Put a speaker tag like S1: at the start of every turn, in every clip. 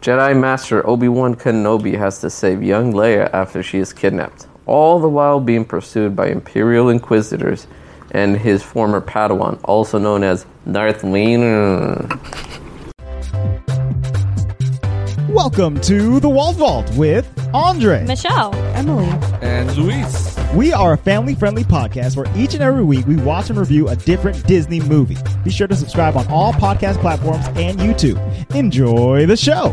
S1: Jedi Master Obi Wan Kenobi has to save young Leia after she is kidnapped, all the while being pursued by Imperial Inquisitors and his former Padawan, also known as Darth Vader.
S2: Welcome to the Wald Vault with Andre.
S3: Michelle.
S4: Emily.
S5: And Luis.
S2: We are a family friendly podcast where each and every week we watch and review a different Disney movie. Be sure to subscribe on all podcast platforms and YouTube. Enjoy the show.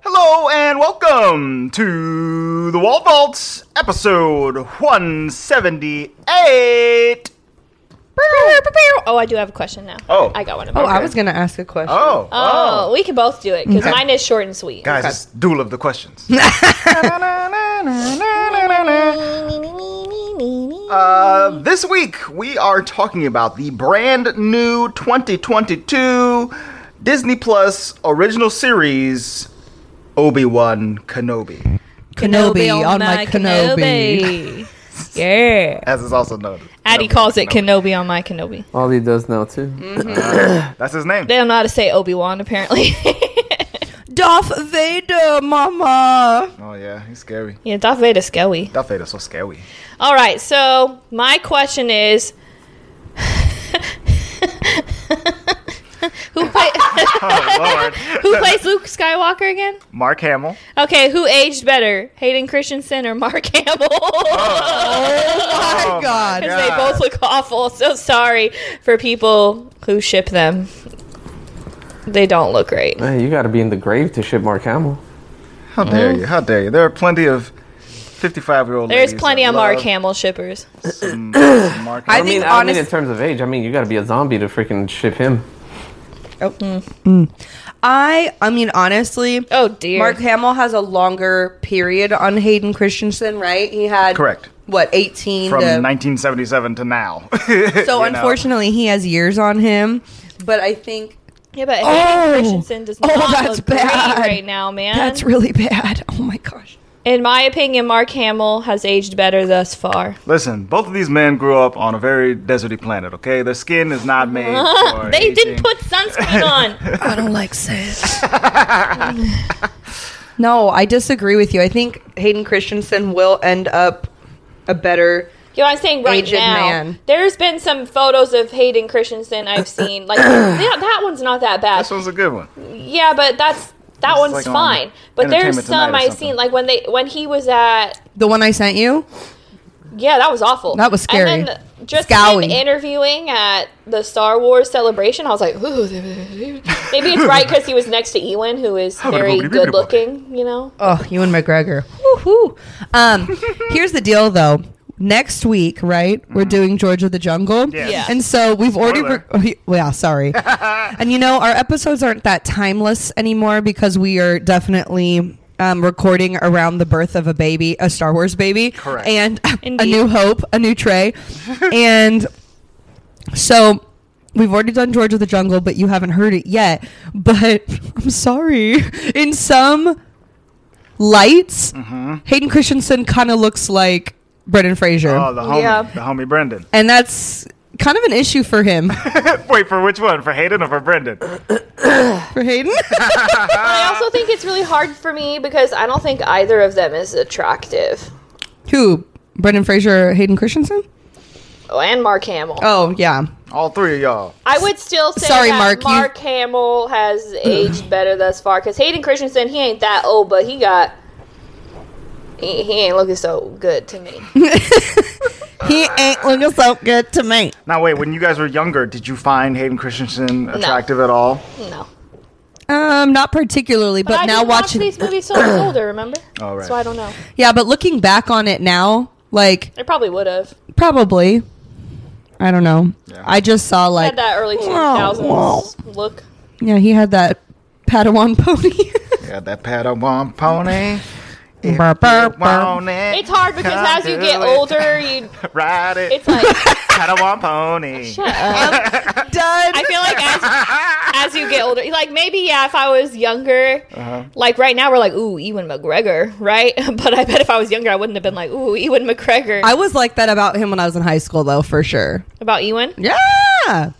S6: Hello and welcome to the Wall Vaults, episode 178.
S3: Oh, I do have a question now.
S6: Oh.
S3: I got one. Of
S4: Oh,
S3: them.
S4: I was gonna ask a question.
S6: Oh,
S3: Oh, we could both do it because
S6: Okay.
S3: mine is short and sweet.
S6: guys, it's duel of the questions. uh, this week we are talking about the brand new 2022 Disney Plus original series Obi Wan Kenobi,
S4: Kenobi on my Kenobi.
S3: Kenobi. yeah.
S6: as is also known.
S3: Addy calls it Kenobi on my Kenobi.
S1: Ollie does now too.
S6: That's his name.
S3: They don't know how to say Obi Wan apparently.
S4: Darth Vader, Mama.
S6: Oh yeah, he's scary.
S3: yeah, Darth Vader's scary.
S6: Darth Vader's so scary.
S3: All right, so my question is. who, play-
S6: Oh lord.
S3: who plays Luke Skywalker again?
S6: Mark Hamill.
S3: Okay, who aged better, Hayden Christensen or Mark Hamill?
S4: Oh my God.
S3: Because they
S6: God.
S3: both look awful. So sorry for people who ship them. They don't look great.
S1: Man, you gotta be in the grave to ship Mark Hamill.
S6: How dare you? How dare you? There are plenty of 55 year old
S3: There's plenty of Mark Hamill shippers.
S6: Mark
S4: I
S1: I mean,
S4: think
S1: I mean, in
S4: honest,
S1: terms of age, I mean, you gotta be a zombie to freaking ship him.
S4: I I mean honestly.
S3: Oh dear.
S4: Mark Hamill has a longer period on Hayden Christensen, right? He had
S6: Correct.
S4: What eighteen
S6: From
S4: to,
S6: 1977 to now.
S4: So unfortunately, he has years on him. But I think
S3: yeah, but
S4: Oh!
S3: Hayden Christensen does not
S4: Oh, that's
S3: look bad.
S4: bad.
S3: great right now, man.
S4: that's really bad. Oh my gosh.
S3: In my opinion, Mark Hamill has aged better thus far.
S6: Listen, both of these men grew up on a very deserty planet, okay? Their skin is not made for
S3: they
S6: aging.
S3: didn't put sunscreen on.
S4: I don't like sex. no, I disagree with you. I think Hayden Christensen will end up a better.
S3: You know what I'm saying? Right
S4: Aged
S3: now,
S4: man.
S3: there's been some photos of Hayden Christensen I've seen. Like, yeah, that one's not that bad.
S6: This one's a good one.
S3: Yeah, but that's that one's
S6: like on
S3: fine. But there's
S6: Entertainment
S3: some
S6: Tonight or
S3: I
S6: something.
S3: seen like when they when he was at
S4: The one I sent you?
S3: yeah that was awful.
S4: That was scary.
S3: And then just
S4: Scowling.
S3: him interviewing at the Star Wars celebration, I was like, Ooh. maybe it's right because he was next to Ewan, who is very good looking. You know,
S4: Oh, you and McGregor. Woohoo. Um, here's the deal, though. Next week, right? We're doing George of the Jungle.
S6: Mm-hmm. Yeah.
S3: Yeah.
S4: And so we've already.
S6: Spoiler.
S4: Re- well, yeah, sorry. and you know, our episodes aren't that timeless anymore because we are definitely. Um, recording around the birth of a baby, a Star Wars baby,
S6: Correct.
S4: and a
S3: Indeed.
S4: new hope, a new tray, and so we've already done George of the Jungle, but you haven't heard it yet. But I'm sorry. In some lights, Hayden Christensen kind of looks like Brendan Fraser.
S6: Oh, the homie.
S3: Yeah.
S6: The homie Brendan.
S4: and that's kind of an issue for him.
S6: Wait, for which one? For Hayden or for Brendan?
S4: for Hayden?
S3: I also think it's really hard for me because I don't think either of them is attractive.
S4: Who? Brendan Fraser or Hayden Christensen?
S3: Oh, and Mark Hamill.
S4: Oh, yeah.
S6: All three of y'all.
S3: I would still say
S4: Sorry,
S3: that
S4: Mark,
S3: Mark,
S4: you-
S3: Hamill has aged better thus far because Hayden Christensen he ain't that old, but he got he, he ain't looking so good to me.
S4: He ain't looking so good to me.
S6: Now, wait, when you guys were younger, did you find Hayden Christensen attractive at all?
S3: No,
S4: Um, not particularly, but,
S3: I
S4: now
S3: didn't watch
S4: watching.
S3: these movies till I was older. Remember?
S6: All right.
S3: So I don't know.
S4: yeah, but looking back on it now, like,
S3: I probably would have
S4: probably. I don't know. I just saw, like,
S3: had that early two thousands look.
S4: Yeah, he had that Padawan pony.
S6: Yeah, that Padawan pony.
S4: Burr, burr, burr.
S6: Want it,
S3: It's hard because
S6: come
S3: as you
S6: do
S3: get
S6: it.
S3: older, you
S6: ride it.
S3: it's Oh, like
S6: Padawan pony.
S3: shut up.
S4: Done.
S3: I feel like as as you get older, like maybe yeah, if I was younger,
S4: Uh-huh.
S3: like right now we're like ooh Ewan McGregor, right? But I bet if I was younger, I wouldn't have been like ooh Ewan McGregor
S4: I was like that about him when I was in high school, though, for sure.
S3: about Ewan.
S4: Yeah.
S3: I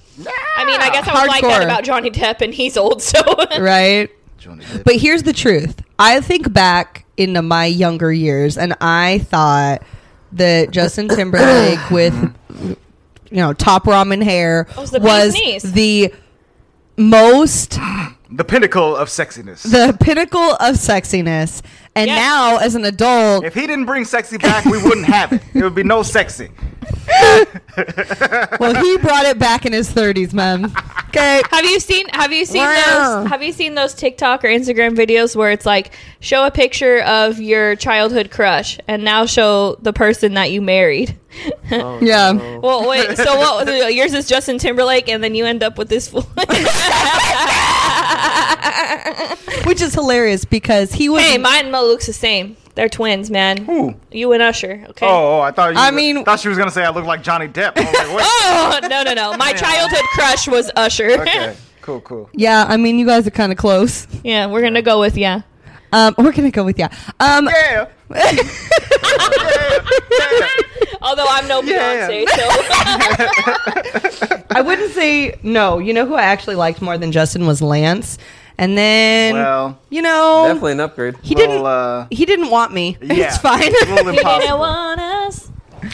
S3: mean, I guess I was like that
S4: Hardcore.
S3: about Johnny Depp, and he's old, so
S4: Right.
S6: Johnny Depp.
S4: But here's the truth. I think back into my younger years, and I thought that Justin Timberlake with you know top ramen hair
S3: was
S4: was
S3: the bee's knees.
S4: the most
S6: the pinnacle of sexiness.
S4: the pinnacle of sexiness. And
S3: Yes.
S4: now, as an adult,
S6: if he didn't bring sexy back, we wouldn't have it. It would be no sexy.
S4: well, he brought it back in his 30s, man. Okay.
S3: Have you seen Have you seen
S4: Wow.
S3: those Have you seen those TikTok or Instagram videos where it's like show a picture of your childhood crush and now show the person that you married?
S4: Yeah.
S3: Well, wait. So what? Yours is Justin Timberlake, and then you end up with this fool.
S4: Which is hilarious because he was.
S3: hey, mine and Mo looks the same. They're twins, man.
S6: Who?
S3: You and Usher. Okay.
S6: Oh, oh, I thought you.
S4: I mean-
S6: thought she was gonna say I look like Johnny Depp. I was like, wait.
S3: Oh, no, no, no. My childhood crush was Usher.
S6: Okay, cool, cool.
S4: yeah, I mean, you guys are kind of close.
S3: yeah, we're gonna go with yeah.
S4: Um, we're going to go with yeah. Um,
S6: Yeah.
S3: Although I'm no
S6: Yeah.
S3: Beyonce, so
S4: I wouldn't say no. You know who I actually liked more than Justin was Lance, and then
S6: Well,
S4: you know
S1: Definitely an upgrade.
S4: he
S6: little,
S4: didn't
S6: uh,
S4: he didn't want me.
S6: yeah,
S4: It's fine.
S6: a little
S3: you didn't
S6: impossible.
S3: want us.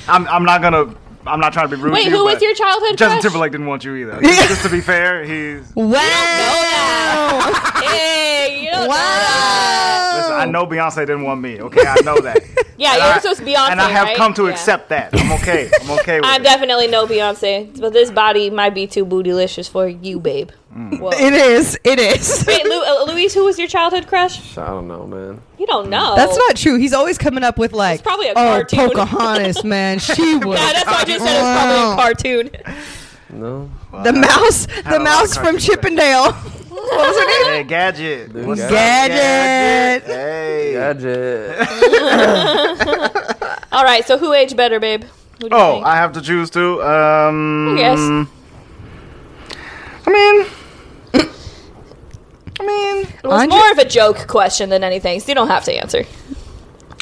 S6: I'm, I'm not gonna. I'm not trying to be rude.
S3: Wait,
S6: to you,
S3: who was
S6: but
S3: your childhood
S6: Justin
S3: crush?
S6: Timberlake didn't want you either. Just to be fair, he's.
S4: wow.
S3: Hey, you don't
S4: Wow.
S6: Listen, I know Beyonce didn't want me. Okay, I know that.
S3: Yeah,
S6: And
S3: yours
S6: I-
S3: was Beyonce,
S6: And I have
S3: right?
S6: come to
S3: Yeah.
S6: accept that. I'm okay. I'm okay with
S3: I'm
S6: it.
S3: definitely no Beyonce, but this body might be too bootylicious for you, babe. Whoa.
S4: It is. It is.
S3: Wait, Lu- uh, Louise, who was your childhood crush?
S1: I don't know, man.
S3: You don't know.
S4: That's not true. He's always coming up with like
S3: probably a
S4: oh
S3: cartoon."
S4: Pocahontas, man. She was
S3: Yeah, that's why I just said it's probably a
S4: Wow.
S3: cartoon.
S1: No.
S4: the mouse, the
S6: don't like
S4: mouse from
S6: cartoons, but-
S4: Chippendale.
S6: Hey, Gadget. What's up,
S4: Gadget.
S6: Hey.
S1: Gadget.
S3: All right, so who aged better, babe? Who do you
S6: Oh,
S3: think?
S6: I have to choose too. Um,
S3: Yes.
S6: I mean, I mean,
S3: it was
S4: Andre-
S3: more of a joke question than anything, so you don't have to answer.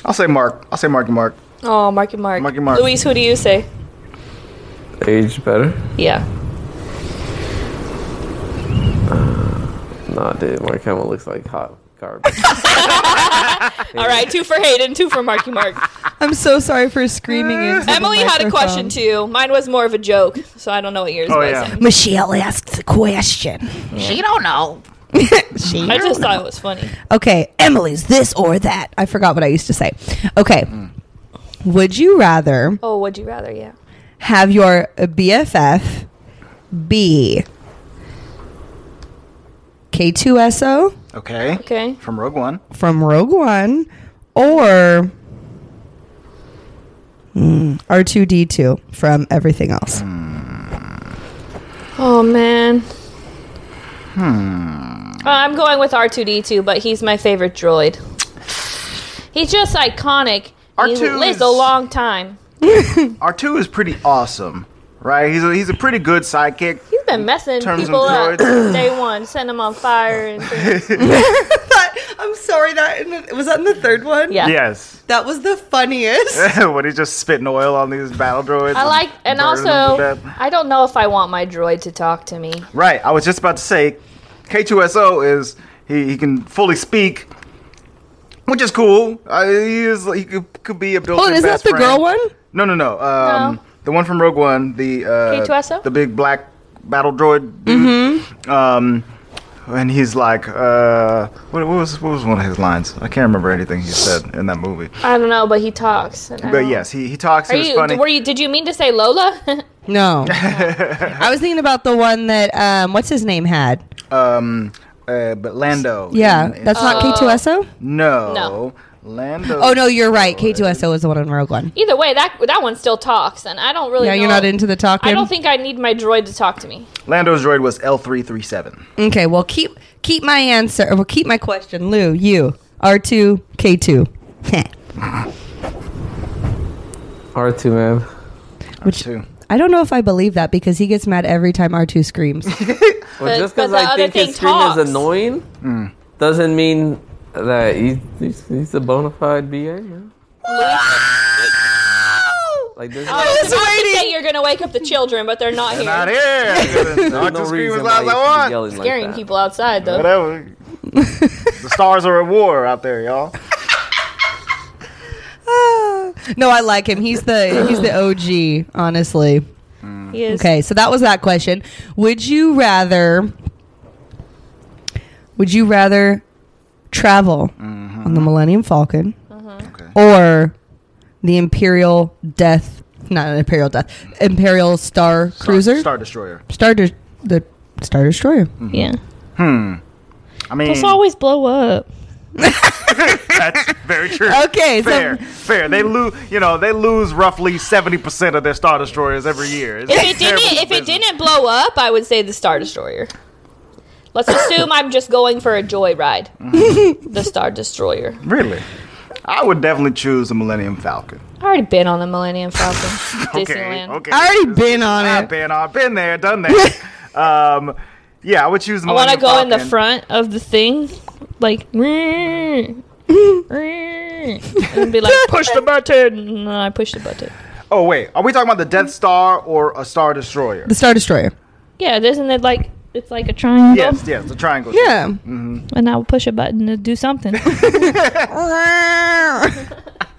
S6: I'll say Mark. I'll say Marky Mark.
S3: Oh, Mark and Mark.
S6: Marky Mark.
S3: Louise, who do you say?
S1: Age better?
S3: Yeah.
S1: Nah, dude. Mark Hamill looks like hot garbage.
S3: All right, two for Hayden, two for Marky Mark.
S4: I'm so sorry for screaming into
S3: Emily
S4: the
S3: had a question too.
S4: microphone.
S3: Mine was more of a joke, so I don't know what yours
S6: Oh,
S3: was.
S6: yeah.
S4: Michelle asked a question.
S5: She don't know.
S4: She
S3: I just thought it was funny.
S4: Okay, Emily's this or that. I forgot what I used to say. Okay. Would you rather
S3: Oh, would you rather? Yeah.
S4: have your BFF be K2SO
S6: Okay.
S3: Okay.
S6: From Rogue One.
S4: from Rogue One or mm, R2D2 from everything else?
S6: Hmm.
S3: Oh man. Hmm.
S6: Hmm.
S3: Uh, I'm going with R2D2, but he's my favorite droid. He's just iconic. he
S6: R2
S3: lives
S6: is-
S3: a long time.
S6: R two is pretty awesome, right? He's a, he's a pretty good sidekick.
S3: He's been messing
S6: Terms of
S3: people up
S6: droids.
S3: day one, setting them on fire. And things.
S4: I'm sorry, that in the, was that in the third one?
S3: Yeah.
S6: Yes.
S4: That was the funniest.
S6: when he's just spitting oil on these battle droids.
S3: I like, and
S6: burning them to
S3: also,
S6: death.
S3: I don't know if I want my droid to talk to me.
S6: Right. I was just about to say, K2SO is he, he can fully speak, which is cool. Uh, he is he could, could be a built-in
S4: Hold on, Oh, is that
S6: best
S4: the
S6: friend.
S4: girl one?
S6: No, no, no. Um,
S3: No.
S6: The one from Rogue One, the uh,
S3: K2SO?
S6: the big black battle droid. Dude.
S3: Mm-hmm.
S6: Um, and he's like, uh, what, what was what was one of his lines? I can't remember anything he said in that movie.
S3: I don't know, but he talks. and I
S6: But
S3: don't-
S6: yes, he, he talks.
S3: Are
S6: he was
S3: you,
S6: funny.
S3: Were you? Did you mean to say Lola?
S4: No. I was thinking about the one that, um, what's his name had?
S6: um, uh, but Lando.
S4: Yeah,
S6: in- in-
S4: that's not K2SO?
S6: no.
S3: Uh, No.
S6: Lando.
S4: Oh, no, you're right. K2SO is the one on Rogue One.
S3: Either way, that that one still talks, and I don't really.
S4: Yeah, you're
S3: know-
S4: not into the talking.
S3: I don't think I need my droid to talk to me.
S6: Lando's droid was L three three seven.
S4: Okay, well keep keep my answer. Well, keep my question, Lou. You R two K two.
S1: R2, man.
S4: Which
S6: Two.
S4: I don't know if I believe that because he gets mad every time R2 screams.
S3: But-
S1: Well, just
S3: but
S1: because
S3: the
S1: I
S3: other
S1: think
S3: thing
S1: his scream
S3: talks.
S1: is annoying
S6: Mm.
S1: doesn't mean that he, he's, he's a bona fide BA, man. Like, there's no-
S3: I was waiting. Say you're gonna wake up the children, but they're not here.
S6: Not here. Not
S1: no
S6: to scream as
S1: reason
S6: loud
S1: why
S6: as
S1: you should
S6: I
S1: be
S6: want.
S1: yelling like
S3: Scaring
S1: that.
S3: people outside though.
S6: Whatever. the stars are at war out there, y'all.
S4: no, I like him. He's the he's the OG, honestly.
S3: He is.
S4: Okay, so that was that question. Would you rather would you rather travel on the Millennium Falcon
S6: Okay.
S4: or the Imperial Death not an Imperial Death. Imperial Star Cruiser? Star
S6: Star Destroyer.
S4: Star De- the Star Destroyer.
S3: Yeah.
S6: I mean,
S3: Let's always blow up.
S6: that's very true.
S4: Okay, so
S6: Fair, fair. They lose, you know, they lose roughly seventy percent of their star destroyers every year. It's
S3: If it
S6: terrible
S3: didn't, if it
S6: business.
S3: didn't blow up, I would say the Star Destroyer. Let's assume I'm just going for a joyride.
S6: Mm-hmm.
S3: the Star Destroyer.
S6: really, I would definitely choose the Millennium Falcon.
S3: I already been on the Millennium Falcon, Disneyland.
S6: Okay, okay.
S4: I already been on
S6: I've
S4: it.
S6: been, I've been there, done that. um, yeah, I would choose the
S3: I want to
S6: Millennium
S3: go in the
S6: Falcon.
S3: front of the thing, like, and be like, push the button. And I push the button.
S6: Oh wait, are we talking about the Death Star or a Star Destroyer?
S4: The Star Destroyer.
S3: Yeah, isn't it like it's like a triangle?
S6: Yes, yes, the triangle.
S4: Yeah.
S6: Mm.
S3: And I will push a button to do something.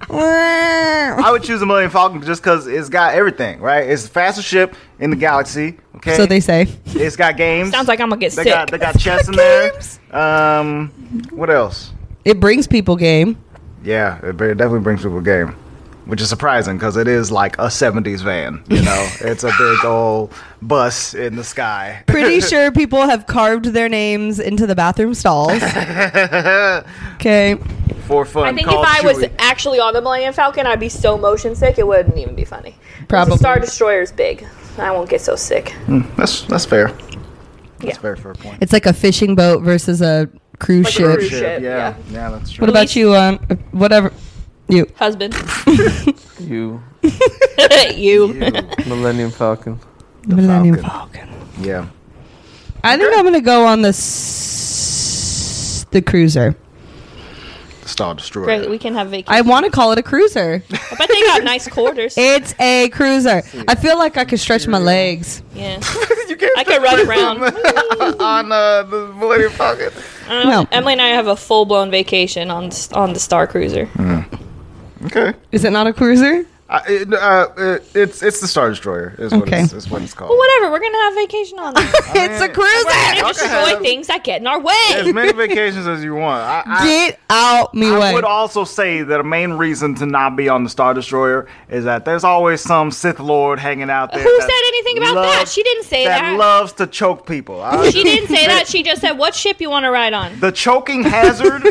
S6: I would choose the Millennium Falcon just because it's got everything, right? It's the fastest ship in the galaxy. Okay,
S4: so they say.
S6: it's got games.
S3: Sounds like I'm gonna get
S6: they
S3: sick.
S6: got they got chess in there. Um, what else?
S4: It brings people game.
S6: Yeah, it very- definitely brings people game, which is surprising because it is like a '70s van. You know, it's a big old bus in the sky.
S4: Pretty sure people have carved their names into the bathroom stalls. Okay.
S6: for fun.
S3: I think if
S6: called
S3: I was
S6: Chewie.
S3: actually on the Millennium Falcon, I'd be so motion sick it wouldn't even be funny. 'Cause the
S4: Probably.
S3: Star Destroyer's big. I won't get so sick.
S6: that's that's fair. That's
S3: Yeah.
S6: fair for a point.
S4: It's like a fishing boat versus a cruise
S3: Like a
S4: ship.
S3: cruise ship.
S6: Yeah,
S3: yeah.
S6: yeah, that's true.
S4: What about you? Um, whatever. You.
S3: Husband,
S1: you,
S3: you.
S1: Millennium Falcon.
S4: Millennium
S6: Falcon.
S4: Falcon.
S6: yeah,
S4: I think I'm gonna go on the s- the cruiser.
S6: the Star Destroyer.
S3: Great, we can have vacation.
S4: I
S3: I,
S4: want to call it a cruiser.
S3: bet they got nice quarters.
S4: It's a cruiser. I feel like I could stretch my legs.
S3: Yeah,
S6: you can't
S3: I could run around.
S6: on uh, the Millennium Falcon.
S3: Um,
S4: No.
S3: Emily and I have a full blown vacation on s- on the Star Cruiser.
S6: Hmm. Okay.
S4: Is it not a cruiser?
S6: I, it, uh, it, it's it's the Star Destroyer is what
S4: Okay.
S6: it's, is what it's called.
S3: Whatever, we're gonna have vacation on there.
S4: it's a
S3: and
S4: cruiser.
S3: destroy things that get in our
S6: as
S3: way.
S6: many vacations as you want. I, I,
S4: Get out me
S6: I
S4: way.
S6: would also say that a main reason to not be on the Star Destroyer is that there's always some Sith Lord hanging out there.
S3: Who
S6: that
S3: said anything about that?
S6: loves-
S3: She didn't say that.
S6: loves to choke people. I-
S3: She didn't say that. She just said, "What ship you want to ride on?"
S6: The choking hazard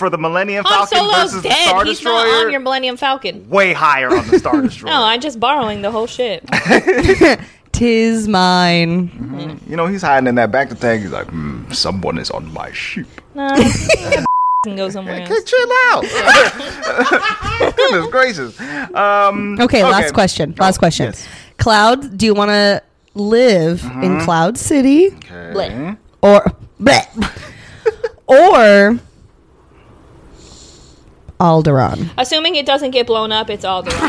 S6: for the Millennium
S3: Han
S6: Falcon
S3: Solo's
S6: versus the
S3: dead.
S6: Star
S3: He's
S6: Destroyer.
S3: not on your Millennium Falcon.
S6: Way higher on the Star Destroyer.
S3: No, I'm just borrowing the whole ship.
S4: Tis mine.
S6: you know he's hiding in that back of the tank. He's like, "Hmm, someone is on my ship.
S3: Nah, I can go somewhere
S6: Hey,
S3: else.
S6: chill out. Goodness gracious. Um,
S4: Okay, last question. Last question.
S6: Oh, yes. Mm-hmm.
S4: Cloud, do you want to live in Cloud City
S3: Bleh.
S4: or bleh, or Alderaan?
S3: Assuming it doesn't get blown up, it's all the all the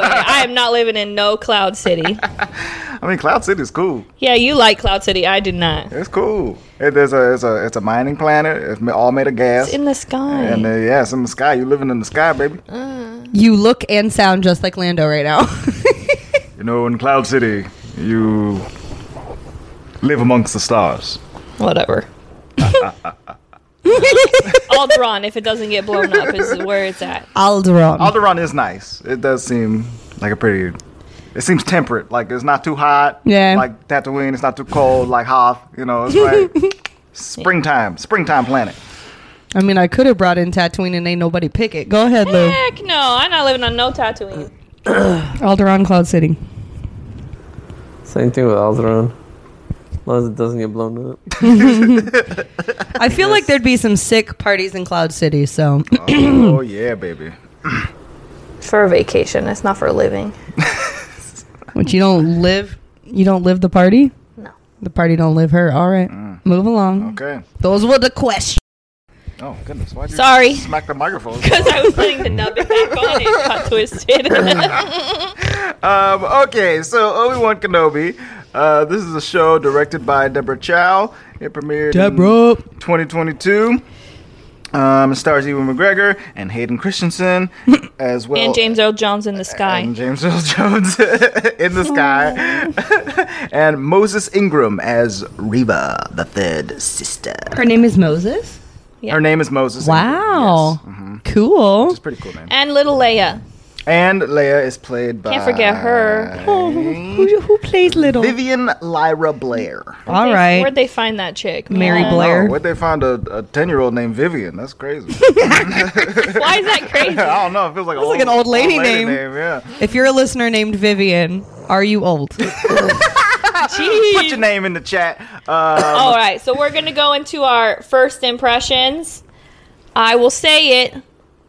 S3: way. I am not living in no Cloud City.
S6: I mean, Cloud City's cool.
S3: Yeah, you like Cloud City. I do not.
S6: It's cool. It, there's a it's a it's a mining planet. It's ma- all made of gas.
S3: It's in the Uh. sky.
S6: and uh, yeah, it's in the sky. You living in the sky, baby.
S4: You look and sound just like Lando right now.
S6: You know, in Cloud City, you live amongst the stars.
S3: Whatever. Alderaan, if it doesn't get blown up, is where it's at.
S4: Alderaan.
S6: Alderaan is nice. It does seem like a pretty. It seems temperate. Like it's not too hot.
S4: Yeah.
S6: Like Tatooine, it's not too cold. Like Hoth, you know, it's right. springtime, springtime planet.
S4: I mean, I could have brought in Tatooine and ain't nobody pick it. Go ahead, Lou.
S3: Heck no, I'm not living on no Tatooine.
S4: Alderaan, Cloud City.
S1: Same thing with Alderaan. long as it doesn't get blown up.
S4: I feel like there'd be some sick parties in Cloud City. So
S6: oh yeah, baby.
S3: for a vacation. It's not for a living.
S4: But you don't live you don't live the party?
S3: No.
S4: The party don't live her. All right. Move along.
S6: Mm. Okay.
S4: Those were the questions.
S6: Oh goodness, why
S3: Sorry.
S6: smack the microphone?
S3: Because I was putting the nubbin back on and it got twisted.
S6: Um, okay, so Obi Wan Kenobi. Uh, this is a show directed by Deborah Chow. It premiered in 2022. Um, it stars Ewan McGregor and Hayden Christensen, as well
S3: and James Earl Jones in the sky.
S6: and James Earl Jones in the sky, and Moses Ingram as Reba, the third sister.
S4: Her name is Moses.
S6: Her name is Moses. Ingram,
S4: Wow.
S6: yes. Mm-hmm.
S4: Cool.
S6: It's a pretty cool name.
S3: And little Leia.
S6: And Leia is played by
S3: Can't forget her.
S4: Who, who plays little?
S6: Vivian Lyra Blair.
S4: All
S3: They-
S4: right.
S3: Where'd they find that chick?
S4: Mary
S3: Man.
S4: Oh, Blair.
S6: Oh, where'd they find a ten year old named Vivian? That's crazy.
S3: Why is that crazy?
S6: I don't know. It feels like, a
S4: like an old lady name.
S6: Yeah.
S4: If you're a listener named Vivian, are you old?
S6: Put your name in the chat. Uh,
S3: All right, so we're gonna go into our first impressions. I will say it.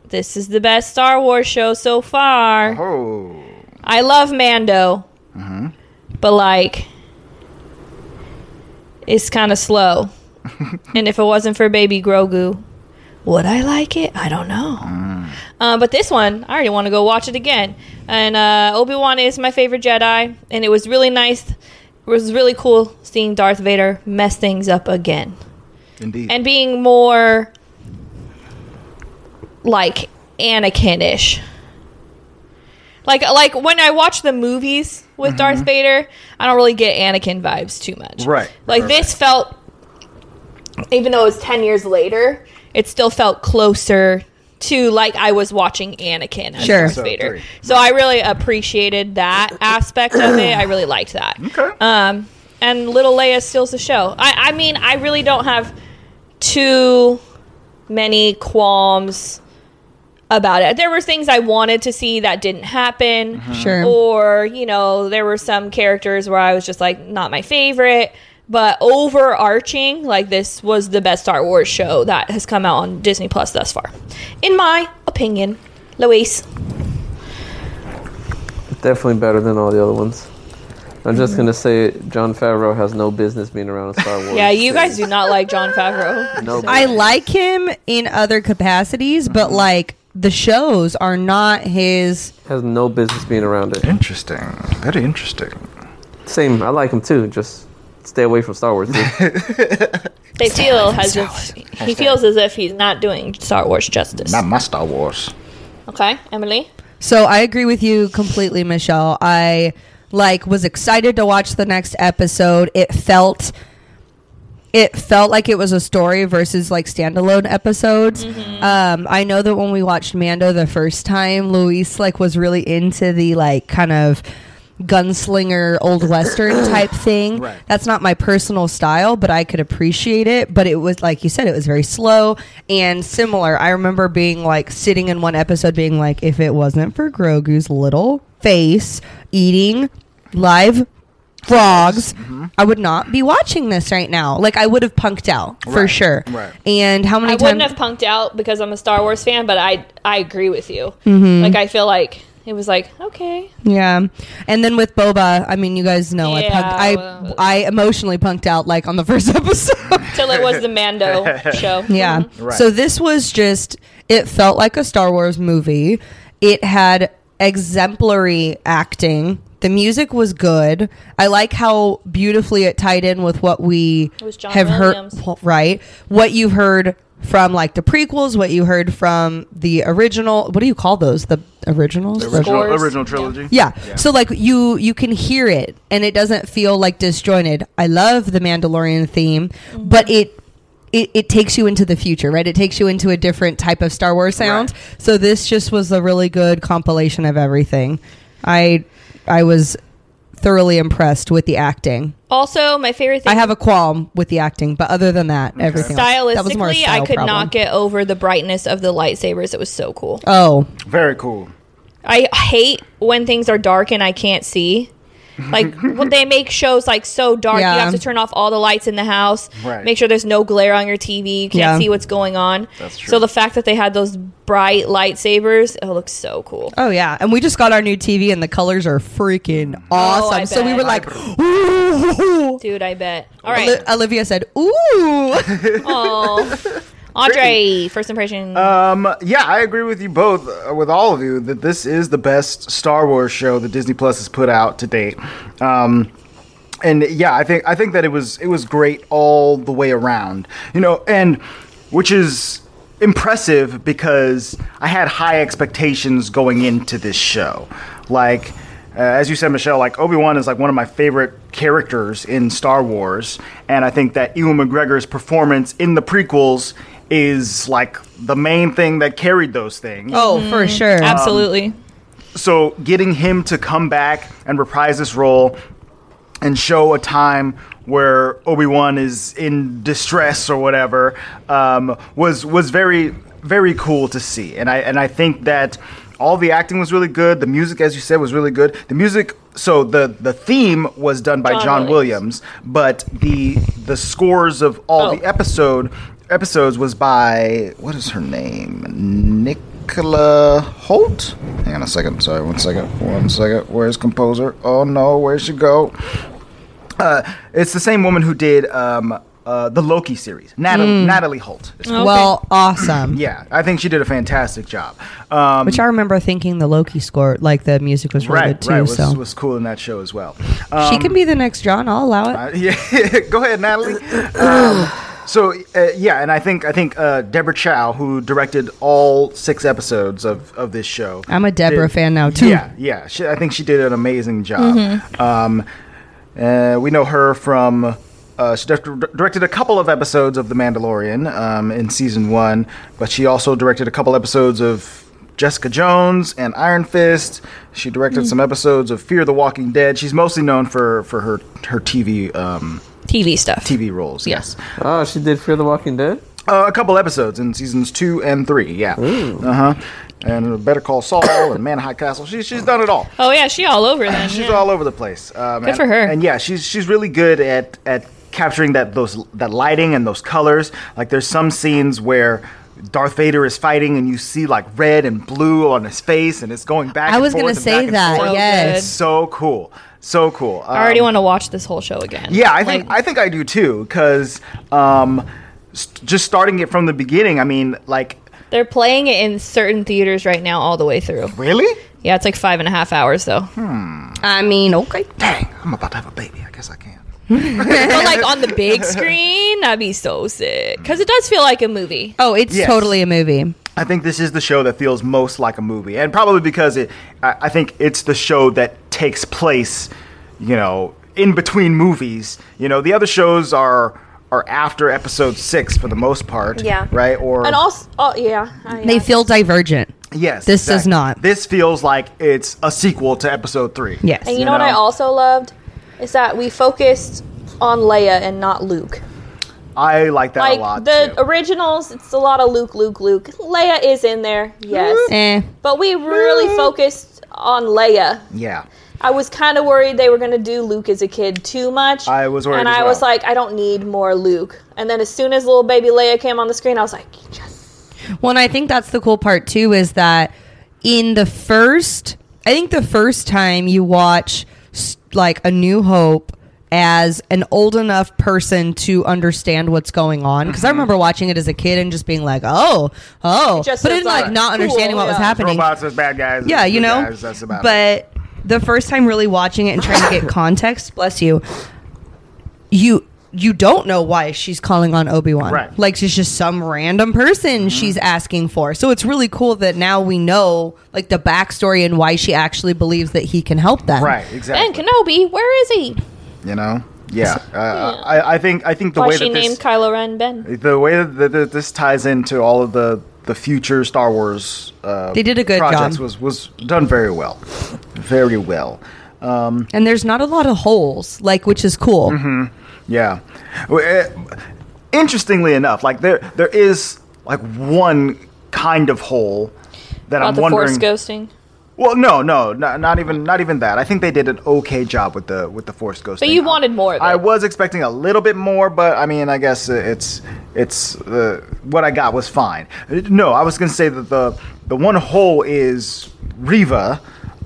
S3: This is the best Star Wars show so far.
S6: oh,
S3: I love Mando, but like, it's kind of slow. and if it wasn't for Baby Grogu, would I like it? I don't know. Uh, but this one, I already want to go watch it again. And uh, Obi Wan is my favorite Jedi, and it was really nice. It was really cool seeing Darth Vader mess things up again
S6: indeed.
S3: and being more like Anakin-ish. Like like when I watch the movies with
S6: Mm-hmm.
S3: Darth Vader, I don't really get Anakin vibes too much.
S6: Right,
S3: Like
S6: right,
S3: this felt even though it's 10 years later, it still felt closer to like I was watching Anakin as
S4: Sure.
S3: Darth
S6: So
S3: Vader.
S6: three.
S3: So I really appreciated that aspect of it. I really liked that.
S6: okay.
S3: Um, and Little Leia steals the show. I, I mean, I really don't have too many qualms about it. There were things I wanted to see that didn't happen.
S4: Mm-hmm. Sure.
S3: Or, you know, there were some characters where I was just like, not my favorite. But overarching, like, this was the best Star Wars show that has come out on Disney Plus thus far. In my opinion, Luis.
S1: Definitely better than all the other ones. I'm just gonna say it, John Favreau has no business being around a Star Wars.
S3: Yeah, you guys do
S1: series.
S3: not like John Favreau.
S1: No,
S4: I like him in other capacities, but like the shows are not his.
S1: has no business being around it.
S6: interesting. Very interesting.
S1: Same, I like him too. Just stay away from Star Wars. Dude.
S3: They feel as if he feels as if he's not doing Star Wars justice.
S6: Not my Star Wars.
S3: Okay, Emily.
S4: So I agree with you completely, Michelle. I like was excited to watch the next episode. It felt it felt like it was a story versus like standalone episodes. Um, I know that when we watched Mando the first time, Luis like was really into the like kind of gunslinger old western type thing.
S6: Right.
S4: That's not my personal style, but I could appreciate it. But it was like you said, it was very slow and similar. I remember being like sitting in one episode, being like, if it wasn't for Grogu's little face eating live frogs,
S6: Mm-hmm.
S4: I would not be watching this right now. Like I would have punked out for
S6: Right,
S4: sure.
S6: right.
S4: And how many
S3: I
S4: times?
S3: wouldn't have punked out because I'm a Star Wars fan, but I I agree with you.
S4: Mm-hmm.
S3: Like I feel like it was like okay,
S4: yeah. And then with Boba, I mean, you guys know
S3: Yeah,
S4: I
S3: well-
S4: punked. I I emotionally punked out like on the first episode.
S3: till it was the Mando show. Mm-hmm.
S4: Yeah.
S6: Right.
S4: So this was just it felt like a Star Wars movie. It had exemplary acting. The music was good. I like how beautifully it tied in with what we
S3: was John
S4: have
S3: Williams.
S4: heard well, right? What you've heard from like the prequels, what you heard from the original, what do you call those? The originals? The-
S6: Original,
S3: Scores.
S6: original trilogy.
S4: yeah. So like you you can hear it and it doesn't feel like disjointed. I love the Mandalorian theme,
S3: Mm-hmm.
S4: but it it, it takes you into the future, right? It takes you into a different type of Star Wars sound. So this just was a really good compilation of everything. I I was thoroughly impressed with the acting.
S3: Also, my favorite
S4: I
S3: thing
S4: have a qualm with the acting, but other than that, everything else- that was more a
S3: stylistically, I
S4: style
S3: could
S4: problem.
S3: not get over the brightness of the lightsabers. It was so cool.
S4: Oh,
S6: Very cool.
S3: I hate when things are dark and I can't see. Like when they make shows like so dark, you
S4: Yeah.
S3: have to turn off all the lights in the house.
S6: Right.
S3: Make sure there's no glare on your TV. You can't
S4: Yeah.
S3: see what's going on.
S6: That's true.
S3: So the fact that they had those bright lightsabers, it looks so cool.
S4: Oh yeah, and we just got our new TV, and the colors are freaking awesome.
S3: Oh, I
S4: so we
S3: bet.
S4: were like, "Ooh!"
S3: Dude, I bet. All
S4: Oli-
S3: right.
S4: Olivia said, "Ooh!"
S3: Oh. Andre, first impression.
S6: Um, yeah, I agree with you both, uh, with all of you, that this is the best Star Wars show that Disney Plus has put out to date. Um, and yeah, I think I think that it was it was great all the way around. You know, and which is impressive because I had high expectations going into this show. Like uh, as you said, Michelle, like Obi Wan is like one of my favorite characters in Star Wars, and I think that Ewan McGregor's performance in the prequels is like the main thing that carried those things
S4: oh, for sure.
S6: um,
S3: Absolutely.
S6: so getting him to come back and reprise this role and show a time where Obi-Wan is in distress or whatever um, was was very very cool to see and I and I think that all the acting was really good the music as you said was really good the music so the the theme was done by John,
S3: John
S6: Williams.
S3: Williams.
S6: but the the scores of all
S3: Oh.
S6: the episode episodes was by what is her name Nicola Holt. Hang on a second. Sorry, one second. One second. Where's composer? Oh no, where'd she go? Uh, it's the same woman who did um, uh, the Loki series. Natalie,
S4: Mm.
S6: Natalie Holt.
S4: Oh.
S3: Okay.
S4: Well, awesome.
S6: Yeah, I think she did a fantastic job. Um,
S4: Which I remember thinking the Loki score, like the music was really
S6: right,
S4: good too.
S6: right. Was, um,
S4: so
S6: was cool in that show as well.
S4: she can be the next John. I'll allow it.
S6: Uh, yeah, go ahead, Natalie. Um, so uh, yeah, and I think I think uh, Deborah Chow, who directed all six episodes of, of this show,
S4: I'm a Deborah
S6: did-
S4: fan now, too. Mm-hmm.
S6: Yeah, yeah. She, I think she did an amazing job. Um, uh, we know her from. Uh, she dir- directed a couple of episodes of The Mandalorian um, in season one, but she also directed a couple episodes of Jessica Jones and Iron Fist. She
S4: Mm.
S6: directed some episodes of Fear the Walking Dead. She's mostly known for, for her her TV um,
S3: TV stuff.
S6: TV roles.
S3: Yeah.
S6: Yes,
S1: Oh, she did Fear the Walking Dead?
S6: uh, a couple episodes in seasons two and three. Yeah, uh huh. And Better Call Saul and Man in High Castle. She, she's done it all.
S3: Oh, yeah. She all over then.
S6: She's
S3: yeah.
S6: all over the place. Um,
S3: Good
S6: and-
S3: for her.
S6: And yeah, she's she's really good at at capturing that those that lighting and those colors. Like there's some scenes where. Darth Vader is fighting, and you see like red and blue on his face, and it's going back.
S4: I
S6: and
S4: was
S6: forth
S4: gonna
S6: and back
S4: say
S6: and
S4: that.
S6: forth.
S3: So
S4: yes.
S6: So cool, so cool. Um,
S3: I already want to watch this whole show again.
S6: yeah, I think
S3: Like,
S6: I think I do too. Because um, st- just starting it from the beginning, I mean, like
S3: they're playing it in certain theaters right now, all the way through.
S6: really?
S3: Yeah, it's like five and a half hours though.
S4: I mean, okay.
S6: Dang, I'm about to have a baby. I guess I can.
S3: but like on the big screen, that'd be so sick. Because it does feel like a movie.
S4: Oh, it's
S6: Yes.
S4: totally a movie.
S6: I think this is the show that feels most like a movie, and probably because it, I, I think it's the show that takes place, you know, in between movies. You know, the other shows are are after episode six for the most part.
S3: Yeah.
S6: Right. Or
S3: And also, oh yeah, I-
S4: They feel divergent.
S6: yes,
S4: This does not.
S6: This feels like it's a sequel to episode three.
S4: Yes.
S3: And you
S6: you
S3: know what I
S6: know.
S3: also loved is that we focused on Leia and not Luke.
S6: I like that
S3: Like
S6: a lot.
S3: the
S6: too.
S3: originals, it's a lot of Luke, Luke, Luke. Leia is in there, yes,
S4: Eh.
S3: but we really focused on Leia.
S6: yeah.
S3: I was kind of worried they were going to do Luke as a kid too much.
S6: I was worried
S3: And
S6: as
S3: I
S6: well.
S3: was like, I don't need more Luke. And then as soon as little baby Leia came on the screen, I was like, yes.
S4: Well, and I think that's the cool part too is that in the first, I think the first time you watch s- like A New Hope as an old enough person to understand what's going on, because I
S3: Mm-hmm.
S4: remember watching it as a kid and just being like, oh, oh,
S3: just
S4: but
S3: is
S4: in like
S3: like,
S4: not understanding
S3: cool,
S4: what was
S3: yeah.
S4: happening.
S6: Robots as bad guys.
S4: yeah, you
S6: good
S4: know.
S6: guys, that's about it.
S4: but the first time really watching it and trying to get context, bless you, you you don't know why she's calling on Obi Wan.
S6: Right. Mm-hmm.
S4: Like she's just some random person she's asking for. So it's really cool that now we know like the backstory and why she actually believes that he can help them.
S6: right, exactly.
S3: And Kenobi, where is he?
S6: you know, yeah. Uh, I, I think I think the
S3: Why
S6: way
S3: she
S6: that
S3: named
S6: this
S3: Kylo Ren Ben.
S6: the way that th- this ties into all of the the future Star Wars uh,
S4: They did a good
S6: projects
S4: job.
S6: was was done very well, very well.
S4: And there's not a lot of holes, like which is cool.
S6: Mm-hmm. Yeah. W- eh, Interestingly enough, like there there is like one kind of hole that
S3: About
S6: I'm
S3: the
S6: wondering.
S3: Force ghosting.
S6: Well, no, no, no, not even not even that. I think they did an okay job with the with the Force Ghost.
S3: But
S6: thing.
S3: you wanted more of it.
S6: I was expecting a little bit more, but I mean, I guess it's it's uh, what I got was fine. Uh, No, I was gonna say that the the one hole is Riva,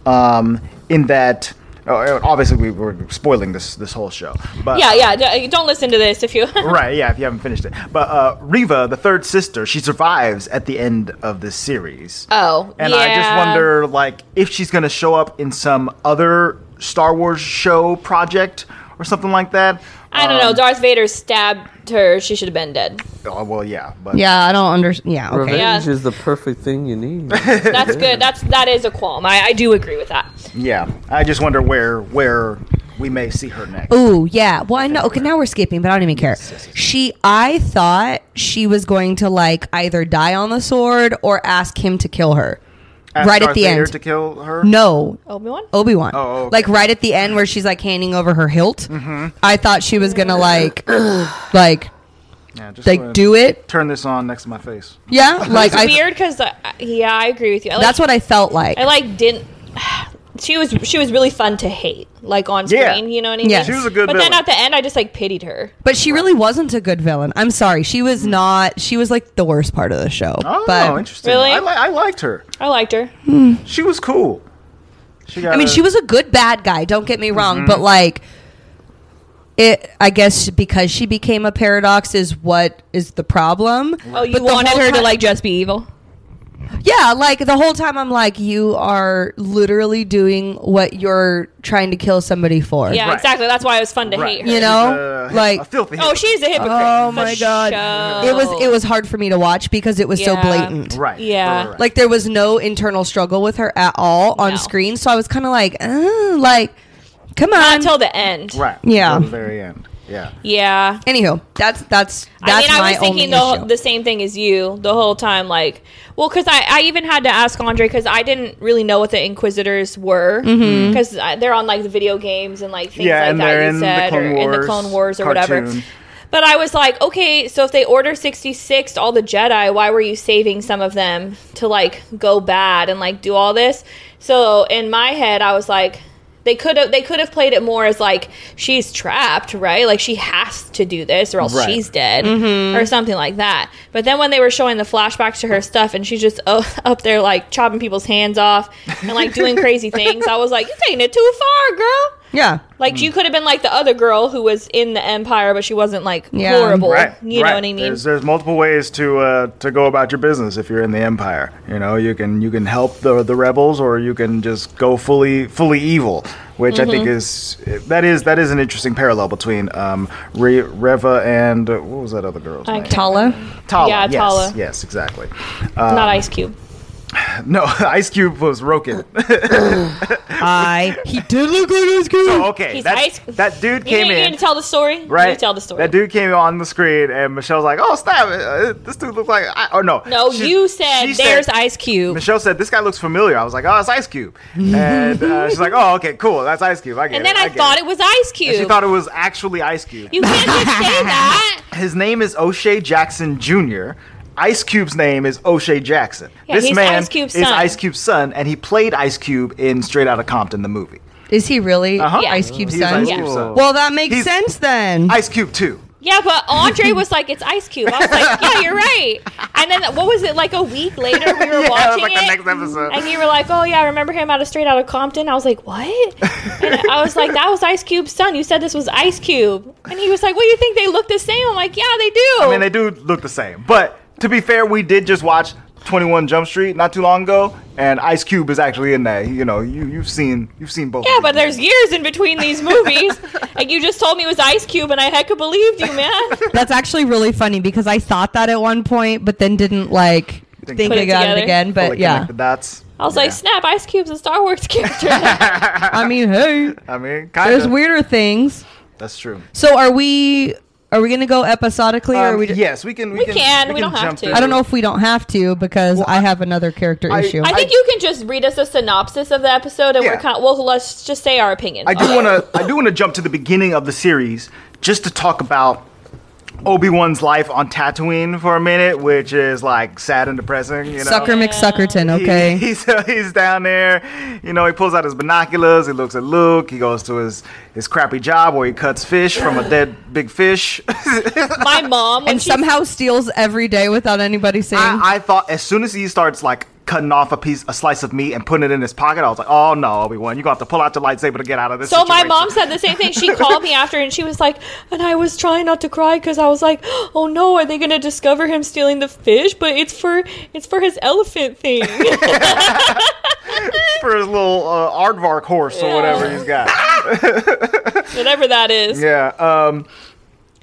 S6: um, in that. Oh, obviously, we were spoiling this this whole show, but
S3: yeah, yeah. d- uh, Don't listen to this if you.
S6: right, yeah, if you haven't finished it. But uh, Riva, the third sister, she survives at the end of this series.
S3: Oh,
S6: And I just
S3: yeah.
S6: wonder, like, if she's going to show up in some other Star Wars show project or something like that.
S3: I
S6: um,
S3: don't know. Darth Vader stabbed her. She should have been dead.
S6: Oh, well, yeah, but
S4: Yeah, I don't understand. Yeah, okay.
S1: Revenge
S3: Yeah.
S1: is the perfect thing you need.
S3: That's good. That's that is a qualm. I, I do agree with that.
S6: yeah, I just wonder where where we may see her next.
S4: Ooh, yeah. Well, I know. Okay, now we're skipping, but I don't even care. She, I thought she was going to like either die on the sword or ask him to kill her.
S6: Ask
S4: right at
S6: Darth
S4: the
S6: Vader
S4: end.
S6: to kill her.
S4: No,
S3: Obi Wan.
S4: Obi Wan.
S6: Oh, okay. Mm-hmm.
S4: Like right at the end where she's like handing over her hilt. I thought she was gonna like, like,
S6: Yeah, just go
S4: like
S6: ahead.
S4: do it.
S6: Turn this on next to my face.
S4: Yeah, like I.
S3: Weird because yeah, I agree with you. I like,
S4: That's what I felt like.
S3: I like didn't. She was she was really fun to hate, like on
S6: Yeah.
S3: screen. You know what I mean?
S4: Yes. She was
S6: a good
S3: But
S6: villain.
S3: then at the end, I just like pitied her.
S4: But she really wasn't a good villain. I'm sorry. She was not. She was like the worst part of the show.
S6: Oh,
S4: but
S6: interesting.
S3: Really?
S6: I, li- I liked her.
S3: I liked her.
S6: She was cool. She got
S4: I mean,
S6: a-
S4: she was a good bad guy. Don't get me wrong, but like, it. I guess because she became a paradox is what is the problem.
S3: Oh, you
S4: But the
S3: wanted
S4: whole
S3: her to
S4: ti-
S3: like just be evil.
S4: Yeah, like the whole time I'm like, you are literally doing what you're trying to kill somebody for.
S3: Yeah,
S6: Right.
S3: exactly. That's why it was fun to
S6: Right.
S3: hate her.
S4: You
S6: She's
S4: know?
S6: a-
S4: Like-
S6: a filthy.
S3: Oh, she's a hypocrite.
S4: Oh
S3: for
S4: my god.
S3: sure.
S4: It was it was hard for me to watch because it was so
S3: Yeah.
S4: blatant.
S6: right.
S3: Yeah.
S6: right, right.
S4: Like there was no internal struggle with her at all on
S3: No.
S4: screen, so I was kind of like, uh, like, come
S3: not
S4: on.
S3: until the end.
S6: Right.
S4: Yeah.
S6: Till the very end. Yeah.
S3: Yeah.
S4: Anywho, that's that's
S3: I
S4: that's
S3: mean,
S4: my
S3: I was thinking
S4: only
S3: the,
S4: issue.
S3: the same thing as you the whole time. Like, well, because I, I even had to ask Andre because I didn't really know what the Inquisitors were
S4: Mm-hmm.
S3: because they're on like the video games and like things
S6: Yeah,
S3: like
S6: and
S3: that.
S6: they're
S3: you
S6: in the
S3: said,
S6: Clone
S3: or in the
S6: Wars
S3: Clone Wars or whatever.
S6: cartoon.
S3: But I was like, okay, so if they order sixty six, all the Jedi, why were you saving some of them to like go bad and like do all this? So in my head, I was like. They could have they could have played it more as like she's trapped, right? Like she has to do this or else
S6: Right.
S3: she's dead or something like that. But then when they were showing the flashbacks to her stuff and she's just oh, up there like chopping people's hands off and like doing crazy things, I was like, you're taking it too far, girl.
S4: yeah.
S3: Like
S6: Hmm.
S3: you could have been like the other girl who was in the empire, but she wasn't like
S4: Yeah.
S3: horrible.
S6: Right.
S3: You
S6: right.
S3: know what I mean?
S6: There's, there's multiple ways to uh, to go about your business if you're in the empire. You know, you can you can help the the rebels, or you can just go fully fully evil, which I think is
S3: Mm-hmm.
S6: that is that is an interesting parallel between um, Re- Reva and uh, what was that other girl's
S3: I
S6: name?
S3: can't-
S4: Tala.
S6: Tala.
S3: Yeah,
S6: yes,
S3: Tala.
S6: Yes, exactly.
S3: Not Ice Cube.
S6: No, Ice Cube was Roken.
S4: I he did look like his kid.
S6: oh, okay,
S3: He's
S6: that
S3: Ice-
S6: that dude
S3: You
S6: came
S3: need, you
S6: in.
S3: need to tell the story. You need
S6: Right,
S3: to tell the story.
S6: That dude came on the screen, and Michelle's like, "Oh snap! uh, This dude looks like I, or no,
S3: no,
S6: she-
S3: you said
S6: she
S3: there's Ice Cube.
S6: Michelle said, "This guy looks familiar." I was like, "Oh, it's Ice Cube," and uh, she's like, "Oh, okay, cool, that's Ice Cube." I get
S3: And
S6: it.
S3: then I,
S6: get
S3: thought it. was Ice Cube.
S6: And she thought it was actually Ice Cube.
S3: you can't just say that.
S6: His name is O'Shea Jackson Jr. Ice Cube's name is O'Shea Jackson.
S3: Yeah,
S6: this
S3: he's
S6: man
S3: Ice Cube's
S6: is
S3: son.
S6: Ice Cube's son, and he played Ice Cube in Straight Outta Compton, the movie.
S4: Is he really
S6: Uh-huh. Yeah.
S4: Ice Cube's
S6: He's
S4: son?
S6: Ice Cube's son.
S4: Well, that makes
S6: He's-
S4: sense then.
S6: Ice Cube too.
S3: Yeah, but Andre was like, "It's Ice Cube." I was like, "Yeah, you're right." And then what was it like a week later? We were
S6: yeah, that was
S3: watching
S6: like
S3: it,
S6: the next episode.
S3: and you were like, "Oh yeah, I remember him out of Straight Outta Compton." I was like, "What?" And I was like, "That was Ice Cube's son." You said this was Ice Cube, and he was like, "Well, you think they look the same?" I'm like, "Yeah, they do."
S6: I mean, they do look the same. But to be fair, we did just watch 21 Jump Street not too long ago, and Ice Cube is actually in that. You know, you you've seen you've seen both.
S3: yeah,
S6: of
S3: but
S6: these.
S3: there's years in between these movies. like you just told me it was Ice Cube, and I hecka believed you, man.
S4: That's actually really funny because I thought that at one point, but then didn't like
S6: Didn't
S4: think
S3: put it
S4: about it
S3: together.
S4: again. But
S6: Fully
S4: yeah,
S6: connected dots.
S3: I was
S6: Yeah.
S3: like, "Snap, Ice Cube's a Star Wars character."
S4: I mean, hey,
S6: I mean, kind
S4: there's
S6: of.
S4: weirder things.
S6: That's true.
S4: So are we? Are we gonna go episodically, or are
S6: Um,
S4: we? Just,
S6: yes, we can. We,
S3: We
S6: can.
S3: can, we don't have
S6: jump
S3: to.
S6: through.
S4: I don't know if we don't have to because I have another character
S6: I-
S4: issue.
S3: I think
S6: I-
S3: you can just read us a synopsis of the episode, and
S6: Yeah.
S3: we're kind. Well, let's just say our opinion.
S6: I do want to. I do want to jump to the beginning of the series just to talk about Obi Wan's life on Tatooine for a minute, which is like sad and depressing. You know?
S4: Sucker McSuckerton,
S6: He-
S4: okay?
S6: he's he's down there. You know, he pulls out his binoculars. He looks at Luke. He goes to his his crappy job where he cuts fish from a dead big fish.
S3: My mom when
S4: and
S3: she-
S4: somehow steals every day without anybody saying.
S6: I, I thought as soon as he starts like cutting off a piece, a slice of meat and putting it in his pocket, I was like, oh no, Obi Wan, you're gonna have to pull out your lightsaber to get out of this.
S3: So my
S6: situation."
S3: mom said the same thing. She called me after and she was like, and I was trying not to cry because I was like, oh no, are they gonna discover him stealing the fish? But it's for it's for his elephant thing.
S6: for his little uh, aardvark horse or whatever he's got.
S3: Whatever that is.
S6: Yeah. Um,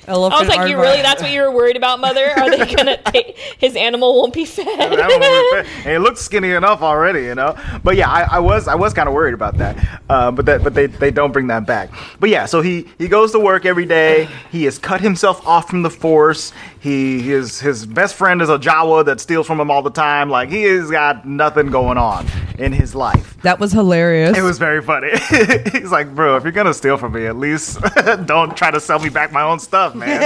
S3: I was like, you really? That's what you were worried about, mother? Are they gonna take his animal won't be fed?
S6: that one would be fair. And it looked skinny enough already, you know. But yeah, I, I was I was kind of worried about that. Uh, but that but they, they don't bring that back. But yeah, so he he goes to work every day. He has cut himself off from the force. He his his best friend is a Jawa that steals from him all the time. Like he has got nothing going on in his life.
S4: that was hilarious.
S6: It was very funny. He's like, bro, if you're gonna steal from me, at least don't try to sell me back my own stuff, man.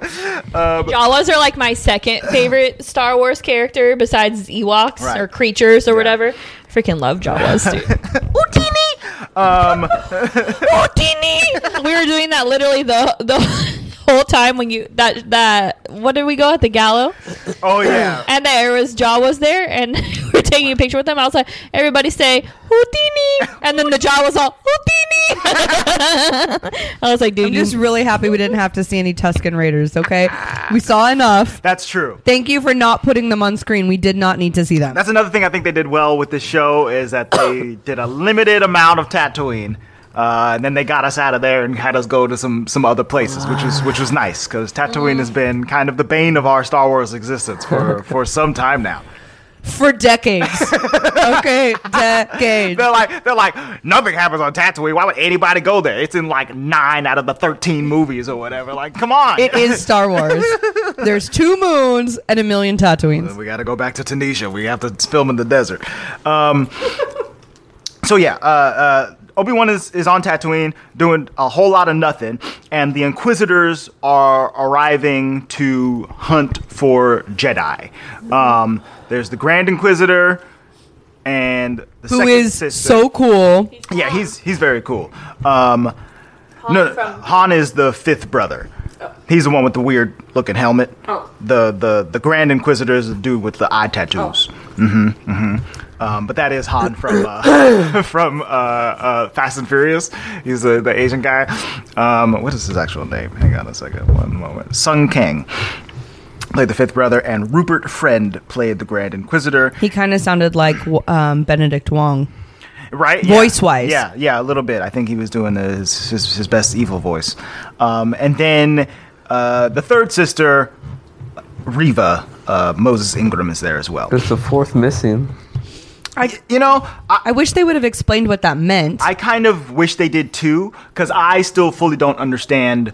S3: Jawas are like my second favorite Star Wars character besides Ewoks
S6: Right.
S3: or creatures or whatever. Freaking love Jawas, dude. Utini! Um Utini! We were doing that literally the the whole time when you that that what did we go at the gallo?
S6: oh yeah.
S3: And there was Jawas there and we we're taking a picture with them. I was like, everybody say Houtini and then the Jawas all Houtini I was like, dude,
S4: I'm
S3: you-
S4: just really happy we didn't have to see any Tuscan Raiders. Okay, we saw enough.
S6: That's true.
S4: Thank you for not putting them on screen. We did not need to see them.
S6: That's another thing I think they did well with this show is that they did a limited amount of Tatooine, uh, and then they got us out of there and had us go to some some other places, which was which was nice because Tatooine has been kind of the bane of our Star Wars existence for for some time now.
S4: for decades. okay, decades.
S6: They're like they're like nothing happens on Tatooine. Why would anybody go there? It's in like nine out of the thirteen movies or whatever. Like, come on.
S4: It is Star Wars. There's two moons and a million Tatooines.
S6: We got to go back to Tunisia. We have to film in the desert. Um, so yeah, uh, uh, Obi Wan is, is on Tatooine doing a whole lot of nothing, and the Inquisitors are arriving to hunt for Jedi. Um, there's the Grand Inquisitor and the
S4: Who
S6: second
S4: is
S6: sister.
S4: so cool?
S6: yeah he's he's very cool. Um, no,
S3: from-
S6: Han is the fifth brother. He's the one with the weird looking helmet.
S3: Oh.
S6: The the the Grand Inquisitor is the dude with the eye tattoos.
S3: Oh.
S6: Mm-hmm. Mm-hmm. Um, but that is Han from uh, from uh, uh, Fast and Furious. He's the, the Asian guy. Um, what is his actual name? Hang on a second. One moment. Sung Kang played the fifth brother, and Rupert Friend played the Grand Inquisitor.
S4: He kind of sounded like um, Benedict Wong.
S6: right?
S4: Voice-wise.
S6: Yeah, yeah, a little bit. I think he was doing his his, his best evil voice. Um, and then uh, the third sister, Reva, uh, Moses Ingram is there as well.
S1: There's the fourth missing.
S6: I, you know, I,
S4: I wish they would have explained what that meant.
S6: I kind of wish they did too, because I still fully don't understand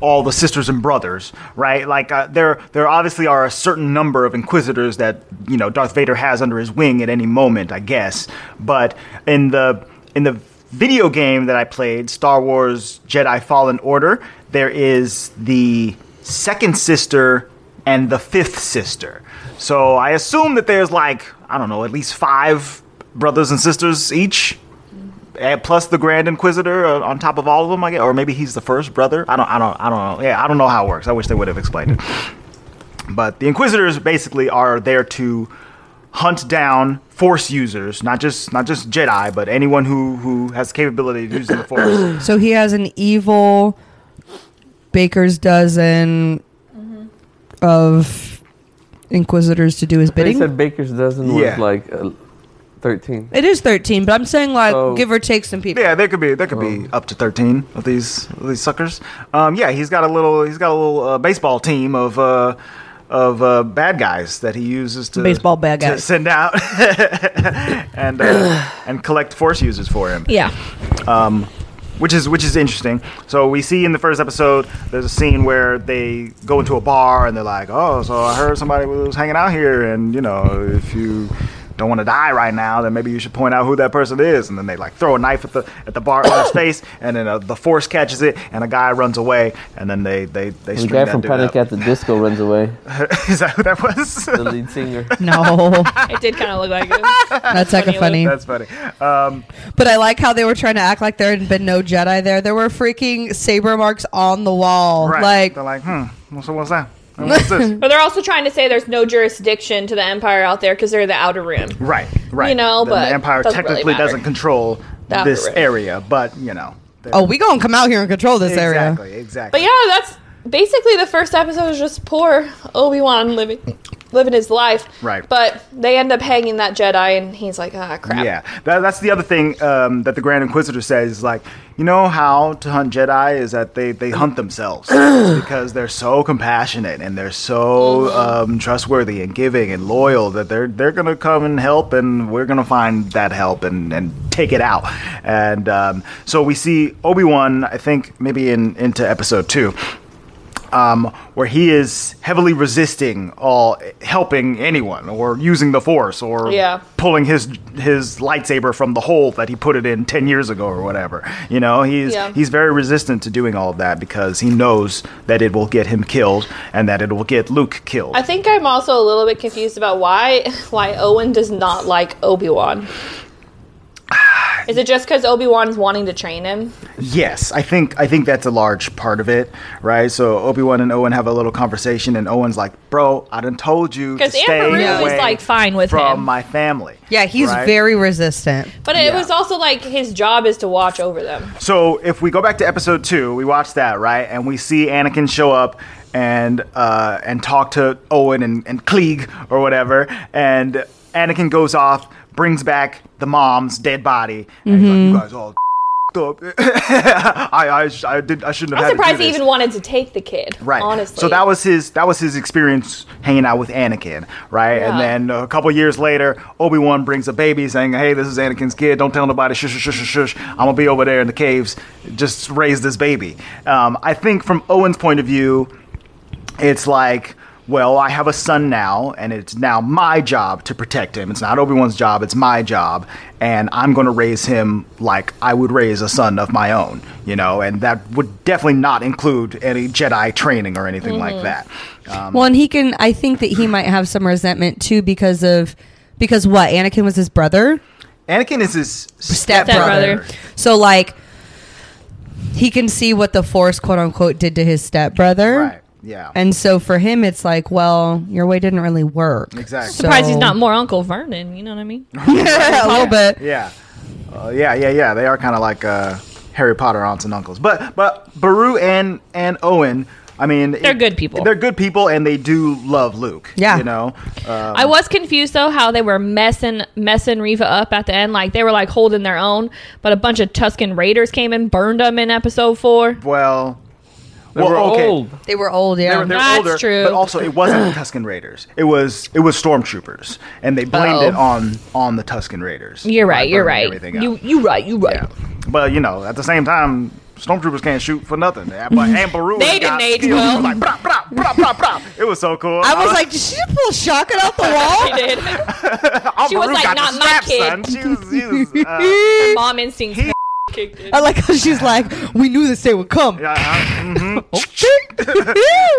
S6: all the sisters and brothers, right? Like uh, there, there obviously are a certain number of Inquisitors that you know Darth Vader has under his wing at any moment, I guess. But in the in the video game that I played, Star Wars Jedi Fallen Order, there is the second sister and the fifth sister. So I assume that there's like I don't know, at least five brothers and sisters each and plus the Grand Inquisitor uh, on top of all of them, I guess, or maybe he's the first brother. I don't, I don't, I don't know. Yeah, I don't know how it works. I wish they would have explained it. But the Inquisitors basically are there to hunt down Force users, not just not just Jedi, but anyone who who has the capability of using the Force.
S4: so he has an evil baker's dozen of inquisitors to do his
S1: They
S4: bidding.
S1: said Baker's dozen
S6: Yeah.
S1: was like uh, 13.
S4: it is 13, but I'm saying like
S1: So-
S4: give or take some people.
S6: yeah, there could be there could be up to thirteen of these of these suckers. Um, yeah, he's got a little he's got a little uh, baseball team of. Uh, of uh, bad guys that he uses to
S4: Baseball bad
S6: to
S4: guys.
S6: send out and uh, and collect force users for him.
S3: yeah.
S6: which is which is interesting. So we see in the first episode, there's a scene where they go into a bar and they're like, "Oh, so I heard somebody was hanging out here, and you know, if you don't want to die right now, then maybe you should point out who that person is. And then they like throw a knife at the at the bar owner's face, and then uh, the force catches it, and a guy runs away, and then they they they
S1: The
S6: string
S1: guy
S6: that
S1: from
S6: dude
S1: Panic
S6: up.
S1: at the Disco runs away.
S6: is that who that was?
S1: The lead singer.
S4: No,
S3: It did kind of look like it.
S4: that's hecka funny.
S6: That's funny. Um,
S4: But I like how they were trying to act like there had been no Jedi there. There were freaking saber marks on the wall.
S6: right.
S4: Like,
S6: they're like, hmm, what's, what's that? And What's this?
S3: But they're also trying to say there's no jurisdiction to the Empire out there because they're the Outer Rim.
S6: right, right.
S3: You know,
S6: Then the,
S3: but
S6: empire
S3: doesn't really
S6: technically
S3: matter.
S6: doesn't control
S3: That
S6: this
S3: really-
S6: area, but you know, they're-
S4: oh, we gonna come out here and control this area.
S6: exactly, exactly.
S3: But yeah, that's basically the first episode was just poor Obi Wan living living his life.
S6: Right.
S3: But they end up hanging that Jedi, and he's like, ah, crap.
S6: Yeah, that, that's the other thing um, that the Grand Inquisitor says is like, you know how to hunt Jedi is that they, they hunt themselves It's because they're so compassionate and they're so
S3: Mm-hmm.
S6: um, trustworthy and giving and loyal that they're they're gonna come and help and we're gonna find that help and, and take it out and um, so we see Obi Wan I think maybe in into episode two um, where he is heavily resisting all helping anyone or using the force or
S3: Yeah.
S6: pulling his his lightsaber from the hole that he put it in 10 years ago or whatever you know he's
S3: Yeah.
S6: he's very resistant to doing all of that because he knows that it will get him killed and that it will get Luke killed
S3: I think I'm also a little bit confused about why why Owen does not like Obi Wan. Is it just because Obi Wan's wanting to train him?
S6: Yes, I think I think that's a large part of it, right? So Obi Wan and Owen have a little conversation, and Owen's like, "Bro, I done told you to
S3: Because
S6: stay
S3: Amber Rue
S6: away
S3: is like fine with
S6: from
S3: him,
S6: my family."
S4: Yeah, he's
S6: right?
S4: very resistant.
S3: but it
S6: yeah.
S3: was also like his job is to watch over them.
S6: So if we go back to episode two, we watch that right, and we see Anakin show up and uh, and talk to Owen and, and Klieg or whatever, and Anakin goes off, brings back the mom's dead body, and
S3: Mm-hmm.
S6: he's like, "You guys all." Up. I, I sh- I did I shouldn't have.
S3: I'm
S6: had to do
S3: surprised he
S6: this."
S3: even wanted to take the kid.
S6: Right.
S3: Honestly.
S6: So that was his that was his experience hanging out with Anakin, right?
S3: Yeah.
S6: And then a couple years later, Obi Wan brings a baby, saying, "Hey, this is Anakin's kid. Don't tell nobody. Shush, shush, shush, shush. I'm gonna be over there in the caves. Just raise this baby." Um, I think from Owen's point of view, it's like. Well, I have a son now, and it's now my job to protect him. It's not Obi Wan's job, it's my job, and I'm going to raise him like I would raise a son of my own, you know, and that would definitely not include any Jedi training or anything like that. Um,
S4: well, and he can. I think that he might have some resentment too because of because what Anakin was his brother.
S6: Anakin is his
S4: Stepbrother.
S6: stepbrother.
S4: So like, he can see what the Force quote unquote did to his stepbrother.
S6: Right. Yeah.
S4: And so for him, it's like, well, your way didn't really work.
S6: Exactly.
S3: surprised he's
S4: So-
S3: not more Uncle Vernon. You know what I mean?
S4: a little bit.
S6: Yeah, uh, yeah, yeah, yeah. They are kind of like uh, Harry Potter aunts and uncles. But but Baru and and Owen, I mean, they're
S3: good people.
S6: They're good people, and they do love Luke.
S4: Yeah.
S6: you know. Uh,
S3: I was confused though how they were messing messing Riva up at the end. Like they were like holding their own, but a bunch of Tuscan Raiders came and burned them in episode four.
S6: well,
S1: They
S6: well,
S1: were
S6: okay.
S1: old.
S4: They were old, yeah.
S6: They were, they were
S3: That's
S6: older,
S3: true.
S6: but also it wasn't Tuscan Raiders. It was it was stormtroopers, and they blamed
S3: Oh.
S6: it on on the Tuscan Raiders.
S3: You're
S6: by
S3: right. You're
S6: burning
S3: right.
S6: everything up.
S3: You you right. You right.
S6: Yeah. But you know, at the same time, stormtroopers can't shoot for nothing. But Aunt Beru
S3: They
S6: got
S3: didn't age
S6: skills.
S3: well.
S6: Like, brah, brah, brah, brah, brah. It was so cool.
S4: I was like, did she just pull a shotgun out the
S3: She
S4: wall?
S3: did.
S6: Aunt
S3: she was
S6: Beru
S3: like,
S6: got the
S3: "Not my
S6: snap,
S3: kid."
S6: Son. She was, she was, uh,
S3: Mom instincts kicked in.
S4: I like how she's like, we knew this day would come.
S6: yeah, uh, mhm.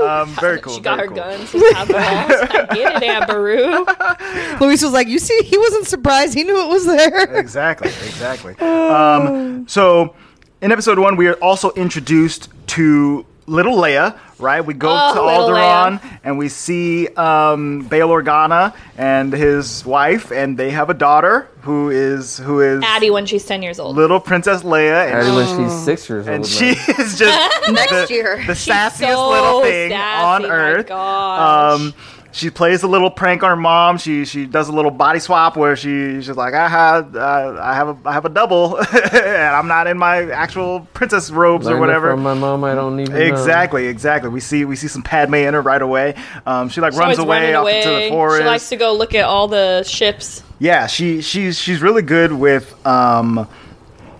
S6: um, very cool.
S3: She got her
S6: very cool.
S3: guns. She had the balls. I get it, Aunt Beru.
S6: Uh-huh.
S4: Luis was like, you see, he wasn't surprised. He knew it was there.
S6: Exactly. Exactly. um, so, in episode one, we are also introduced to little Leia. Right, we go
S3: Oh,
S6: to
S3: little
S6: Alderaan and we see um, Bail Organa and his wife, and they have a daughter who is who is
S3: Addie when she's ten years old.
S6: little Princess Leia, and,
S1: Already when she's six years old.
S6: and
S1: now.
S6: she is just the,
S4: Next year.
S6: the sassiest
S3: so
S6: little thing
S3: sassy,
S6: on
S3: my
S6: earth.
S3: gosh.
S6: Um, she plays a little prank on her mom. She she does a little body swap where she she's like, I have uh, I have a I have a double, and I'm not in my actual princess robes
S1: Learned
S6: or
S1: it
S6: whatever.
S1: From uh, my mom, I don't even know.
S6: Exactly, exactly. We see we see some Padme in her right away. Um, she like
S3: She's
S6: runs
S3: always running
S6: away off into the forest.
S3: She likes to go look at all the ships.
S6: yeah, she she's she's really good with um,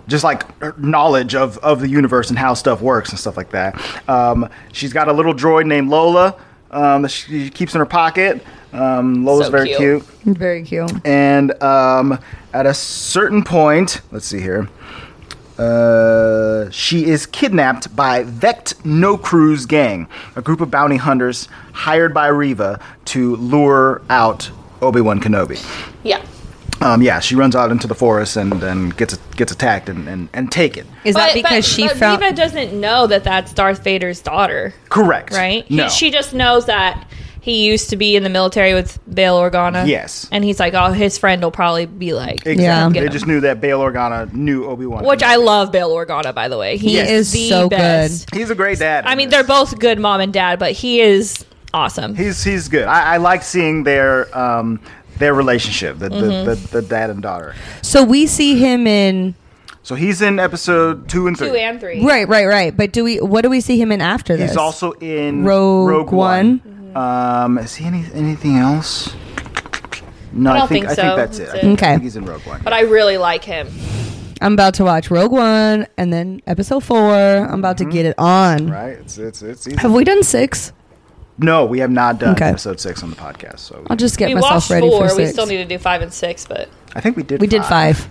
S6: just like her knowledge of of the universe and how stuff works and stuff like that. Um, she's got a little droid named Lola um, that she, she keeps in her pocket. Um, Lola's
S3: So
S6: very
S3: cute.
S6: cute.
S4: Very cute.
S6: And um, at a certain point, let's see here. Uh, she is kidnapped by Vect No Crew's gang, a group of bounty hunters hired by Riva to lure out Obi Wan Kenobi.
S3: Yeah.
S6: Um, yeah, she runs out into the forest and, and gets gets attacked and, and, and taken.
S4: Is that
S3: But-
S4: because
S3: but-
S4: she
S3: but
S4: found?
S3: Reva doesn't know that that's Darth Vader's daughter,
S6: Correct.
S3: right? He-
S6: No.
S3: she just knows that he used to be in the military with Bail Organa.
S6: Yes.
S3: And he's like, oh, his friend will probably be like,
S6: exactly.
S4: Yeah.
S6: They
S3: Get
S6: just knew that Bail Organa knew Obi Wan.
S3: which I love Bail Organa, by the way. He
S6: Yes.
S3: is
S4: He is
S3: the
S4: so
S3: best.
S6: He's a great dad.
S3: I mean, they're both good mom and dad, but he is awesome.
S6: He's he's good. I, I like seeing their um their relationship, the, the,
S3: Mm-hmm.
S6: the, the dad and daughter.
S4: So we see him in.
S6: So he's in episode two and three.
S3: Two and three.
S4: Right, right, right. But do we? What do we see him in after this?
S6: He's also in
S4: Rogue
S6: Rogue, One. Um, is he any, anything else? No, I,
S3: don't think
S6: think, I think
S3: so.
S6: that's it.
S3: That's
S6: I
S3: it.
S6: think- I
S4: Okay.
S6: think he's in Rogue One.
S3: But I really like him.
S4: I'm about to watch Rogue One and then Episode Four. I'm about to get it on.
S6: Mm-hmm. right? It's it's it's. Easy.
S4: Have we done six?
S6: No, we have not done
S4: Okay.
S6: episode six on the podcast. So
S4: I'll just get
S3: we
S4: myself
S3: watched
S4: ready
S3: four.
S4: for
S3: we
S4: six.
S3: still need to do five and six, but
S6: I think we did.
S4: we did five.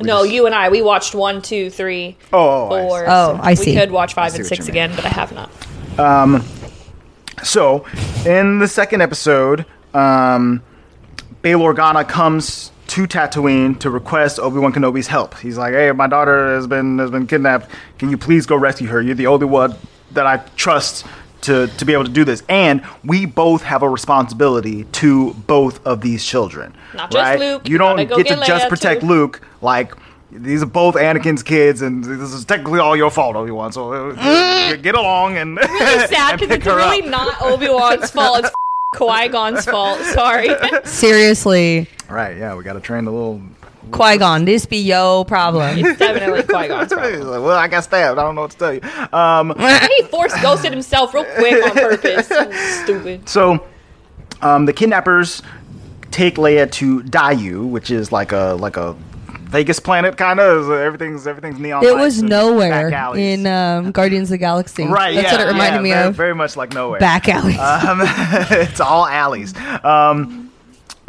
S3: no, you and I, we watched one, two, three, four.
S6: Oh, oh, I see.
S4: Oh, I see.
S3: We could watch five
S6: see
S3: and
S6: what you
S3: six
S6: mean.
S3: again, but I have not.
S6: So, in the second episode, um, Bail Organa comes to Tatooine to request Obi Wan Kenobi's help. He's like, "Hey, my daughter has been has been kidnapped. Can you please go rescue her? You're the only one that I trust to to be able to do this, and we both have a responsibility to both of these children.
S3: Not just Luke.
S6: You don't
S3: Gotta go
S6: get,
S3: get
S6: to just
S3: Leia,
S6: protect
S3: too.
S6: Luke. Like." These are both Anakin's kids, and this is technically all your fault, Obi Wan. So
S3: Mm.
S6: uh, get along and
S3: really sad
S6: and
S3: because
S6: pick
S3: it's
S6: her
S3: really
S6: up.
S3: not Obi Wan's fault. It's Qui Gon's fault. Sorry.
S4: Seriously,
S6: Right, yeah, we got to train the little.
S4: Qui Gon, this be yo problem.
S3: it's definitely Qui Gon's fault.
S6: He's like, well, I got stabbed. I don't know what to tell you. Um,
S3: He force ghosted himself real quick on purpose. Stupid.
S6: so, um, the kidnappers take Leia to Dayu, which is like a like a Vegas planet kind of. Everything's everything's neon.
S4: It
S6: lights
S4: was
S6: and
S4: nowhere
S6: back alleys.
S4: in um, Guardians of the Galaxy.
S6: right.
S4: That's
S6: yeah,
S4: what it reminded
S6: yeah,
S4: me
S6: very,
S4: of.
S6: Very much like nowhere.
S4: Back alleys.
S6: Um, it's all alleys. Um,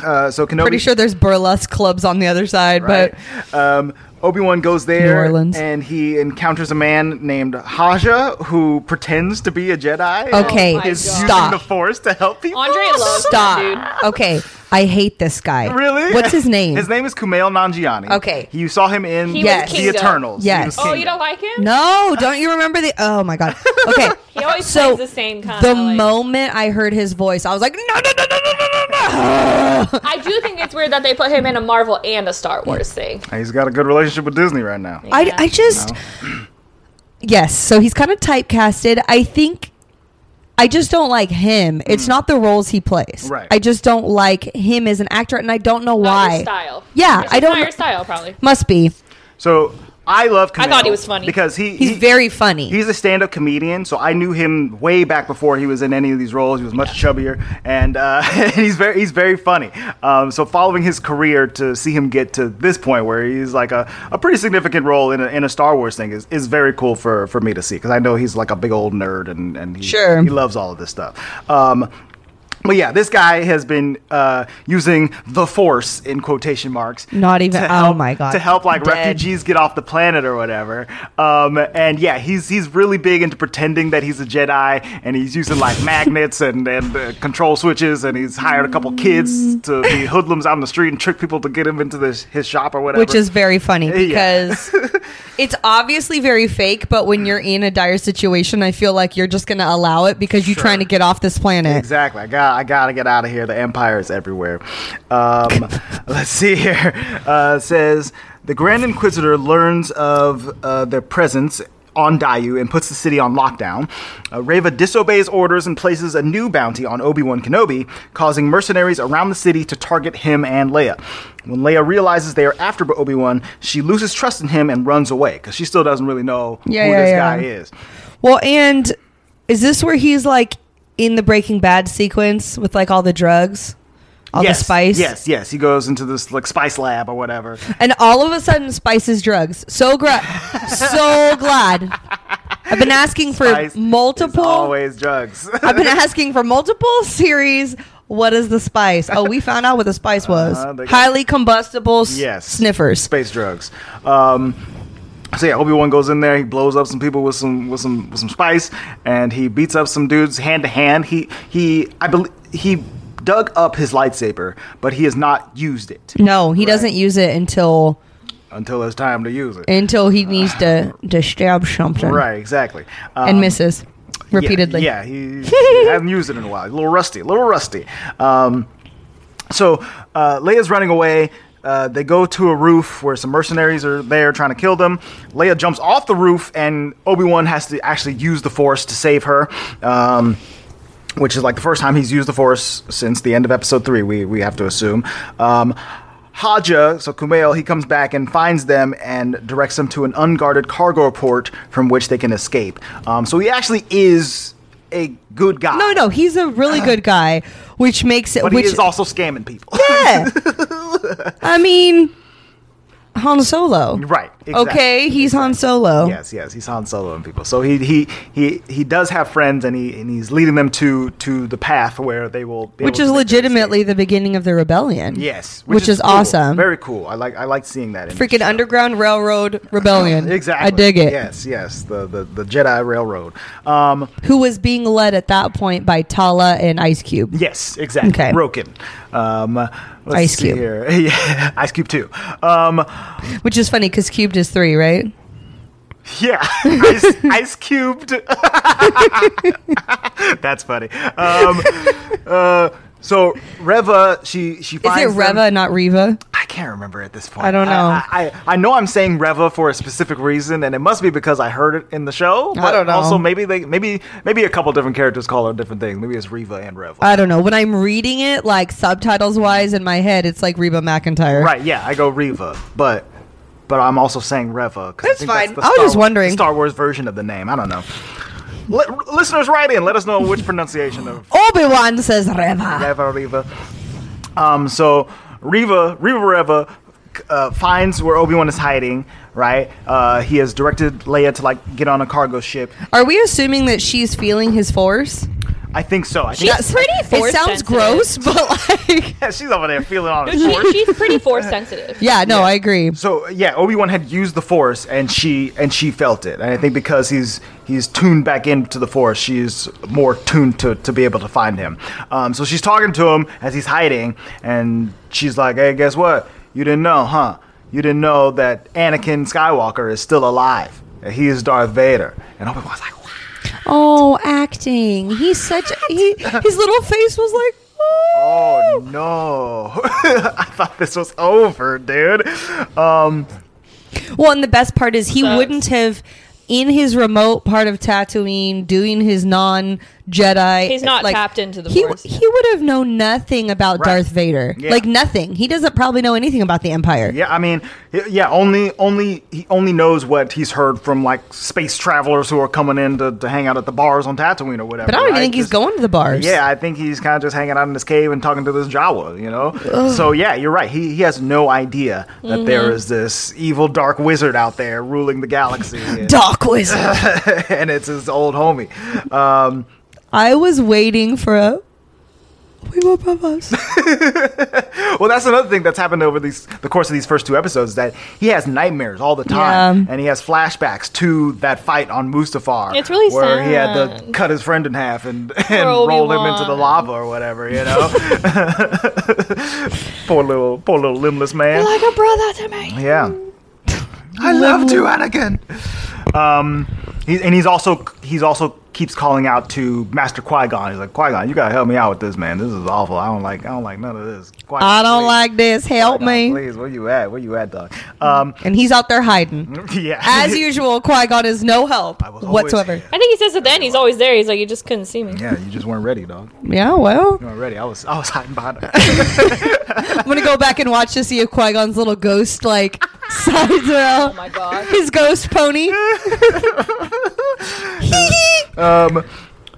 S6: uh, so Kenobi
S4: Pretty sure there's burlesque clubs on the other side,
S6: right?
S4: but
S6: um, Obi Wan goes there,
S4: New Orleans.
S6: and he encounters a man named Haja who pretends to be a Jedi. and
S4: Okay,
S3: my
S6: is
S3: God.
S4: stop.
S6: Oh using the Force to help people.
S3: Andre loves that
S4: Stop. Okay, I hate this guy.
S6: Really?
S4: What's his name?
S6: His name is Kumail Nanjiani.
S4: Okay.
S6: You saw him in
S3: He
S4: Yes. was
S6: The
S3: Kingo.
S6: Eternals. He
S4: Yes.
S6: was
S3: dude. Oh, you
S6: Kingo.
S3: don't like him?
S4: No, don't you remember the? Oh my god. Okay.
S3: He always
S4: So,
S3: plays the same kind.
S4: the
S3: of like,
S4: moment I heard his voice, I was like, no, no, no, no, no, no, no, no.
S3: I do think it's weird that they put him in a Marvel and a Star Wars thing.
S6: He's got a good relationship with Disney right now.
S4: I, I just. Yes, so he's kind of typecasted. I think. I just don't like him. It's not the roles he plays.
S6: Mm. Right.
S4: I just don't like him as an actor, and I don't know
S3: Not
S4: why.
S3: your style.
S4: Yeah,
S3: It's
S4: I
S3: just
S4: don't
S3: not
S4: kn-
S3: your style probably.
S4: Must be.
S6: So I love. Kumail
S3: I thought he was funny.
S6: because he
S4: He's
S6: he-
S4: very funny.
S6: He's a stand-up comedian, so I knew him way back before he was in any of these roles. He was much chubbier, and uh, he's very he's very funny. Um, so following his career to see him get to this point where he's like a, a pretty significant role in a, in a Star Wars thing is, is very cool for, for me to see because I know he's like a big old nerd and and he,
S4: Sure.
S6: he loves all of this stuff. Um, but yeah, this guy has been uh, using the Force in quotation marks
S4: Not even-
S6: to
S4: oh
S6: help-
S4: my God.
S6: to help like
S4: Dead.
S6: refugees get off the planet or whatever. Um, and yeah, he's he's really big into pretending that he's a Jedi, and he's using like magnets and and uh, control switches, and he's hired a couple kids to be hoodlums out on the street and trick people to get him into this his shop or whatever.
S4: which is very funny
S6: Yeah.
S4: because it's obviously very fake but when you're in a dire situation i feel like you're just going to allow it because you're trying to get off this planet
S6: Exactly. I got. I gotta get out of here. The empire is everywhere. Um, let's see here. Uh, it says the Grand Inquisitor learns of uh, their presence on Dayu and puts the city on lockdown. Uh, Reva disobeys orders and places a new bounty on Obi Wan Kenobi, causing mercenaries around the city to target him and Leia. When Leia realizes they are after Obi Wan, she loses trust in him and runs away because she still doesn't really know
S4: Yeah,
S6: who
S4: yeah,
S6: this
S4: yeah.
S6: guy is.
S4: well and is this where he's like in the breaking bad sequence with like all the drugs all
S6: yes,
S4: the spice
S6: Yes, yes. He goes into this like spice lab or whatever.
S4: and all of a sudden spice is drugs so gra- so glad i've been asking for
S6: Spice is
S4: multiple
S6: always drugs.
S4: i've been asking for multiple series What is the spice? Oh, we found out what the spice was.
S6: Uh, they got-
S4: Highly combustible s-
S6: Yes.
S4: sniffers.
S6: Space drugs. Um, so yeah, Obi Wan goes in there. He blows up some people with some with some with some spice, and he beats up some dudes hand to hand. He he I believe he dug up his lightsaber, but he has not used it
S4: No, he doesn't use it until
S6: until it's time to use it.
S4: until he needs to to stab something
S6: right, exactly. Um,
S4: and misses
S6: yeah,
S4: repeatedly.
S6: Yeah, he, he hasn't used it in a while. A little rusty. A little rusty. Um, So uh, Leia's running away. Uh, they go to a roof where some mercenaries are there trying to kill them. Leia jumps off the roof, and Obi Wan has to actually use the Force to save her, um, which is like the first time he's used the Force since the end of Episode Three. We we have to assume. Um, Haja, so Kumail, he comes back and finds them and directs them to an unguarded cargo port from which they can escape. Um, so he actually is a good guy.
S4: Oh, No, no, he's a really good guy, which makes it
S6: but
S4: which
S6: he is also scamming people.
S4: Yeah. I mean, Han Solo.
S6: Right. exactly.
S4: Okay, he's Han Solo.
S6: Yes, yes, he's Han Solo and people. So he he he he does have friends, and he and he's leading them to to the path where they will. be able
S4: Which is
S6: to make their
S4: legitimately
S6: escape.
S4: the beginning of the rebellion.
S6: yes,
S4: Which, is,
S6: cool.
S4: awesome.
S6: Very cool. I like I like seeing that. in
S4: Freaking Underground Railroad Rebellion.
S6: Exactly.
S4: I dig it.
S6: Yes, yes. The the, the Jedi Railroad. Um.
S4: Who was being led at that point by Tala and Ice Cube.
S6: Yes, exactly.
S4: Okay.
S6: Broken. Um. Let's
S4: Ice
S6: see
S4: Cube.
S6: Here. yeah. Ice Cube too. Um.
S4: Which is funny because cubed is three, right?
S6: Yeah, ice, ice cubed. That's funny. Um, uh, so Reva, she she
S4: Is
S6: finds
S4: it
S6: them-
S4: Reva, not Reva?
S6: I can't remember at this point.
S4: I don't know.
S6: I, I, I know I'm saying Reva for a specific reason, and it must be because I heard it in the show. But
S4: don't know.
S6: Also, maybe they maybe maybe a couple different characters call her different things. Maybe it's Reva and Reva.
S4: I don't know. When I'm reading it, like subtitles wise in my head, it's like Reba McIntyre.
S6: right? Yeah, I go Reva, but. But I'm also saying Reva. 'cause I
S4: That's
S6: think That's
S4: fine.
S6: the
S4: I was
S6: Star
S4: just
S6: Wa-
S4: wondering.
S6: Star Wars version of the name. I don't know. Let, listeners, write in. Let us know which pronunciation of
S4: Obi Wan says Reva.
S6: Reva Reva. Um, so Reva Reva Reva uh, finds where Obi Wan is hiding. Right, uh, he has directed Leia to like get on a cargo ship.
S4: Are we assuming that she's feeling his force?
S6: I think so. I think
S3: She's pretty
S4: It
S3: force
S4: sounds
S3: sensitive.
S4: gross, but like,
S6: she's over there feeling on. it.
S3: She, she's pretty force sensitive.
S4: yeah, no, I agree.
S6: So yeah, Obi Wan had used the Force, and she and she felt it. And I think because he's he's tuned back into the Force, she's more tuned to, to be able to find him. Um, so she's talking to him as he's hiding, and she's like, "Hey, guess what? You didn't know, huh? You didn't know that Anakin Skywalker is still alive. And he is Darth Vader." And Obi Wan's like, "Wow."
S4: Oh, acting. He's such. He, his little face was like,
S6: "Oh no! I thought this was over, dude." Um,
S4: Well, and the best part is he
S3: Sucks.
S4: wouldn't have in his remote part of Tatooine doing his non Jedi.
S3: He's not tapped into the
S4: he,
S3: Force.
S4: He would have known nothing about
S6: Right.
S4: Darth Vader.
S6: Yeah.
S4: Like nothing. He doesn't probably know anything about the Empire.
S6: Yeah, I mean, y- yeah, only only he only knows what he's heard from like space travelers who are coming in to, to hang out at the bars on Tatooine or whatever.
S4: But I don't even
S6: right?
S4: think he's
S6: Just-
S4: going to the bars.
S6: Yeah, I think he's kind of just hanging out in his cave and talking to this Jawa, you know. So yeah, you're right. He he has no idea that
S4: Mm-hmm.
S6: there is this evil dark wizard out there ruling the galaxy, and,
S4: Dark Wizard.
S6: and it's his old homie. Um,
S4: I was waiting for a. We will propose.
S6: Well, that's another thing that's happened over these the course of these first two episodes is that he has nightmares all the time,
S4: Yeah.
S6: and he has flashbacks to that fight on Mustafar.
S3: It's really
S6: where he had to
S3: sad.
S6: cut his friend in half and, and
S3: Poor
S6: roll him
S3: Obi-Wan.
S6: into the lava or whatever. You know, poor little poor little limbless man.
S3: Like a brother to me.
S6: Yeah. I love you, Anakin. Um, he, and he's also he's also keeps calling out to Master Qui Gon. He's like Qui Gon, you gotta help me out with this, man. This is awful. I don't like I don't like none of this. Qui-Gon,
S4: I don't
S6: please.
S4: like this. Help
S6: Dog,
S4: me.
S6: Please, where you at? Where you at, dog? Um,
S4: And he's out there hiding.
S6: yeah.
S4: As usual, Qui Gon is no help
S6: I was always
S4: whatsoever.
S6: here.
S3: I think he says at the end he's always there. He's like, you just couldn't see me.
S6: Yeah, you just weren't ready, dog. You
S4: Yeah, well.
S6: weren't ready. I was, I was hiding behind. her.
S4: I'm gonna go back and watch to see if Qui Gon's little ghost like sides are out.
S3: Oh my god.
S4: His ghost pony.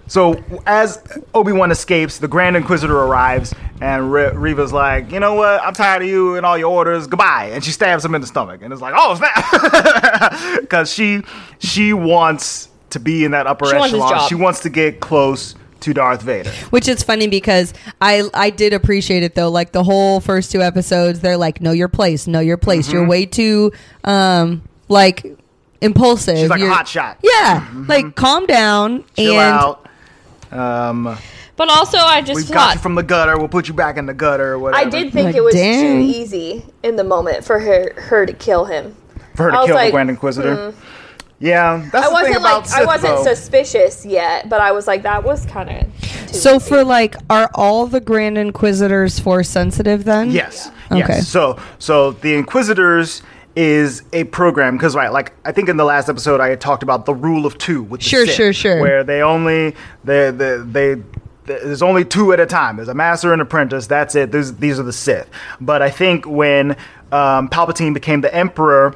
S6: so as Obi Wan escapes, the Grand Inquisitor arrives, and Re- Reva's like, you know what? I'm tired of you and all your orders. Goodbye. And she stabs him in the stomach, and it's like, oh snap, because she she wants to be in that upper
S3: She wants his
S6: echelon.
S3: job.
S6: She wants to get close to Darth Vader.
S4: Which is funny because I I did appreciate it though. Like the whole first two episodes, they're like, know your place, know your place.
S6: Mm-hmm.
S4: You're way too um like impulsive.
S6: She's like a
S4: You're-
S6: hot shot.
S4: Yeah, like calm down
S6: Chill
S4: and
S6: out. Um,
S3: But also, I just
S6: we've got
S3: thought
S6: you from the gutter. We'll put you back in the gutter or
S5: I
S6: whatever.
S5: did think
S4: Like,
S5: it was
S4: dang.
S5: too easy in the moment for her her to kill him.
S6: for her
S5: I
S6: to
S5: was
S6: kill the
S5: like, hmm.
S6: Grand Inquisitor. Yeah, that's
S5: I
S6: the thing
S5: wasn't
S6: about
S5: like
S6: Sith,
S5: I wasn't
S6: though.
S5: suspicious yet, but I was like that was kind of too
S4: So
S5: easy.
S4: for like, are all the Grand Inquisitors force sensitive then?
S6: Yes.
S4: Yeah.
S6: Yes.
S4: Okay.
S6: So so the Inquisitors is a program because right, like I think in the last episode I had talked about the rule of two with the
S4: Sure,
S6: Sith,
S4: sure, sure.
S6: where they only they they, they there's only two at a time. There's a master and apprentice. That's it. These these are the Sith. But I think when um, Palpatine became the Emperor,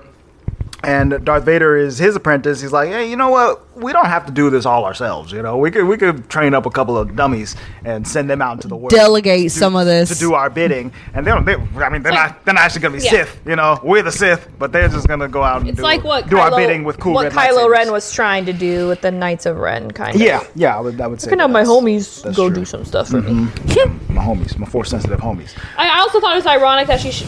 S6: and Darth Vader is his apprentice. He's like, hey, you know what? We don't have to do this all ourselves. You know, we could we could train up a couple of dummies and send them out into the world.
S4: Delegate some of this.
S6: to do our bidding, and they don't. They, I mean, they're not. They're not actually gonna be
S3: Yeah.
S6: Sith. You know, we're the Sith, but they're just gonna go out and
S3: it's
S6: do,
S3: like what
S6: do
S3: Kylo,
S6: our bidding with cool
S3: what
S6: red
S3: Kylo
S6: lightsabers.
S3: Ren was trying to do with the Knights of Ren, kind of.
S6: Yeah, yeah, I would, I would
S3: I
S6: say.
S3: can have my
S6: that's-
S3: homies
S6: that's
S3: go
S6: true.
S3: do some stuff for
S4: Mm-hmm.
S3: me.
S6: My homies, my force sensitive homies.
S3: I I also thought it was ironic that she sh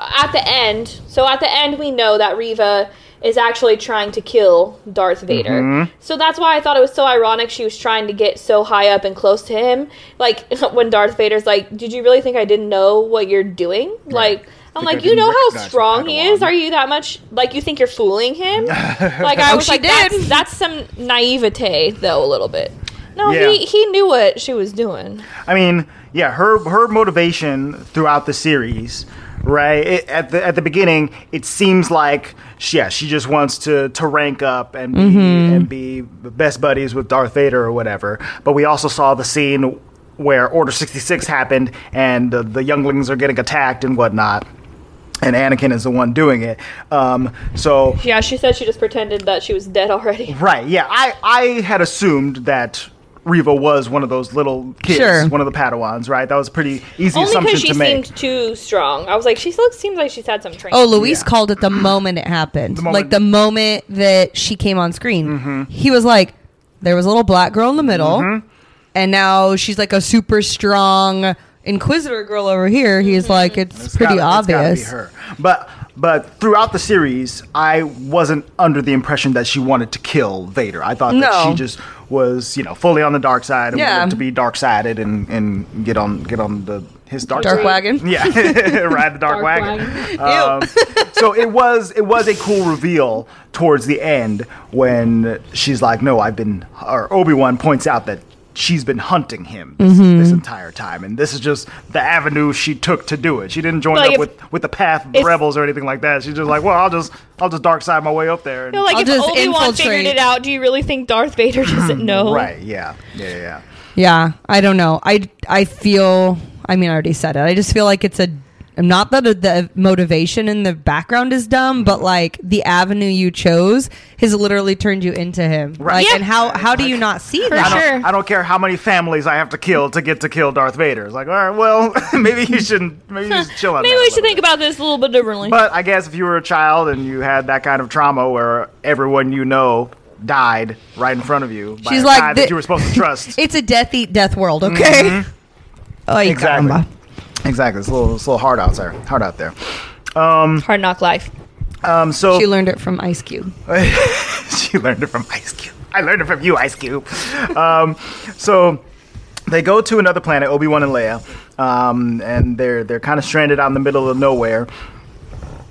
S3: at the end. So at the end, we know that Riva is actually trying to kill Darth Vader.
S6: Mm-hmm.
S3: So that's why I thought it was so ironic she was trying to get so high up and close to him. Like when Darth Vader's like, "Did you really think I didn't know what you're doing?" Like. I'm
S6: Think I
S3: like, you
S6: didn't
S3: know how
S6: recognize the
S3: strong he is.
S6: Padawan."
S3: Are you that much? Like, you think you're fooling him? like, I
S4: Oh,
S3: was
S4: she
S3: like,
S4: did.
S3: That's, that's some naivete, though, a little bit. No,
S6: Yeah.
S3: he he knew what she was doing.
S6: I mean, yeah, her her motivation throughout the series, right? It, at the at the beginning, it seems like she, yeah, she just wants to to rank up and be, and be best buddies with Darth Vader or whatever. But we also saw the scene where Order sixty six happened and uh, the younglings are getting attacked and whatnot. And Anakin is the one doing it. Um, so
S3: Yeah, she said she just pretended that she was dead already.
S6: Right. Yeah. I I had assumed that Reva was one of those little kids,
S4: Sure.
S6: one of the Padawans. Right. That was a pretty easy
S3: Only
S6: assumption
S3: because she
S6: to make.
S3: seemed too strong. I was like, she looks seems like she's had some training.
S4: Oh, Luis called it the moment it happened.
S6: moment- Mm-hmm.
S4: like the moment that she came on screen. He was like, there was a little black girl in the middle, and now she's like a super strong Inquisitor girl over here. He's like, it's,
S6: It's
S4: pretty
S6: gotta-
S4: obvious.
S6: It's gotta be her. But but throughout the series, I wasn't under the impression that she wanted to kill Vader. I thought that
S4: No.
S6: she just was you know fully on the dark side and
S4: Yeah.
S6: wanted to be dark sided and and get on get on the his dark
S4: Dark
S6: side.
S4: wagon.
S6: Yeah, ride the
S3: Dark
S6: dark, wagon.
S3: wagon.
S6: Um, so it was it was a cool reveal towards the end when she's like, "No, I've been," or Obi Wan points out that she's been hunting him this,
S3: Mm-hmm.
S6: this entire time, and this is just the avenue she took to do it. She didn't join
S3: Like
S6: up
S3: if-
S6: with with the path of the
S3: if-
S6: rebels or anything like that. She's just like, "Well, I'll just I'll just dark side my way up there." And,
S3: You know, like
S4: I'll
S3: if
S4: just
S3: Obi Wan figured
S4: infiltrate.
S3: it out, do you really think Darth Vader doesn't know?
S6: right? Yeah, yeah, yeah.
S4: Yeah, I don't know. I I feel. I mean, I already said it. I just feel like it's a. Not that the motivation in the background is dumb, but like the avenue you chose has literally turned you into him.
S6: Right.
S4: Like,
S3: Yeah.
S4: and how how do you not see
S6: I
S4: that?
S6: don't,
S3: Sure.
S6: I don't care how many families I have to kill to get to kill Darth Vader. It's like, all right, well, maybe you shouldn't. Maybe you should chill out.
S3: Maybe we should think about this a little bit differently.
S6: But I guess if you were a child and you had that kind of trauma where everyone you know died right in front of you by
S4: She's
S6: a
S4: like
S6: guy
S4: the-
S6: that you were supposed to trust.
S4: It's a death eat death world, okay? Oh, you
S6: Mm-hmm. Exactly.
S4: caramba.
S6: exactly. It's a little, it's a little hard out there. Hard out there. Mm.
S3: Hard knock life.
S6: Um, so
S4: She learned it from Ice Cube.
S6: she learned it from Ice Cube. I learned it from you, Ice Cube. Um, so they go to another planet, Obi Wan and Leia, um, and they're they're kind of stranded out in the middle of nowhere.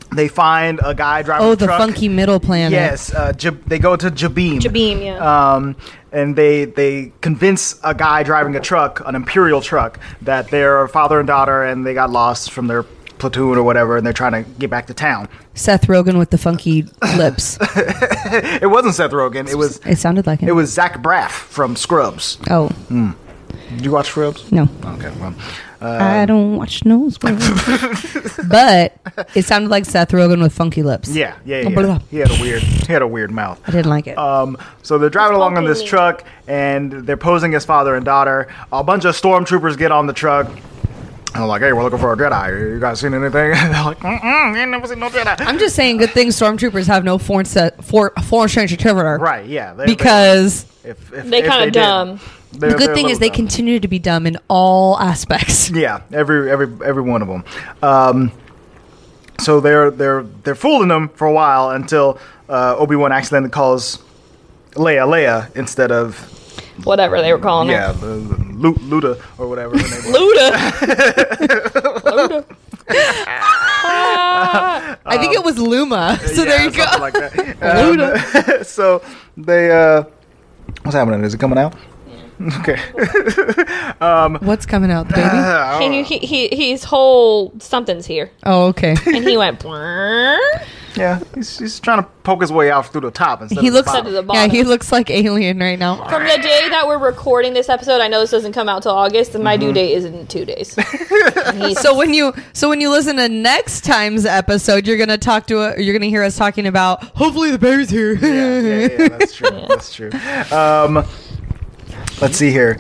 S6: They find a guy driving
S4: Oh,
S6: a
S4: the
S6: truck.
S4: funky middle planet.
S6: Yes, uh, Jab- they go to Jabim.
S3: Jabim, yeah.
S6: Um, and they they convince a guy driving a truck, an imperial truck, that they're father and daughter, and they got lost from their platoon or whatever, and they're trying to get back to town.
S4: Seth Rogen with the funky lips.
S6: It wasn't Seth Rogen. It was
S4: It sounded like him.
S6: it was Zach Braff from Scrubs.
S4: oh,
S6: Did you watch Scrubs?
S4: no.
S6: Okay. Well, uh,
S4: I
S6: Um,
S4: don't watch no Scrubs. but it sounded like Seth Rogen with funky lips.
S6: yeah, yeah, yeah.
S4: Oh, blah.
S6: He had a weird he had a weird mouth.
S4: I didn't like it.
S6: Um, so they're driving along on this
S3: Spontaneous.
S6: truck, and they're posing as father and daughter. A bunch of stormtroopers get on the truck. And I'm like, hey, we're looking for a Jedi. You guys seen anything? And they're like, mm-mm, you ain't never seen no Jedi.
S4: I'm just saying, good thing stormtroopers have no foreign set for foreign interpreter,
S6: Right, yeah. they- they-
S4: Because
S6: if, if,
S3: They
S6: if
S3: kinda
S6: did,
S3: dumb.
S6: they're-
S4: the
S6: they're
S4: good thing
S6: a little
S4: is they
S6: dumb.
S4: continue to be dumb in all aspects.
S6: Yeah, every every every one of them. Um, so they're they're they're fooling them for a while until uh, Obi Wan accidentally calls Leia Leia instead of
S3: Whatever they were calling
S6: yeah
S3: her.
S6: the- the Lu- Luda or whatever. Her name was.
S3: Luda.
S4: I think it was Luma. So
S6: Yeah,
S4: there you go.
S6: something Like that. Um, so they uh, what's happening? Is it coming out? Okay.
S4: What's coming out, baby?
S6: Oh.
S3: He knew he, he he's whole something's here,
S4: Oh, okay.
S3: and he went. "Blurr."
S6: Yeah, he's, he's trying to poke his way out through the top instead.
S4: He
S6: of the
S4: looks
S6: bottom.
S4: like
S3: Instead of the
S4: yeah, he
S3: bottom.
S4: looks like alien right now.
S3: From the day that we're recording this episode, I know this doesn't come out till August, and my
S6: Mm-hmm.
S3: due date is in two days. And he's-
S4: So when you so when you listen to next time's episode, you're gonna talk to a, you're gonna hear us talking about. Hopefully the baby's here.
S6: yeah, yeah, yeah, that's true. That's true. Um, let's see here.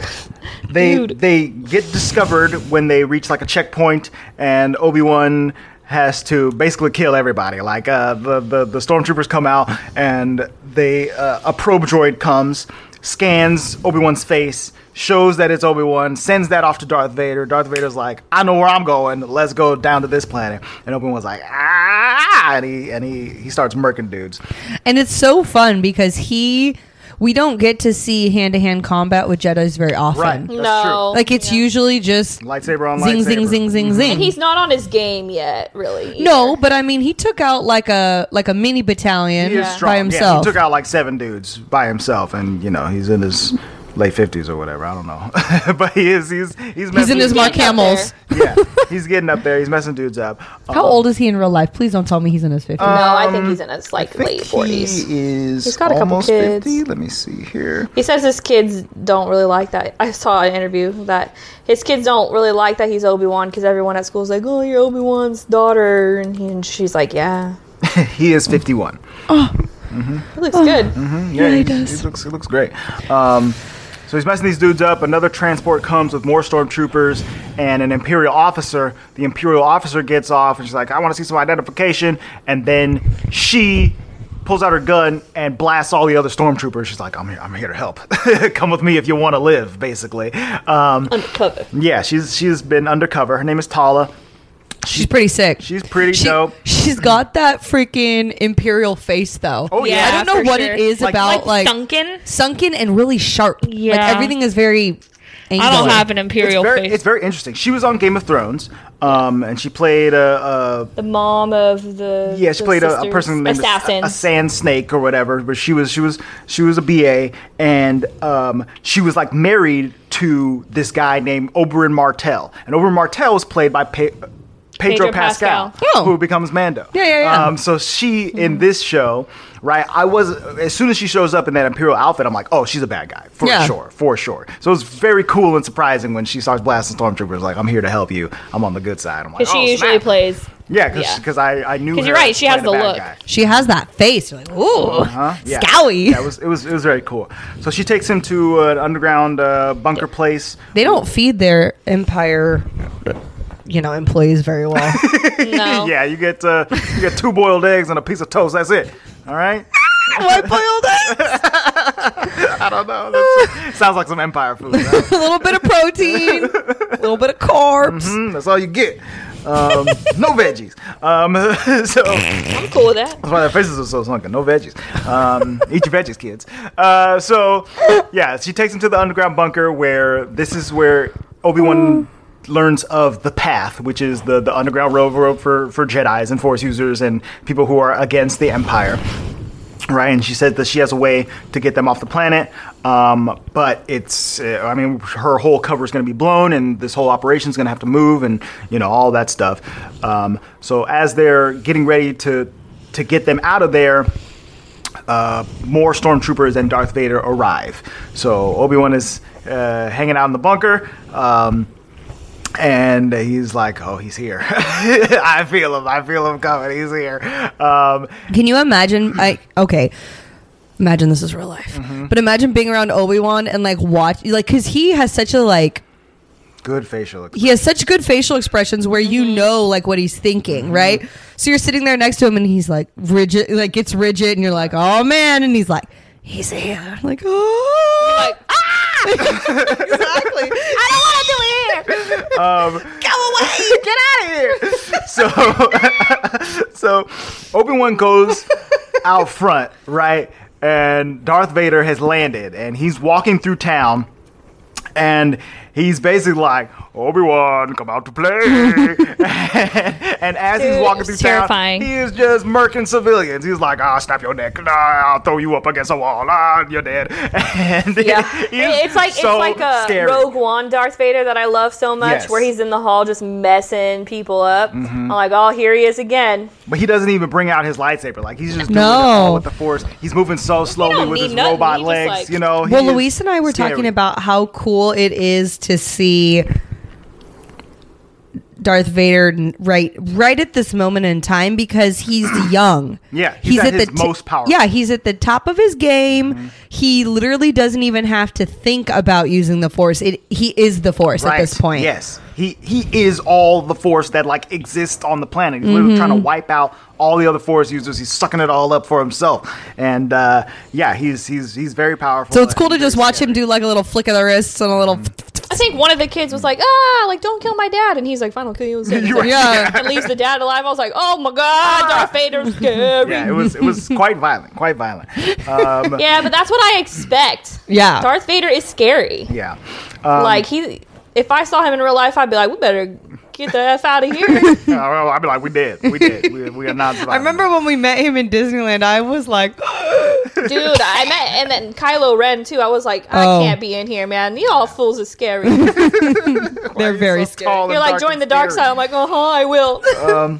S6: They
S3: Dude.
S6: they get discovered when they reach like a checkpoint, and Obi Wan has to basically kill everybody. Like uh, the, the the stormtroopers come out, and they uh, a probe droid comes, scans Obi Wan's face. Shows that it's Obi Wan, sends that off to Darth Vader. Darth Vader's like, "I know where I'm going. Let's go down to this planet." And Obi Wan's like, "Ah!" and he and he he starts murking dudes.
S4: And it's so fun because he we don't get to see hand to hand combat with Jedi's very often.
S6: Right? That's
S3: no,
S4: Like it's usually just
S6: lightsaber on
S4: zing
S6: lightsaber.
S4: zing zing zing zing.
S3: and he's not on his game yet, really. either.
S4: no, but I mean he took out like a like a mini battalion
S6: He is strong.
S4: by
S6: Yeah,
S4: himself.
S6: he took out like seven dudes by himself, and you know he's in his late fifties or whatever. I don't know, but he is. He's he's
S4: he's
S6: messing,
S4: in his
S3: He's
S4: Mark
S3: getting up
S4: Hamill's.
S6: yeah. He's getting up there. He's messing dudes up. Um,
S4: How old is he in real life? Please don't tell me he's in his fifties.
S3: no,
S6: Uh,
S3: I think he's in his like
S6: I think
S3: late forties.
S6: He is.
S3: He's got a couple
S6: almost
S3: kids.
S6: 50. Let me see here.
S3: He says his kids don't really like that. I saw an interview that his kids don't really like that he's Obi Wan because everyone at school's like, "Oh, you're Obi Wan's daughter," and, he, and she's like, "Yeah,
S6: He is fifty-one.
S3: it looks good."
S6: Yeah, he does. He looks, he looks great. Um, so he's messing these dudes up. Another transport comes with more stormtroopers and an Imperial officer. The Imperial officer gets off and she's like, I want to see some identification. And then she pulls out her gun and blasts all the other stormtroopers. She's like, I'm here, I'm here to help. Come with me if you want to live, basically. Um,
S3: Undercover.
S6: yeah, she's she's been undercover. Her name is Tala.
S4: she's pretty sick.
S6: She's pretty
S4: She-
S6: dope.
S4: She's got that freaking imperial face though.
S6: Oh, yeah.
S4: I don't know
S3: for
S4: what
S3: sure.
S4: it is
S6: Like-
S4: about like,
S3: Duncan.
S4: sunken and really sharp. Like
S3: Yeah.
S4: everything is very
S3: I don't
S4: angular.
S3: have an imperial
S6: it's very,
S3: face.
S6: It's very interesting. She was on Game of Thrones, um, and she played a, a
S3: the mom of the
S6: Yeah, she
S3: the
S6: played a, a
S3: sisters-
S6: person named
S3: assassin.
S6: A, a sand snake or whatever. But she was she was she was a BA, and um, she was like married to this guy named Oberyn Martell, and Oberyn Martell was played by pa- Pedro,
S3: Pedro
S6: Pascal,
S3: Pascal.
S4: Oh.
S6: who becomes Mando.
S4: Yeah, yeah, Mm-hmm. yeah.
S6: Um, so she in this show, right? I was as soon as she shows up in that imperial outfit, I'm like, oh, she's a bad guy for
S4: Yeah.
S6: sure, for sure. So it's very cool and surprising when she starts blasting stormtroopers. Like, I'm here to help you. I'm on the good side. I'm like,
S3: Because she
S6: oh,
S3: usually
S6: snap.
S3: plays.
S6: Yeah, because
S3: Yeah.
S6: I, I knew
S3: 'Cause
S6: her
S3: you're right, she has
S6: playing a
S3: the
S6: bad
S3: look.
S6: guy.
S4: She has that face. You're like, ooh,
S6: Uh-huh. Yeah.
S4: scowy.
S6: Yeah, it was it was it was very cool. So she takes him to an underground uh, bunker place.
S4: they don't feed their empire, you know, employees very well.
S3: No.
S6: Yeah, you get uh, you get two boiled eggs and a piece of toast. That's it. All right.
S4: White boiled eggs,
S6: I don't know. That's, sounds like some empire food. Right?
S4: a little bit of protein, a little bit of carbs.
S6: Mm, That's all you get. Um, no veggies. Um, so that's
S3: I'm cool with that.
S6: why their faces are so sunken. No veggies. Um, eat your veggies, kids. Uh, so yeah, she takes him to the underground bunker where this is where Obi Wan. learns of the path, which is the, the underground road, road for, for Jedi's and Force users and people who are against the Empire. Right, and she said that she has a way to get them off the planet, um, but it's—I mean, her whole cover is going to be blown, and this whole operation is going to have to move, and you know all that stuff. Um, so as they're getting ready to to get them out of there, uh, more stormtroopers and Darth Vader arrive. So Obi Wan is uh, hanging out in the bunker. Um, and he's like, "Oh, he's here! I feel him! I feel him coming! He's here!" Um,
S4: Can you imagine? I okay. Imagine this is real life, but imagine being around Obi Wan and like watch, like, cause he has such a like
S6: Good facial expression.
S4: he has such good facial expressions where you know like what he's thinking, right? So you're sitting there next to him and he's like rigid, like gets rigid, and you're like, oh man, and he's like, he's here, I'm like oh,
S3: Like,
S4: ah, exactly. I don't want to do it.
S6: So, so Obi Wan goes out front, right? And Darth Vader has landed, and he's walking through town, and he's basically like, "Obi Wan, come out to play." and as he's
S3: Dude,
S6: walking
S3: it's
S6: through
S3: terrifying.
S6: town, he is just murking civilians. He's like, "I'll snap your neck, ah, I'll throw you up against a wall, ah, you're dead." And
S5: Yeah,
S6: it is
S5: it's like
S6: so
S5: it's like a
S6: scary.
S5: Rogue One Darth Vader that I love so much,
S6: Yes. Mm-hmm.
S5: where he's in the hall just messing people up. I'm like, oh, here he is again.
S6: But he doesn't even bring out his lightsaber. Like he's just doing
S4: No.
S6: it all with the force. He's moving so slowly
S3: don't
S6: with
S3: need
S6: his
S3: nothing.
S6: robot
S3: He just,
S6: legs.
S3: like-
S6: you know. he
S4: Well,
S6: is
S4: Luis and I were
S6: scary.
S4: talking about how cool it is to see Darth Vader n- right right at this moment in time because he's young.
S6: Yeah, he's at his
S4: t-
S6: most powerful. Mm-hmm.
S4: Yeah, he's at the top of his game. He literally doesn't even have to think about using the Force. It he is the Force at this point.
S6: Yes, he he is all the force that like exists on the planet. He's literally
S4: Mm-hmm.
S6: trying to wipe out all the other force users. He's sucking it all up for himself. And uh, yeah, he's he's he's very powerful.
S4: So it's cool to
S6: and
S4: just
S6: very
S4: watch
S6: scary.
S4: him do like a little flick of the wrists and a little.
S6: Mm-hmm.
S3: I think one of the kids was like, ah, like don't kill my dad, and he's like, fine, I'll kill you instead.
S6: You're right.
S4: Yeah.
S3: And leaves the dad alive. I was like, oh my god, Darth Vader's scary.
S6: Ah. Yeah, it was it was quite violent, quite violent. Um,
S3: Yeah, but that's what I expect.
S4: Yeah.
S3: Darth Vader is scary.
S6: yeah. Um,
S3: like he, if I saw him in real life, I'd be like, we better get the f out of here.
S6: Uh, I'd be like, we did, we did, we, we are not.
S4: I remember when we met him in Disneyland. I was like,
S3: Dude, I met and then Kylo Ren too. I was like, I
S4: Oh.
S3: can't be in here, man. You all fools are scary. You're
S4: they're very scary.
S3: like, join the dark side. I'm like, oh, huh, I will.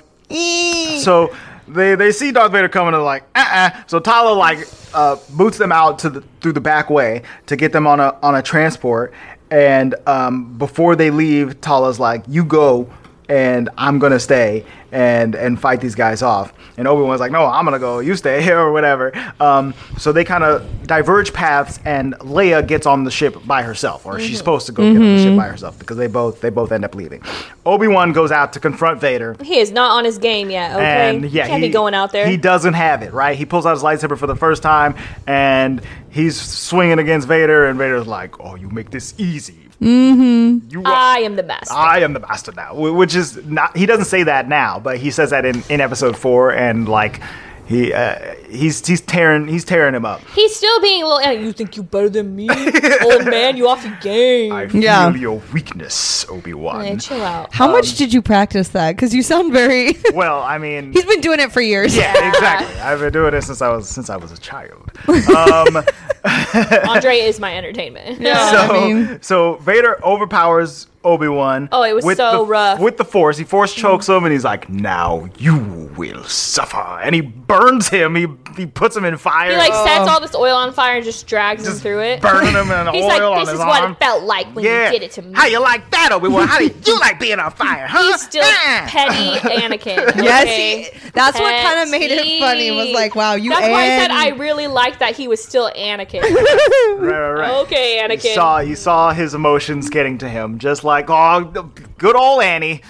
S6: So they they see Darth Vader coming and they're like uh uh So Tyler like uh, boots them out to the through the back way to get them on a on a transport. And um, before they leave, Tala's like, "You go, and I'm gonna stay and and fight these guys off." And Obi Wan's like, "No, I'm gonna go. You stay here or whatever." Um, so they kind of diverge paths, and Leia gets on the ship by herself, or she's supposed to go get on the ship by herself because they both they both end up leaving. Obi Wan goes out to confront Vader.
S3: He is not on his game yet. Okay,
S6: And yeah,
S3: can't be going out there.
S6: He doesn't have it, right? He pulls out his lightsaber for the first time, and he's swinging against Vader, and Vader's like, "Oh, you make this easy. Mm-hmm. You are,
S3: I am the best.
S6: I am the master now." Wh- Which is not. He doesn't say that now, but he says that in, in episode four, and like he uh, he's he's tearing he's tearing him up.
S3: He's still being a little. eh, You think you better than me, old man? You off the game.
S6: I feel
S4: Yeah.
S6: your weakness, Obi
S3: Eh,
S6: Wan.
S3: chill out.
S4: How
S6: Um,
S4: much did you practice that? Because you sound very.
S6: Well, I mean,
S4: He's been doing it for years.
S6: yeah, exactly. I've been doing this since I was since I was a child. Um,
S3: Andre is my entertainment.
S6: so,
S4: I mean-
S6: so Vader overpowers Obi Wan.
S3: Oh, it was so
S6: the,
S3: rough.
S6: With the Force, he Force chokes him, and he's like, "Now you will suffer." And he burns him. He he puts him in fire.
S3: he like sets all this oil on fire and just drags him
S6: Just
S3: through it.
S6: burning him in
S3: He's
S6: oil
S3: like,
S6: on
S3: this
S6: his
S3: is what
S6: arm.
S3: it felt like when
S6: yeah.
S3: you did it to me.
S6: How you like that, Obi Wan? How did you like being on fire, huh?
S3: He's still
S6: Ah.
S3: petty Anakin. okay?
S4: Yes, he, that's what kind of made it
S3: Petty.
S4: funny. Was like, wow, you.
S3: That's why I said I
S4: and-
S3: really liked that he was still Anakin.
S6: Right, right, right.
S3: okay,
S6: You
S3: Anakin.
S6: saw, you saw his emotions getting to him, just like oh, good old Annie.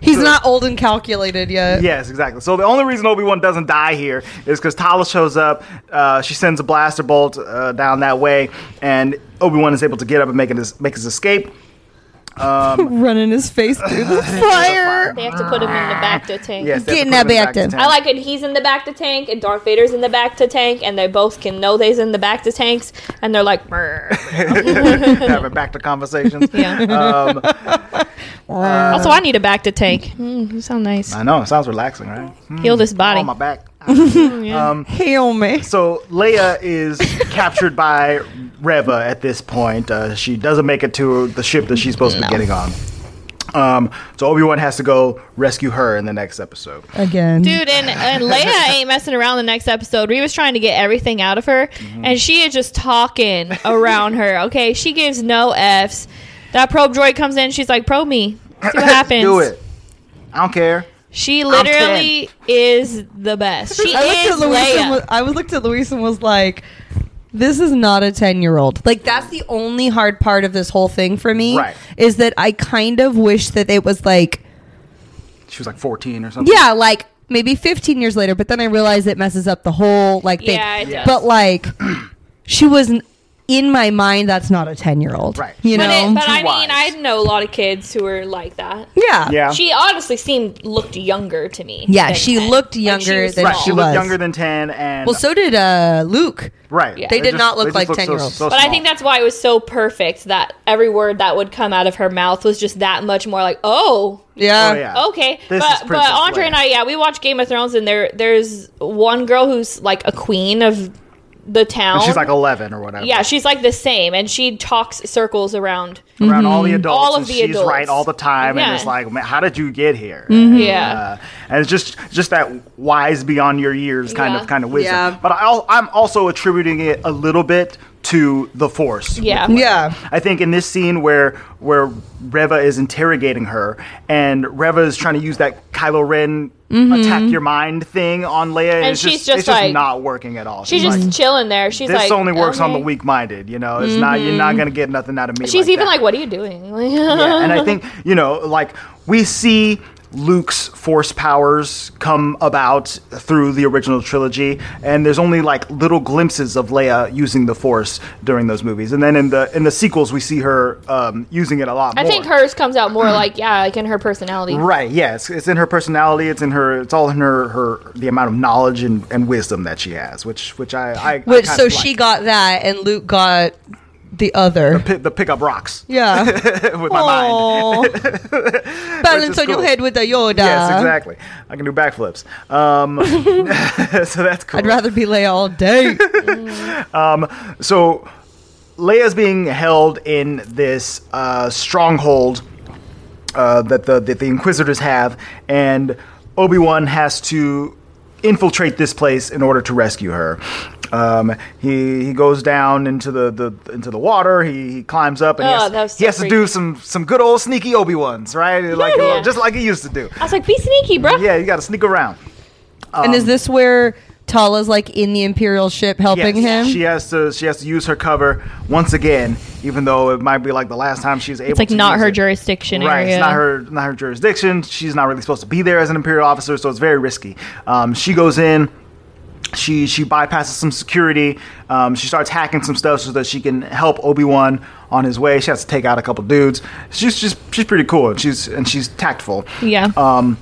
S4: He's not old and calculated yet.
S6: Yes, exactly. So the only reason Obi Wan doesn't die here is because Tala shows up. Uh, she sends a blaster bolt uh, down that way, and Obi Wan is able to get up and make his make his escape.
S4: Running his face through the fire.
S3: they have to put him in the back
S4: Ah.
S3: to tank.
S6: Yes, they have to put him
S4: Getting that
S6: in
S4: back
S6: the
S4: to-
S6: tank.
S3: I like it. He's in the back to tank, and Darth Vader's in the back to tank, and they both can know they's in the back to tanks, and they're like, "Brr."
S6: having back to conversations.
S3: yeah.
S6: Um,
S4: Uh.
S3: also, I need a back to tank. Mm, you sound nice.
S6: I know it sounds relaxing, right?
S4: Mm.
S6: Hmm,
S3: Heal this body.
S6: On my back.
S4: Hail me.
S6: So Leia is captured by Reva at this point. Uh, she doesn't make it to the ship that she's supposed to be getting on. Um, so Obi Wan has to go rescue her in the next episode.
S4: Again.
S3: Dude, and, and Leia ain't messing around the next episode. Reva's trying to get everything out of her,
S4: Mm-hmm.
S3: and she is just talking around her, okay? She gives no F's. That probe droid comes in, she's like, probe me. See what happens.
S6: Do it. I don't care.
S3: She literally is the best. She
S4: I looked
S3: is
S4: at Luis.
S3: Leia.
S4: And was, I was looked at Luis and was like, this is not a 10 year old. Like, that's the only hard part of this whole thing for me
S6: Right.
S4: is that I kind of wish that it was like,
S6: She was like 14 or something.
S4: yeah, like maybe 15 years later, but then I realized it messes up the whole like thing.
S3: Yeah, it does.
S4: But like, she was n- in my mind, that's not a 10 year old.
S6: Right.
S4: You
S3: but
S4: know?
S3: it, but
S6: Too
S3: I mean,
S6: wise.
S3: I know a lot of kids who are like that.
S4: yeah.
S6: Yeah.
S3: She honestly seemed looked younger to me.
S4: Yeah,
S3: than
S4: she
S3: 10.
S4: looked
S3: Like,
S4: younger
S3: was
S4: than
S6: right.
S3: small.
S6: She looked
S4: was.
S6: younger than 10 and
S4: Well, so did uh, Luke.
S6: right.
S3: Yeah.
S4: They did not look
S6: just
S4: like
S6: looked so-
S4: 10-year-olds.
S6: so
S3: But I
S6: small.
S3: think that's why it was so perfect that every word that would come out of her mouth was just that much more like, oh,
S4: Yeah.
S6: Oh, yeah.
S3: Okay,
S6: This is
S3: but but
S6: Princess
S3: Andre
S6: Leia.
S3: and I, yeah, we watch Game of Thrones, and there there's one girl who's like a queen of the town.
S6: And she's like 11 or whatever.
S3: yeah, she's like the same, and she talks circles around.
S6: around all the adults.
S3: Mm-hmm. All of
S6: and
S3: the
S6: she's
S3: adults.
S6: right all the time, and
S3: Yeah. Mm-hmm.
S6: it's like, man, how did you get here?
S3: Yeah.
S6: uh, and it's just just that wise beyond your years kind
S3: Yeah.
S6: of kind of wisdom.
S4: Yeah.
S6: But I, al- I'm also attributing it a little bit to the Force.
S3: Yeah.
S4: Yeah.
S6: I think in this scene where where Reva is interrogating her and Reva is trying to use that Kylo Ren attack your mind thing on Leia, and,
S3: Mm-hmm. And
S6: it's
S3: she's
S6: just,
S3: just
S6: it's just
S3: like-
S6: not working at all.
S3: She's just chilling there. She's
S6: this
S3: like
S6: only works on the
S3: okay. Mm-hmm.
S6: weak-minded. You know, it's not you're not gonna get nothing out of me.
S3: She's even
S6: that.
S3: like, "What are you doing?" Like,
S6: yeah, and I think you know, like we see Luke's force powers come about through the original trilogy, and there's only like little glimpses of Leia using the force during those movies, and then in the in the sequels we see her um, using it a lot.
S3: I
S6: more. Mm-hmm.
S3: think hers comes out more like, yeah, like in her personality.
S6: Right, yeah, it's, it's in her personality. It's in her. It's all in her. Her the amount of knowledge and, and wisdom that she has, which which I. I, I
S4: Which,
S6: kind
S4: so
S6: of
S4: she
S6: like.
S4: got that, and Luke got the other.
S6: Pi- the pick up rocks
S4: yeah.
S6: with my mind.
S4: Aw. Balance
S6: is
S4: on your
S6: cool.
S4: head with the Yoda.
S6: Yes, exactly. I can do backflips. Um, so that's cool.
S4: I'd rather be Leia all day.
S6: So Leia's being held in this uh, stronghold uh, that the that the Inquisitors have, and Obi Wan has to infiltrate this place in order to rescue her. Um, he he goes down into the, the into the water. He, he climbs up and he
S3: Oh,
S6: has,
S3: that was
S6: he
S3: so
S6: has to
S3: freaky.
S6: do some some good old sneaky Obi Wans, right? Like
S3: Yeah.
S6: just like he used to do.
S3: I was like, "Be sneaky, bro."
S6: Yeah, you got to sneak around.
S4: and
S6: Um,
S4: is this where Tala's like in the Imperial ship helping
S6: Yes.
S4: him?
S6: She has to she has to use her cover once again, even though it might be like the last time she's able.
S3: It's like
S6: to
S3: not
S6: use
S3: her
S6: it.
S3: jurisdiction
S6: Right,
S3: area.
S6: it's not her not her jurisdiction. She's not really supposed to be there as an imperial officer, so it's very risky. Um, she goes in. She she bypasses some security. Um, she starts hacking some stuff so that she can help Obi Wan on his way. She has to take out a couple dudes. She's she's she's pretty cool. And she's and she's tactful.
S3: Yeah.
S6: Uh,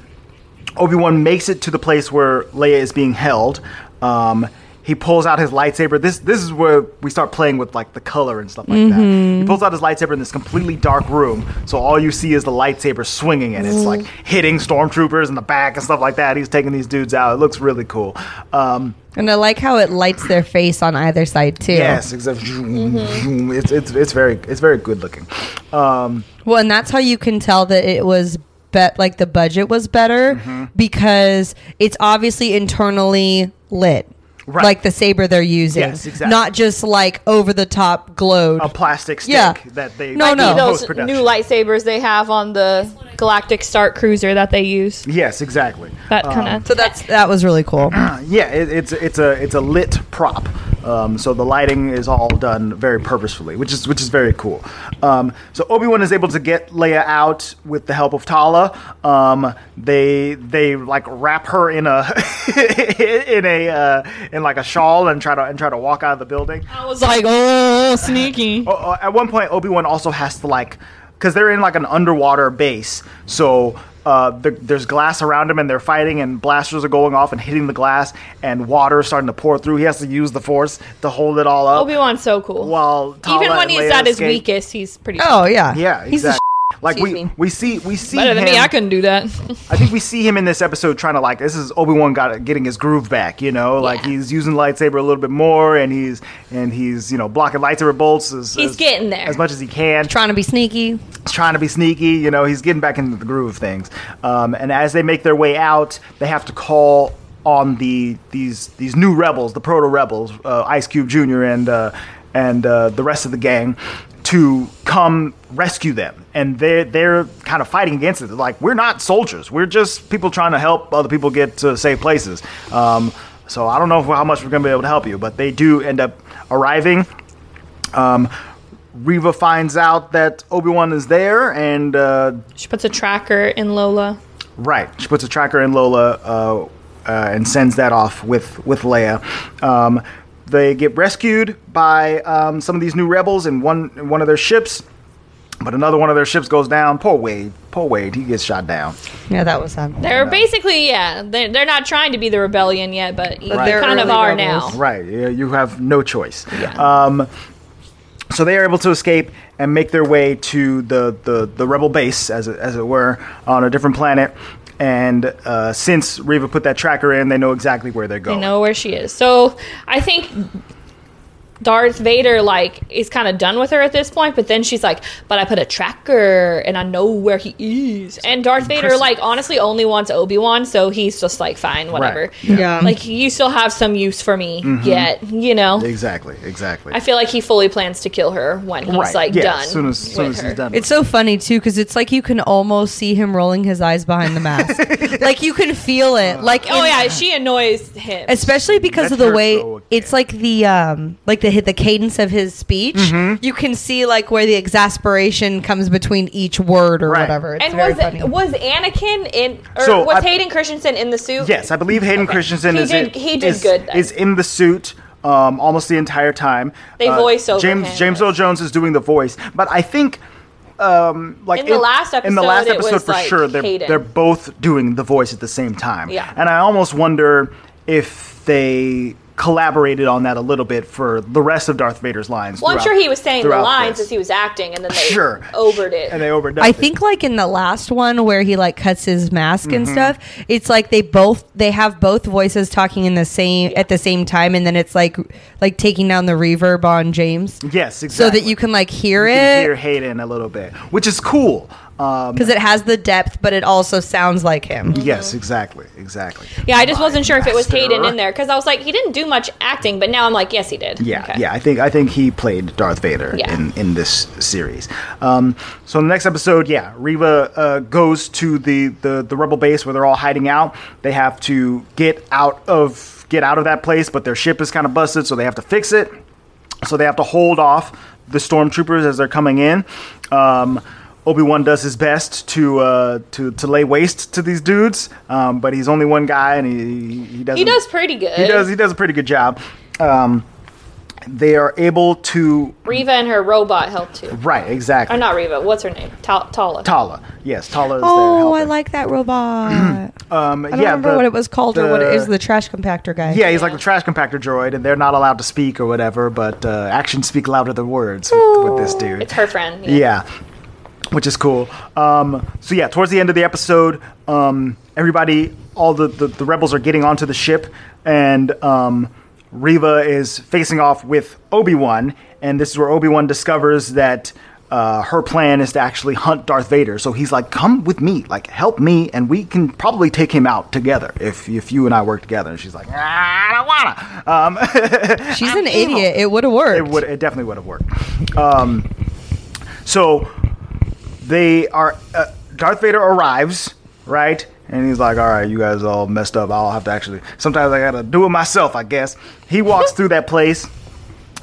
S6: Obi Wan makes it to the place where Leia is being held. Um, he pulls out his lightsaber. This this is where we start playing with like the color and stuff like
S4: Mm-hmm.
S6: that. He pulls out his lightsaber in this completely dark room, so all you see is the lightsaber swinging, and it's like hitting stormtroopers in the back and stuff like that. He's taking these dudes out. It looks really cool. Um,
S4: And I like how it lights their face on either side too.
S6: yes, except
S4: Mm-hmm.
S6: it's it's it's very it's very good looking. Um,
S4: Well, and that's how you can tell that it was bet like the budget was better
S6: Mm-hmm.
S4: because it's obviously internally lit.
S6: Right.
S4: Like the saber they're using.
S6: Yes, exactly.
S4: Not just like over the top glowed.
S6: a plastic stick
S4: Yeah.
S6: that they
S4: No,
S6: they
S4: no.
S3: See those
S6: post-production.
S3: new lightsabers they have on the Galactic Star Cruiser that they use.
S6: Yes, exactly.
S3: That kind of
S4: so that's that was really cool.
S6: Yeah, it, it's it's a it's a lit prop. Um, so the lighting is all done very purposefully, which is which is very cool. Um, so Obi Wan is able to get Leia out with the help of Tala. Um, they they like wrap her in a in a uh, in like a shawl and try to and try to walk out of the building.
S3: I was like, oh, sneaky.
S6: Oh, uh, at one point, Obi Wan also has to like, because they're in like an underwater base, so uh, the, there's glass around him, and they're fighting, and blasters are going off and hitting the glass, and water is starting to pour through. He has to use the force to hold it all up.
S3: Obi Wan's so cool.
S6: While
S3: even
S6: Tala
S3: when
S6: and
S3: he's
S6: Leia
S3: at his
S6: escape-
S3: weakest, he's pretty.
S4: Oh yeah.
S6: yeah,
S4: He's a
S6: exactly. like
S4: Excuse
S6: we,
S4: me.
S6: we see we see
S3: better than
S6: him-
S3: me. I couldn't do that.
S6: I think we see him in this episode trying to like this is Obi Wan got getting his groove back, you know, like
S3: Yeah.
S6: he's using lightsaber a little bit more, and he's and he's you know blocking lightsaber bolts. As,
S3: He's
S6: as-
S3: getting there.
S6: as much as he can.
S4: Trying to be sneaky.
S6: He's trying to be sneaky. You know, he's getting back into the groove of things. Um, and as they make their way out, they have to call on the these these new rebels, the proto rebels, uh, Ice Cube Jr. and uh, and uh, the rest of the gang to come rescue them. And they're they're kind of fighting against it. They're like we're not soldiers. We're just people trying to help other people get to safe places. Um, So I don't know how much we're going to be able to help you, but they do end up arriving. Um, Reva finds out that Obi Wan is there, and uh,
S3: She puts a tracker in Lola.
S6: Right. She puts a tracker in Lola uh, uh, and sends that off with with Leia. Um, they get rescued by um, some of these new rebels in one in one of their ships, but another one of their ships goes down. Poor Wade. Poor Wade. He gets shot down.
S4: Yeah, that was sad.
S3: They're basically, yeah, they're, they're not trying to be the rebellion yet, but they
S4: they're
S3: kind of
S4: early
S3: are
S4: rebels.
S3: now.
S6: Right. Yeah, you have no choice. Um, so they are able to escape and make their way to the, the, the rebel base, as it, as it were, on a different planet. And uh, since Reva put that tracker in, they know exactly where they're
S3: They
S6: going.
S3: know where she is. So I think Darth Vader, like, is kind of done with her at this point, but then she's like, but I put a tracker and I know where he is. And Darth Vader,
S6: Impressive.
S3: like, honestly only wants Obi Wan, so he's just like, fine, whatever.
S4: Yeah.
S3: Like, you still have some use for me
S6: Mm-hmm.
S3: yet, you know?
S6: Exactly, exactly.
S3: I feel like he fully plans to kill her when he's like
S6: yeah,
S3: done.
S6: As soon as, as soon
S3: with
S6: as
S3: her.
S6: he's done.
S4: It's so funny too because it's like you can almost see him rolling his eyes behind the mask. like you can feel it. Like
S3: Oh
S4: in-
S3: yeah, she annoys him.
S4: especially because of
S6: Let
S4: the
S6: her
S4: way
S6: go again.
S4: it's like the um like the hit the cadence of his speech.
S6: Mm-hmm.
S4: You can see like where the exasperation comes between each word or
S6: Right.
S4: whatever. It's
S3: and
S4: very
S3: was
S4: funny.
S3: was Anakin in or
S6: So,
S3: was
S6: I-
S3: Hayden Christensen in the suit?
S6: yes, I believe Hayden Christensen
S3: He
S6: is
S3: did-
S6: in,
S3: he did
S6: is,
S3: good then.
S6: is in the suit um, almost the entire time. Uh,
S3: They voice over
S6: James
S3: him.
S6: James Earl Jones is doing the voice, but I think um, like
S3: In the last
S6: in
S3: episode,
S6: the last
S3: it
S6: episode
S3: was,
S6: for
S3: like,
S6: sure they're
S3: Hayden.
S6: they're both doing the voice at the same time.
S3: Yeah.
S6: and I almost wonder if they collaborated on that a little bit for the rest of Darth Vader's lines.
S3: Well, I'm
S6: throughout-
S3: sure he was saying the
S6: throughout
S3: lines
S6: this.
S3: as he was acting, and then they
S6: Sure.
S3: overed it.
S6: and they overdone.
S4: I think like in the last one where he like cuts his mask
S6: Mm-hmm.
S4: and stuff, it's like they both they have both voices talking in the same at the same time, and then it's like like taking down the reverb on James
S6: yes, exactly.
S4: so that you can like hear
S6: can hear
S4: it
S6: Hayden a little bit, which is cool. Um,
S4: because it has the depth, but it also sounds like him.
S6: yes, exactly, exactly.
S3: yeah, I just wasn't sure if it was
S6: master.
S3: Hayden in there because I was like, he didn't do much acting, but now I'm like, yes, he did.
S6: Yeah,
S3: Okay.
S6: yeah. I think I think he played Darth Vader
S3: Yeah.
S6: in in this series. Um, so in the next episode, yeah, Reva uh, goes to the, the the rebel base where they're all hiding out. They have to get out of get out of that place, but their ship is kind of busted, so they have to fix it. So they have to hold off the stormtroopers as they're coming in. Um, Obi Wan does his best to uh, to to lay waste to these dudes, um, but he's only one guy, and he he doesn't
S3: He does pretty good.
S6: he does. He does a pretty good job. Um, they are able to
S3: Reva and her robot helped too.
S6: right exactly.
S3: Or not Reva. What's her name? Ta- Tala.
S6: Tala. Yes, Tala is there.
S4: Oh,
S6: helping.
S4: I like that robot.
S6: Um,
S4: I don't remember what it was called or what it is. The trash compactor guy.
S6: yeah, he's like the trash compactor droid, and they're not allowed to speak or whatever. But uh, actions speak louder than words with, with this dude.
S3: It's her friend.
S6: Yeah, which is cool. Um, so yeah, towards the end of the episode, um, everybody, all the, the the rebels are getting onto the ship, and um, Reva is facing off with Obi Wan, and this is where Obi Wan discovers that. Uh, her plan is to actually hunt Darth Vader, so he's like, "Come with me, like help me, and we can probably take him out together if if you and I work together." And she's like, "Ah, "I don't wanna." Um,
S4: she's an idiot. It would have worked.
S6: it would it definitely would have worked. Um, so they are uh, Darth Vader arrives, right? And he's like, "All right, you guys all messed up. I'll have to actually sometimes I got to do it myself, I guess." He walks through that place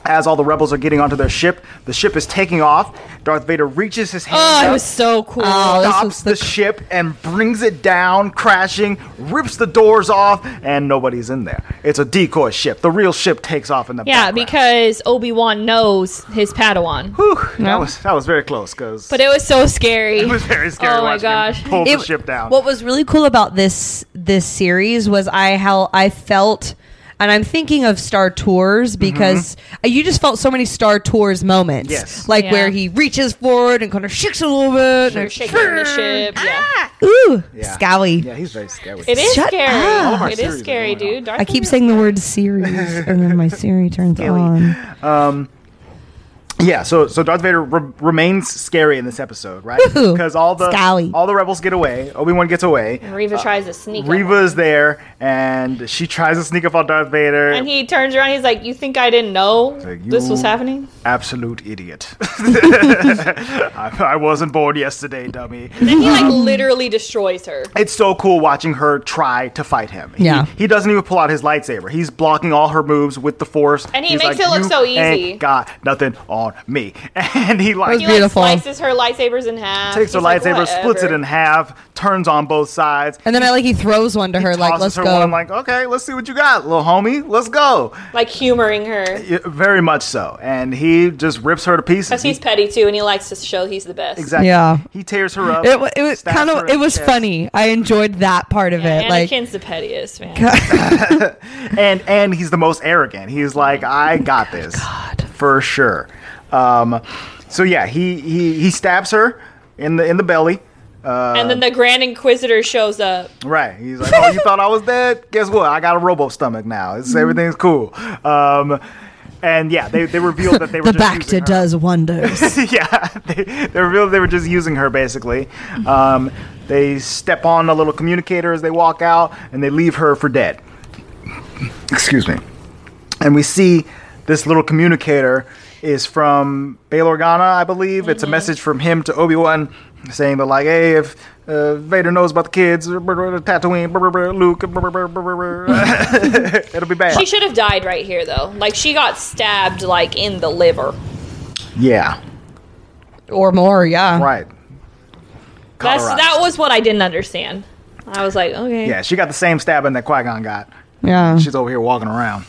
S6: as all the rebels are getting onto their ship. The ship is taking off. Darth Vader reaches his hand
S3: Oh, it
S6: up,
S3: was so cool.
S4: Oh, this
S6: stops
S4: was
S6: the,
S4: the-
S6: ship and brings it down, crashing, rips the doors off, and nobody's in there. It's a decoy ship. The real ship takes off in the
S3: yeah,
S6: background.
S3: because Obi Wan knows his Padawan.
S6: Whew, That was that was very close because
S3: But it was so scary.
S6: it was very scary.
S3: Oh my
S6: watching
S3: gosh.
S6: him pull
S4: It-
S6: the ship down.
S4: What was really cool about this this series was I how I felt, and I'm thinking of Star
S6: Mm-hmm.
S4: Tours because you just felt so many Star Tours moments.
S6: Yes.
S4: like
S3: Yeah.
S4: where he reaches forward and kind of shakes a little bit. and
S3: shaking the ship. Yeah.
S4: ooh,
S6: Yeah.
S4: scowy.
S6: Yeah, he's very scary.
S3: It is
S4: Shut
S3: scary.
S4: up. All
S6: of our
S3: It
S6: series
S3: is
S6: are
S3: scary,
S6: going on.
S3: dude. Darth
S4: I keep
S3: Vader-
S4: saying the word series, and then my Siri turns on.
S6: Yeah, so so Darth Vader re- remains scary in this episode, right?
S4: Woohoo.
S6: Because all the
S4: Scary.
S6: all the rebels get away, Obi Wan gets away.
S5: And Reva tries to sneak. up.
S6: Uh, Reva is there, and she tries to sneak up on Darth Vader.
S3: And he turns around. He's like, "You think I didn't know
S6: like,
S3: this
S6: "You-
S3: was happening?"
S6: Absolute idiot. I, I wasn't born yesterday, dummy.
S3: Then he like literally destroys her.
S6: It's so cool watching her try to fight him. He-
S4: Yeah.
S6: He, doesn't even pull out his lightsaber. He's blocking all her moves with the force.
S3: And he
S6: He's
S3: makes
S6: like,
S3: it look
S6: "You
S3: so easy."
S6: Ain't got nothing on me. And he like
S3: He
S4: was Beautiful.
S3: like slices her lightsabers in half.
S6: takes her
S3: He's like,
S6: lightsaber, splits it
S3: "Whatever."
S6: in half, turns on both sides.
S4: And then I like he throws one to her, like,
S6: tosses
S4: let's
S6: her
S4: go.
S6: One, like, okay, let's see what you got, little homie. Let's go.
S3: like humoring her
S6: Yeah, very much so. And he just rips her to pieces.
S3: because he's petty too, and he likes to show he's the best.
S6: exactly.
S4: Yeah.
S6: He tears her up.
S4: it, wa- it was
S6: stabs
S4: kind
S6: her in
S4: of it
S6: the
S4: was
S6: chest.
S4: funny. I enjoyed that part of it. Like
S3: Anakin's the pettiest man.
S6: and and he's the most arrogant. He's like,
S4: Oh
S6: I got this for sure. Um, so yeah, he, he he stabs her in the in the belly.
S3: and then the Grand Inquisitor shows up.
S6: Right. He's like, oh, you thought I was dead? Guess what? I got a robo stomach now. It's everything's cool. Um, and yeah, they, they revealed that they were
S4: the
S6: just
S4: Bacta
S6: using her.
S4: does wonders.
S6: yeah, they, they revealed they were just using her basically. Um, they step on a little communicator as they walk out, and they leave her for dead. Excuse me. And we see this little communicator is from Bail Organa, I believe. It's a message from him to Obi Wan, saying that like, hey, if uh, Vader knows about the kids, Tatooine, Luke, it'll be bad.
S3: She should have died right here though. Like she got stabbed like in the liver.
S6: Yeah,
S4: or more, yeah.
S6: right.
S3: That's
S6: Cauterized.
S3: that was what I didn't understand. I was like, okay.
S6: Yeah, she got the same stabbing that Qui Gon got.
S4: Yeah.
S6: She's over here walking around.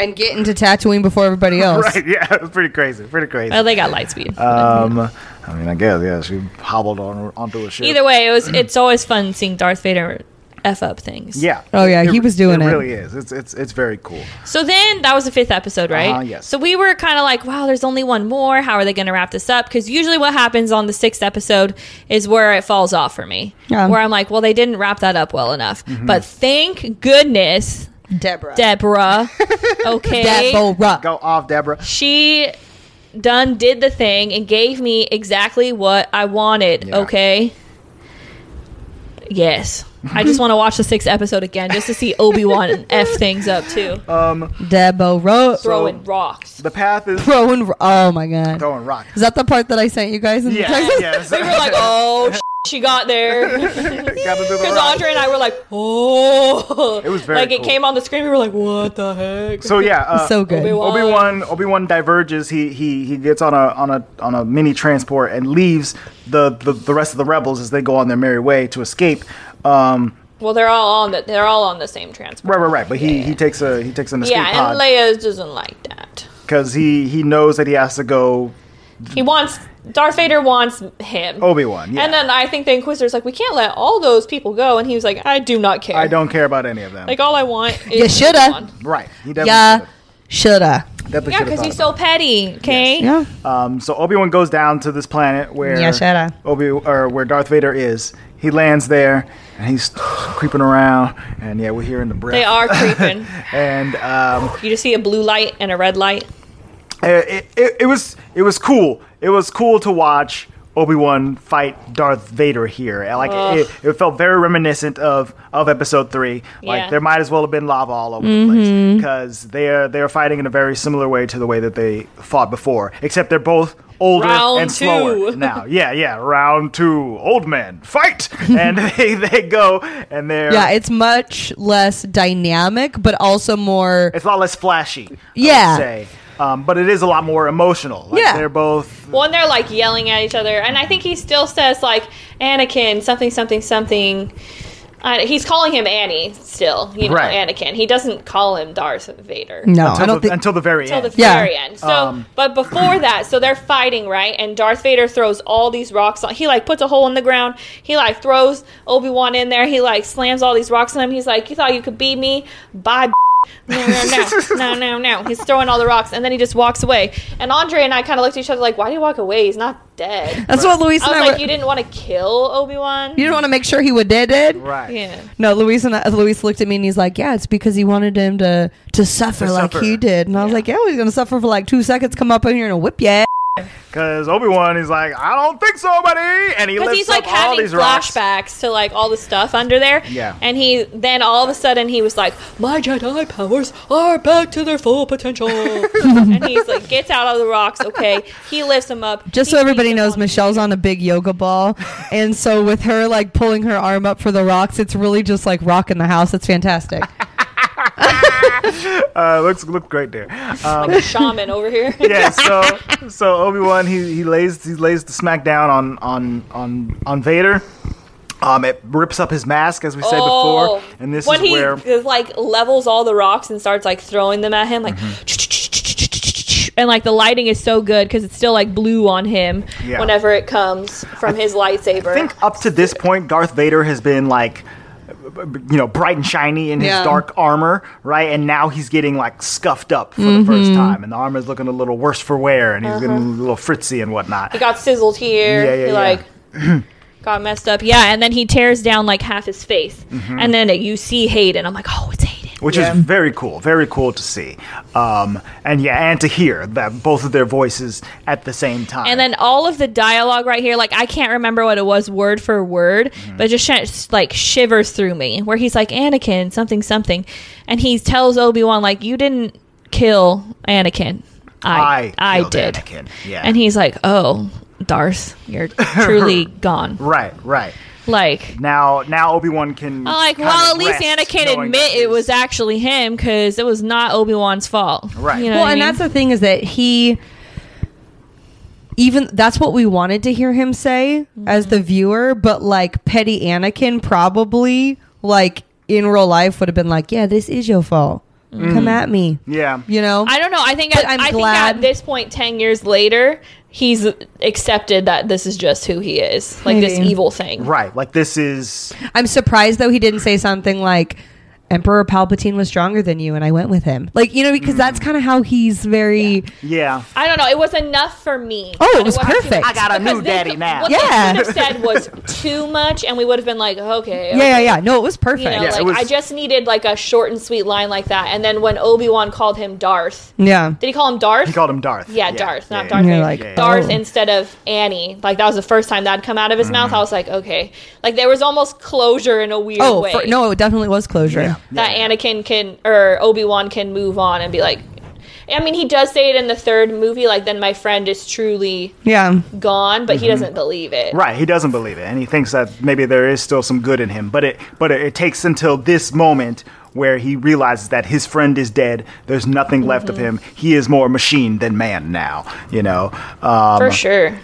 S4: and get into Tatooine before everybody else.
S6: Right, yeah, it was pretty crazy, pretty crazy.
S3: Well, they got light speed.
S6: Um, I mean, I guess, yeah, she hobbled on onto a ship.
S3: Either way, it was it's always fun seeing Darth Vader f up things.
S6: yeah.
S4: Oh, yeah, he was doing it.
S6: It really is. It's it's it's very cool.
S3: So then that was the fifth episode, right?
S6: Uh-huh, yes.
S3: So we were kind of like, wow, there's only one more. How are they going to wrap this up? Because usually what happens on the sixth episode is where it falls off for me.
S4: Yeah.
S3: Where I'm like, well, they didn't wrap that up well enough.
S6: Mm-hmm.
S3: But thank goodness,
S4: Deborah.
S3: Deborah, okay,
S4: Deborah.
S6: Go off, Deborah.
S3: she done did the thing and gave me exactly what I wanted,
S6: Yeah.
S3: okay? Yes. I just want to watch the sixth episode again just to see Obi-Wan F things up too.
S4: Deborah.
S3: Throwing rocks.
S6: Um, The path is
S4: Throwing. ro- Oh my god.
S6: throwing rock.
S4: Is that the part that I sent you guys in
S6: Yeah,
S4: the text?
S6: yes.
S3: we were like, oh, she got there.
S6: Gotta do the
S3: Because
S6: rock.
S3: Andre and I were like, oh.
S6: It was very
S3: Like, it
S6: cool.
S3: came on the screen. We were like, what the heck?
S6: So yeah, uh,
S4: So good.
S6: Obi Wan Obi Wan diverges. He he he gets on a on a on a mini transport and leaves the, the the rest of the rebels as they go on their merry way to escape. Um,
S3: well, they're all on the, they're all on the same transport.
S6: right, right, right. But he he takes a he takes an escape
S3: Yeah, and
S6: pod
S3: Leia doesn't like that.
S6: because he he knows that he has to go
S3: He wants, Darth Vader wants him.
S6: Obi Wan. Yeah.
S3: And then I think the Inquisitor's like, we can't let all those people go. And he was like, I do not care.
S6: I don't care about any of them.
S3: Like, all I want is.
S4: You shoulda.
S3: Obi-Wan.
S6: Right. He definitely
S4: Yeah.
S6: should've-
S4: Shoulda.
S6: definitely
S3: Yeah,
S6: should've
S3: because
S6: thought
S3: he's
S6: about
S3: so petty, okay?
S4: Yeah.
S6: it. Um, so Obi Wan goes down to this planet where
S4: Yeah, shoulda.
S6: Obi or where Darth Vader is. He lands there and he's creeping around, and yeah, we're hearing the breath.
S3: They are creeping.
S6: And um,
S3: you just see a blue light and a red light.
S6: it, it, it was it was cool. It was cool to watch Obi Wan fight Darth Vader here. And, Like it, it felt very reminiscent of of Episode Three. Like
S3: Yeah.
S6: there might as well have been lava all over the place because they're they're fighting in a very similar way to the way that they fought before, except they're both older
S3: Round
S6: and slower
S3: two.
S6: now. Yeah, yeah. Round two, old men fight, and they they go and they're
S4: Yeah, it's much less dynamic, but also more.
S6: it's a lot less flashy. I would
S4: Yeah.
S6: say. Um, but it is a lot more emotional. Like,
S4: Yeah.
S6: they're both
S3: Well, and they're like yelling at each other, and I think he still says like Anakin something something something. Uh, he's calling him Annie still, you know,
S6: Right.
S3: Anakin. He doesn't call him Darth Vader
S4: No, I
S6: until,
S4: don't
S6: the,
S4: think.
S6: until the very
S3: till the
S6: end.
S4: Yeah.
S3: very end. So, but before that, so they're fighting, right? And Darth Vader throws all these rocks on. He like puts a hole in the ground. He like throws Obi Wan in there. He like slams all these rocks on him. He's like, "You thought you could beat me? Bye." b-." no, no, no, no, no, no. He's throwing all the rocks, and then he just walks away. And Andre and I kind of looked at each other like, why did he walk away? He's not dead.
S4: That's what Luis
S3: I was
S4: and Uh, I.
S3: like,
S4: were-
S3: you didn't want to kill Obi Wan.
S4: you didn't want to make sure he was dead, dead.
S6: Right.
S3: Yeah.
S4: No, Luis and I, Luis looked at me and he's like, "Yeah, it's because he wanted him to to suffer
S6: To
S4: like
S6: suffer.
S4: he did." And I was like, "Yeah, well, he's gonna suffer for like two seconds. Come up in here and whip your ass."
S6: Because Obi Wan is like, I don't think so, buddy, and he
S3: Because
S6: lifts
S3: he's like
S6: up all
S3: having
S6: these rocks.
S3: flashbacks to like all the stuff under there.
S6: Yeah.
S3: And he then all of a sudden he was like, My Jedi powers are back to their full potential. and he's like gets out of the rocks, okay. He lifts him up.
S4: Just
S3: He
S4: so everybody
S3: sees him
S4: knows,
S3: on-
S4: Michelle's on a big yoga ball, and so with her like pulling her arm up for the rocks, it's really just like rocking the house. It's fantastic.
S6: Uh, looks look great there. Um,
S3: like a shaman over here.
S6: yeah, so so Obi Wan he, he lays he lays the smack down on on on on Vader. Um, it rips up his mask as we said
S3: Oh.
S6: before, and this
S3: when
S6: is
S3: he
S6: where
S3: is, like levels all the rocks and starts like throwing them at him, like.
S6: Mm-hmm.
S3: And like the lighting is so good because it's still like blue on him
S6: Yeah.
S3: whenever it comes from his lightsaber.
S6: I think up to this point Darth Vader has been like you know bright and shiny in his
S4: Yeah.
S6: dark armor, right? And now he's getting like scuffed up for the
S4: Mm-hmm.
S6: first time, and the armor's looking a little worse for wear, and he's getting
S4: Uh-huh.
S6: a little fritzy and whatnot.
S3: he got sizzled here.
S6: Yeah, yeah,
S3: he
S6: yeah.
S3: like got messed up. Yeah, and then he tears down like half his face,
S6: Mm-hmm.
S3: and then you see Hayden. I'm like, oh, it's Hayden.
S6: which
S4: Yeah.
S6: is very cool, very cool to see, um, and yeah, and to hear that both of their voices at the same time.
S3: And then all of the dialogue right here, like I can't remember what it was word for word,
S6: Mm-hmm.
S3: but it just sh- like shivers through me. Where he's like Anakin, something, something, and he tells Obi Wan like, "You didn't kill Anakin, I,
S6: I
S3: I,
S6: killed
S3: did."
S6: Anakin, yeah.
S3: And he's like, "Oh, Darth, you're truly gone."
S6: right, right
S3: Like,
S6: now, now Obi Wan
S3: I'm
S6: can
S3: like,
S6: kind
S3: well,
S6: of
S3: at least
S6: rest
S3: Anakin
S6: knowing
S3: admit
S6: that
S3: it was
S6: he's-
S3: actually him because it was not Obi Wan's fault,
S6: Right.
S3: You know
S4: well,
S3: what I
S4: and
S3: mean?
S4: that's the thing is that he even that's what we wanted to hear him say as the viewer, but like petty Anakin probably like in real life would have been like, "Yeah, this is your fault. Come at me."
S6: yeah,
S4: You know?
S3: I don't know. I think
S4: But
S3: at,
S4: I'm
S3: I
S4: glad-
S3: think at this point, ten years later, he's accepted that this is just who he is, like this
S4: Maybe.
S3: evil thing.
S6: right. Like this is
S4: I'm surprised though he didn't say something like Emperor Palpatine was stronger than you and I went with him. Like, you know, because that's
S3: Mm.
S4: kind of how he's very
S6: yeah,
S3: I don't know. It was enough for me.
S4: Oh, it
S3: But
S4: was
S3: wasn't too
S4: perfect.
S3: much.
S4: I got
S6: a
S3: Because
S6: new
S3: they
S6: daddy
S3: could-
S6: now.
S3: What yeah.
S4: Yeah.
S3: they could have said was too much, and we would have been like, okay,
S4: Yeah, yeah, yeah. No, it was perfect.
S3: You know,
S6: Yeah, it
S3: like
S6: was-
S3: I just needed like a short and sweet line like that. And then when Obi Wan called him Darth,
S4: yeah.
S3: did he call him Darth?
S6: he called him Darth.
S3: yeah, Darth, not
S6: yeah,
S3: Darth
S4: You're
S3: Vader.
S4: like,
S3: Darth
S4: oh.
S3: instead of Annie. Like that was the first time that had come out of his mouth. I was like, okay, like there was almost closure in a weird
S4: Mm-hmm. Oh,
S3: way.
S4: for, no, it definitely was closure.
S6: Yeah.
S3: that Anakin can or Obi Wan can move on and be like. I mean, he does say it in the third movie, like then my friend is truly
S4: Yeah.
S3: gone, but he
S4: Mm-hmm.
S3: doesn't believe it.
S6: Right, he doesn't believe it, and he thinks that maybe there is still some good in him. But it, but it, it takes until this moment where he realizes that his friend is dead. There's nothing left of
S4: Mm-hmm.
S6: him. He is more machine than man now. You know. Um,
S3: For sure.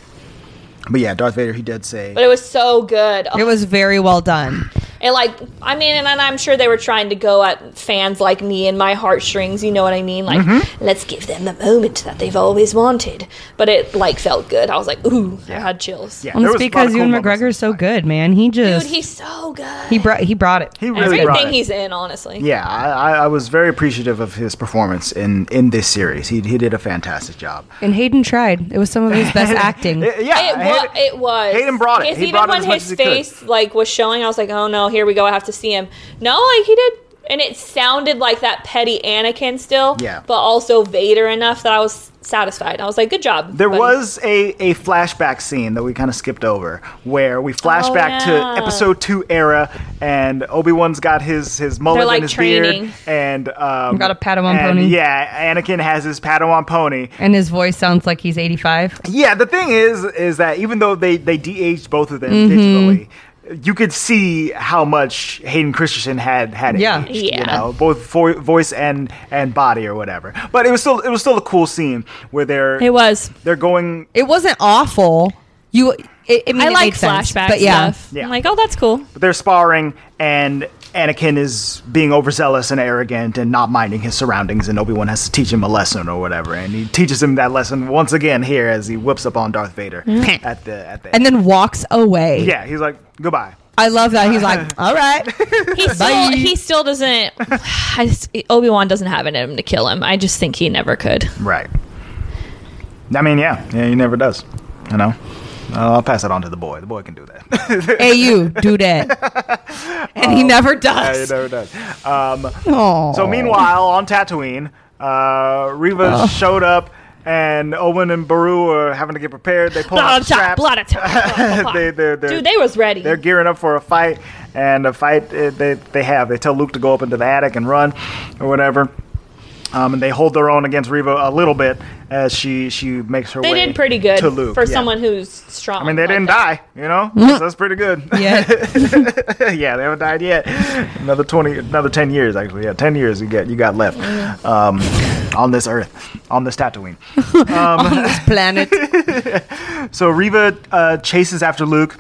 S6: But yeah, Darth Vader. He did say.
S3: But it was so good.
S4: It was very well done.
S3: And like, I mean, and, and I'm sure they were trying to go at fans like me and my heartstrings. You know what I mean? Like,
S4: Mm-hmm.
S3: let's give them the moment that they've always wanted. But it like felt good. I was like, ooh, I had chills.
S6: yeah,
S4: Well,
S6: there
S4: it's
S6: was a lot
S4: because
S6: of cool
S4: Ewan
S6: moments.
S4: McGregor's so good, man. He
S3: dude,
S4: just
S3: he's so good.
S4: he brought he brought it.
S6: He really brought
S3: Everything
S6: it.
S3: he's in, honestly.
S6: Yeah, I, I I was very appreciative of his performance in, in this series. He, he did a fantastic job.
S4: And Hayden tried. It was some of his best acting.
S6: Uh, yeah,
S3: It, wa-
S6: Hayden-
S3: it was.
S6: Hayden brought it.
S3: Because
S6: He
S3: even
S6: brought it
S3: when
S6: as much
S3: his
S6: as he could.
S3: face like was showing, I was like, "Oh no, here we go. I have to see him." No, like he did, and it sounded like that petty Anakin still.
S6: Yeah.
S3: But also Vader enough that I was satisfied. I was like, "Good job."
S6: There
S3: buddy."
S6: was a, a flashback scene that we kind of skipped over where we flash
S3: Oh,
S6: back
S3: yeah.
S6: to episode two era and Obi Wan's got his his mullet
S3: like,
S6: and his
S3: training.
S6: beard and um,
S4: Got a Padawan
S6: and,
S4: pony.
S6: Yeah, Anakin has his Padawan pony.
S4: And his voice sounds like he's 85.
S6: Yeah, the thing is, is that even though they they de-aged both of them
S4: Mm-hmm.
S6: digitally. You could see how much Hayden Christensen had had
S4: Yeah.
S6: aged,
S3: Yeah.
S6: you know, both vo- voice and and body or whatever. But it was still it was still a cool scene where they're
S3: It was.
S6: they're going
S4: It wasn't awful. You, it, I, mean,
S3: I
S4: it
S3: like
S4: made sense,
S3: flashback
S4: but yeah,
S3: stuff.
S6: Yeah.
S3: I'm like, "Oh, that's cool."
S6: they're sparring and Anakin is being overzealous and arrogant and not minding his surroundings and Obi-Wan has to teach him a lesson or whatever and he teaches him that lesson once again here as he whips up on Darth Vader at the at the
S4: and then walks away.
S6: Yeah, he's like goodbye.
S4: I love that he's like, all right,
S3: He still, he still doesn't. I just- Obi-Wan doesn't have it in him to kill him. I just think he never could.
S6: Right. I mean, yeah, yeah, he never does. You know, Uh, I'll pass it on to the boy. The boy can do that.
S4: hey you, do that, and he never
S6: Oh. he
S4: does.
S6: never does. Um,
S4: Aw.
S6: so meanwhile, on Tatooine, uh, Reva showed up, and Owen and Baru are having to get prepared. They pull
S3: Blah,
S6: out
S3: blah, blah,
S6: straps.
S3: blah, blah, blah, blah.
S6: they, they're, they're,
S3: Dude, they was ready.
S6: they're gearing up for a fight, and a fight uh, they, they have. They tell Luke to go up into the attic and run, or whatever. Um, and they hold their own against Reva a little bit as she she makes her
S3: They
S6: way
S3: did pretty good
S6: to Luke
S3: for
S6: yeah.
S3: someone who's strong.
S6: I mean, they
S3: like
S6: didn't
S3: that.
S6: die, you know.
S3: Mm-hmm.
S6: So that's pretty good.
S4: Yeah,
S6: yeah, they haven't died yet. Another twenty, another ten years actually. Yeah, ten years you get you got left um, on this Earth, on this Tatooine.
S4: on this planet.
S6: So Reva uh, chases after Luke.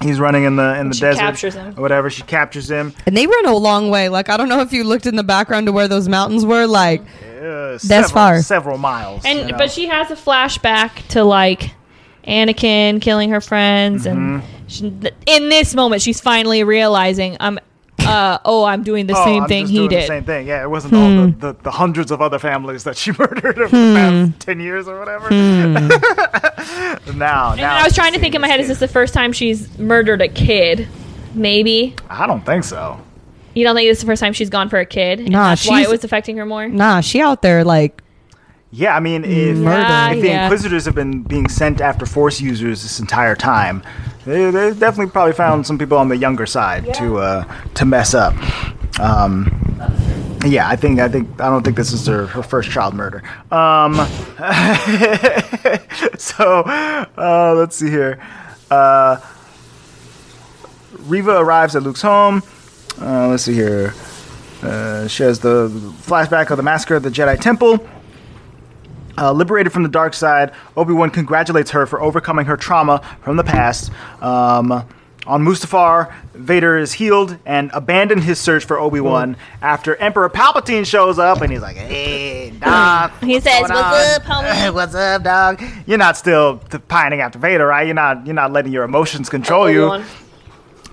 S6: He's running in the in the
S3: She
S6: desert.
S3: captures him.
S6: Or whatever. She captures him.
S4: And they run a long way. Like I don't know if you looked in the background to where those mountains were. Like
S6: Uh, That's
S4: far.
S6: Several miles.
S3: And
S6: you know?
S3: but she has a flashback to like Anakin killing her friends, and
S6: Mm-hmm.
S3: she, th- in this moment, she's finally realizing I'm. Uh, oh, I'm doing the
S6: Oh,
S3: same
S6: I'm
S3: thing
S6: just
S3: he
S6: doing
S3: did. Hmm.
S6: The same thing. Yeah, it wasn't all the, the, the hundreds of other families that she murdered over the past ten years or whatever.
S3: Hmm.
S6: now,
S3: And I was trying to think in my head, is this the first time she's murdered a kid? Maybe.
S6: I don't think so.
S3: You don't think this is the first time she's gone for a kid? and
S4: Nah,
S3: that's why it
S4: she's-
S3: was affecting her more?
S4: nah, she out there like
S6: Yeah, I mean, if,
S3: Hmm.
S4: Uh,
S3: Murder.
S6: if the
S3: Yeah.
S6: Inquisitors have been being sent after Force users this entire time, they, they definitely probably found some people on the younger side to uh, to mess up. Um, yeah, I think I think I don't think this is her, her first child murder. Um, so uh, let's see here. Uh, Reva arrives at Luke's home. Uh, let's see here. Uh, she has the flashback of the massacre at the Jedi Temple. Uh, liberated from the dark side, Obi Wan congratulates her for overcoming her trauma from the past. Um, on Mustafar, Vader is healed and abandoned his search for Obi Wan after Emperor Palpatine shows up and he's like, "Hey, Doc."
S3: He says, "What's up, homie?"
S6: what's up, dog? You're not still t- pining after Vader, right? You're not. You're not letting your emotions control Oh, you."
S3: Obi-Wan.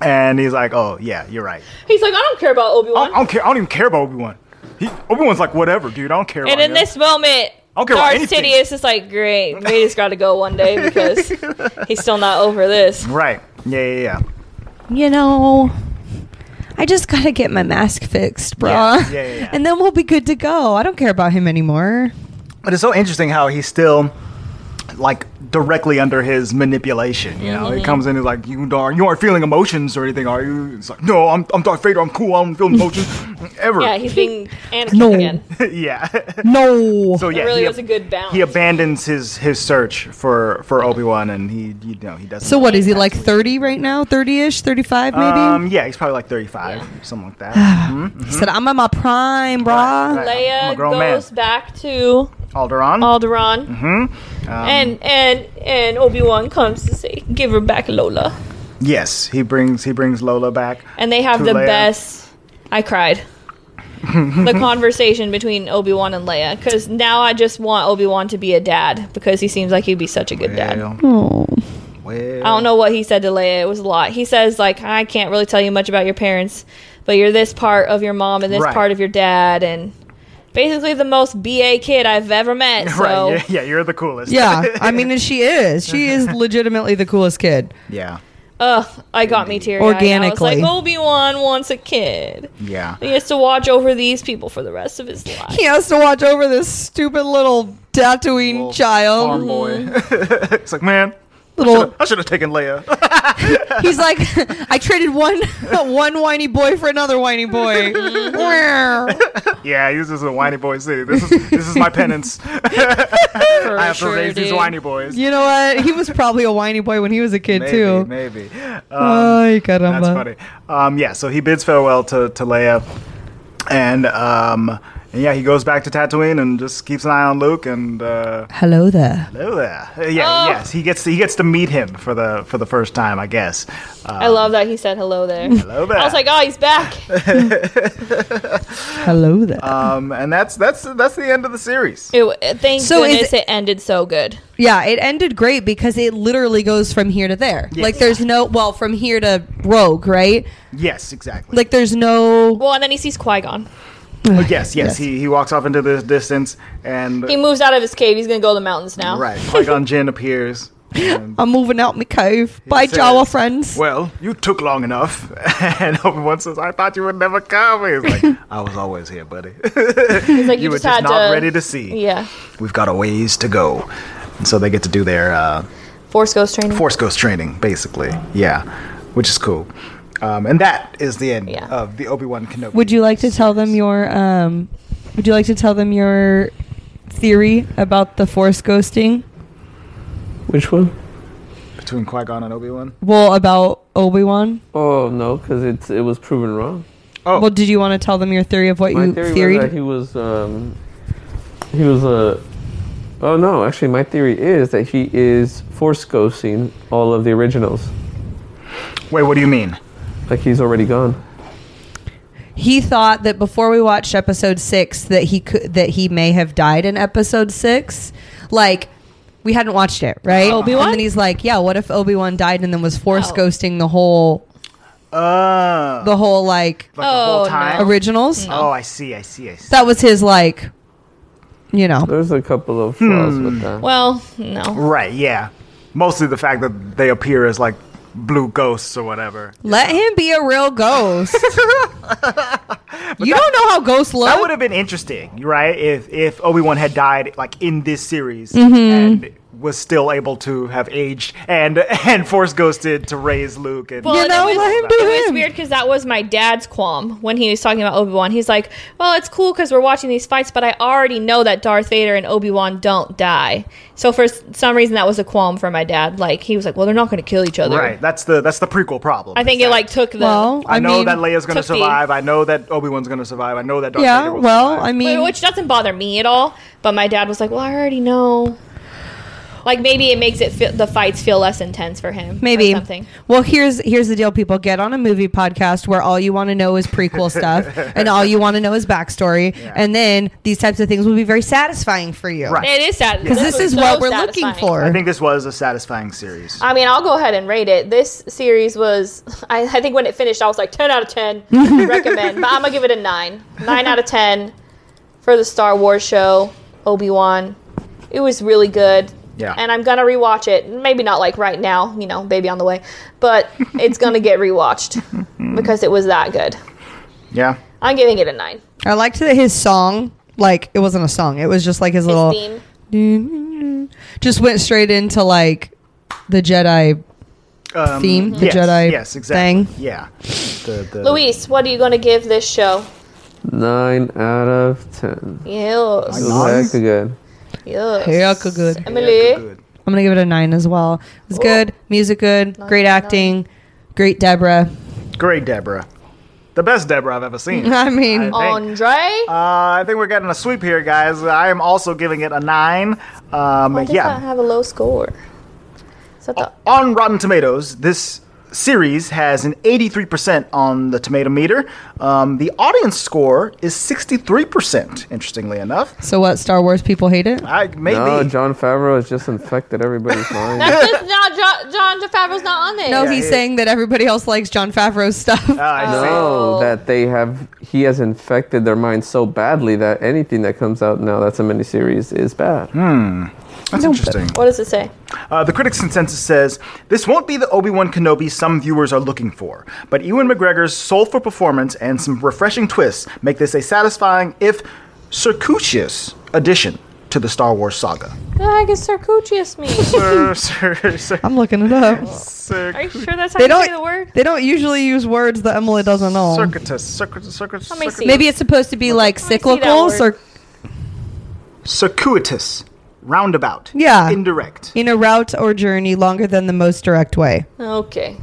S6: And he's like, "Oh yeah, you're right.
S3: He's like, I don't care about Obi
S6: I don't, I
S3: Wan.
S6: don't care. I don't even care about Obi Wan. Obi Wan's like, whatever, dude. I don't care."
S3: And
S6: about
S3: in
S6: you."
S3: this moment,
S6: don't care about
S3: Darth
S6: anything.
S3: Sidious is like, great, Vader's got to go one day because he's still not over this.
S6: right? Yeah, yeah, yeah.
S4: you know. I just gotta get my mask fixed, bruh.
S6: Yeah, yeah, yeah, yeah.
S4: And then we'll be good to go. I don't care about him anymore.
S6: But it's so interesting how he's still like directly under his manipulation. You know, he
S3: Mm-hmm.
S6: comes in and like, you darn, you aren't feeling emotions or anything, are you? It's like, no, I'm, I'm Darth Vader. I'm cool. I don't feel emotions ever.
S3: Yeah, he's being Anakin
S4: No.
S3: again.
S6: yeah.
S4: No.
S6: so
S3: It
S6: yeah,
S3: really
S6: he,
S3: was a good balance.
S6: he abandons his his search for for Obi Wan, and he you know he doesn't.
S4: So what is he like 30 right now? 30ish, 35 maybe?
S6: Um, yeah, he's probably like 35, something like that.
S4: he said I'm at my prime, bruh.
S6: right. I'm a
S3: Leia
S6: grown man.
S3: goes back to
S6: Alderaan.
S3: Alderaan,
S6: Mm-hmm. Um,
S3: and and and Obi Wan comes to say, "Give her back, Lola."
S6: yes, he brings he brings Lola back.
S3: And they have
S6: To
S3: the
S6: Leia.
S3: best. I cried. the conversation between Obi Wan and Leia, because now I just want Obi Wan to be a dad because he seems like he'd be such a
S6: Oh,
S3: good dad.
S6: Well,
S3: I don't know what he said to Leia. It was a lot. He says like, "I can't really tell you much about your parents, but you're this part of your mom and this
S6: Right.
S3: part of your dad, and basically the most ba kid I've ever met." So
S6: Right, yeah, yeah, you're the coolest.
S4: Yeah, I mean, and she is. She is legitimately the coolest kid.
S6: Yeah.
S3: Ugh, I got me teary. I
S4: Organically.
S3: was like, Obi Wan wants a kid.
S6: Yeah.
S3: He has to watch over these people for the rest of his life.
S4: He has to watch over this stupid little Tatooine child.
S6: farm boy. it's like, man,
S4: Little,
S6: I should have taken Leia.
S4: he's like, I traded one one whiny boy for another whiny boy.
S6: yeah, this is a whiny boy city. This is this is my penance.
S3: For
S6: I have to
S3: sure,
S6: raise these
S3: dude.
S6: whiny boys.
S4: you know what? He was probably a whiny boy when he was a kid
S6: maybe,
S4: too.
S6: maybe. Um,
S4: Ay, caramba.
S6: That's funny. Um, yeah, so he bids farewell to, to Leia, and um, And yeah, he goes back to Tatooine and just keeps an eye on Luke and uh,
S4: Hello there.
S6: hello there. Uh, yeah,
S3: Oh.
S6: yes, he gets he gets to meet him for the for the first time, I guess. Uh,
S3: I love that he said hello there.
S6: hello there.
S3: I was like, oh, he's back.
S4: Hello there.
S6: um, and that's that's that's the end of the series.
S3: It, thank
S4: So is
S3: goodness it ended so good.
S4: yeah, it ended great because it literally goes from here to there. Like there's no well, from here to Rogue, right?
S6: Yes, exactly.
S4: Like there's no
S3: Well, and then he sees Qui Gon.
S6: yes, Oh, yes, He he walks off into the distance and
S3: He moves out of his cave. He's gonna go to the mountains now.
S6: right, Qui Gon Jinn appears. and-
S4: I'm moving out my cove. Bye,
S6: says-
S4: Jawa friends.
S6: Well, you took long enough. And Obi Wan says, I thought you would never come. He's like, I was always here, buddy.
S3: He's like, you,
S6: you were
S3: just,
S6: just
S3: had
S6: not
S3: to.
S6: ready to see.
S3: Yeah.
S6: We've got a ways to go. And so they get to do their uh,
S3: Force Ghost training.
S6: Force Ghost training, basically. Yeah, which is cool. Um, and that is the end
S3: Yeah.
S6: of the Obi Wan Kenobi.
S4: Would you like to tell them your um would you like to tell them your theory about the force ghosting?
S1: Which one?
S6: Between Qui Gon and Obi Wan?
S4: Well, about Obi-Wan?
S1: Oh no, because it's it was proven wrong.
S6: Oh.
S4: Well, did you want to tell them your theory of what
S1: My
S4: you
S1: theory
S4: theory?
S1: was that he was um, he was a. Oh no, actually, my theory is that he is force ghosting all of the originals.
S6: Wait, what do you mean?
S1: Like he's already gone.
S4: he thought that before we watched episode six that he could that he may have died in episode six like we hadn't watched it right
S3: Obi-Wan?
S4: and then he's like yeah what if obi-wan died and then was force
S3: Oh.
S4: ghosting the whole
S6: Uh,
S4: the whole like
S6: like the whole
S3: Oh,
S6: time?
S3: no.
S4: originals
S6: Oh, I see, I see, I see.
S4: that was his like you know
S1: There's a couple of flaws with that.
S3: Well, no.
S6: Right, yeah. Mostly the fact that they appear as like blue ghosts or whatever.
S4: let him be a real ghost you don't know how ghosts look
S6: That would have been interesting, right? If if Obi Wan had died like in this series
S4: Mm-hmm.
S6: and was still able to have aged and and force ghosted to raise Luke and
S3: Well,
S4: you
S3: and
S4: know
S3: it was,
S4: let him be
S3: it was
S4: him.
S3: weird because that was my dad's qualm when he was talking about Obi Wan. He's like, "Well, it's cool because we're watching these fights, but I already know that Darth Vader and Obi Wan don't die." So for s- some reason, that was a qualm for my dad. Like he was like, "Well, they're not going to kill each other."
S6: right. That's the that's the prequel problem.
S3: I think
S6: is
S3: it
S6: that
S3: like took the.
S4: well i,
S6: I, know
S4: mean
S6: that Leia's going to
S3: took the-
S6: survive. I know that Obi Wan's going to survive. I know that Darth
S4: yeah
S6: Vader will
S4: well
S6: survive.
S4: i mean
S3: Which doesn't bother me at all. But my dad was like, "Well, I already know." Like maybe it makes it feel, the fights feel less intense for him. or
S4: maybe
S3: something.
S4: well here's here's the deal people get on a movie podcast where all you want to know is prequel stuff and all you want to know is backstory and then these types of things will be very satisfying for you
S6: Right.
S3: It is sad
S4: because this
S3: was
S4: is
S3: so
S4: what we're looking
S3: satisfying.
S4: for
S6: I think this was a satisfying series.
S3: I mean, I'll go ahead and rate it. This series was, I, I think when it finished, I was like 10 out of 10, recommend. But I'm going to give it a 9. 9 out of 10 for the Star Wars show, Obi Wan. It was really good.
S6: Yeah.
S3: And I'm going to rewatch it. Maybe not like right now, you know, baby on the way. But it's going to get rewatched because it was that good.
S6: yeah.
S3: I'm giving it a 9.
S4: i liked that his song like it wasn't a song it was just like his,
S3: His
S4: little
S3: theme.
S4: just went straight into like the jedi
S6: Um,
S4: Theme, the
S6: yes,
S4: Jedi
S6: Yes, exactly.
S4: thing.
S6: Yeah. The, the,
S3: Luis, what are you going to give this show?
S1: Nine out of ten. It
S3: Yes.
S1: was heck of good.
S3: Yes.
S4: Hey, Uncle Good.
S3: Emily.
S6: Good.
S4: i'm gonna give it a nine as well it was good music good great acting great deborah
S6: Great Deborah. The best Deborah I've ever seen.
S4: i mean
S6: I think.
S3: Andre.
S6: Uh, I think we're getting a sweep here, guys. I am also giving it a nine. Um,
S3: Why does that
S6: yeah,
S3: have a low score? Is that the
S6: on Rotten Tomatoes, this series has an 83% on the tomato meter. Um, the audience score is 63%. Interestingly enough,
S4: so what star wars people hate it
S6: I maybe
S1: No, Oh, John Favreau has just infected everybody's mind.
S3: That's just not John, John DeFabro's not on there.
S4: No,
S6: Yeah,
S4: he's
S6: it-
S4: saying that everybody else likes John Favreau's stuff.
S6: Uh, I see.
S1: No, that they have. He has infected their mind so badly that anything that comes out now that's a miniseries is bad.
S3: Hmm.
S6: That's interesting.
S3: What does it say?
S6: Uh, the critics' consensus says this won't be the Obi Wan Kenobi some viewers are looking for, but Ewan McGregor's soulful performance and some refreshing twists make this a satisfying, if circuitous, addition to the Star Wars saga.
S3: The heck is Sarcuccius mean?
S6: Sir, sir, sir,
S4: I'm looking it up.
S6: sir.
S3: Are you sure that's how
S4: They
S3: you
S4: don't.
S3: say the word?
S4: They don't usually use words that Emily doesn't know.
S6: Circuitous, circuitous, circuitous,
S3: Let me
S6: circuitous.
S3: see.
S4: Maybe it's supposed to be like
S3: me see that
S4: cyclical,
S3: word.
S4: cir-
S6: circuitous, roundabout,
S4: Yeah.
S6: indirect,
S4: in a route or journey longer than the most direct way.
S3: Okay.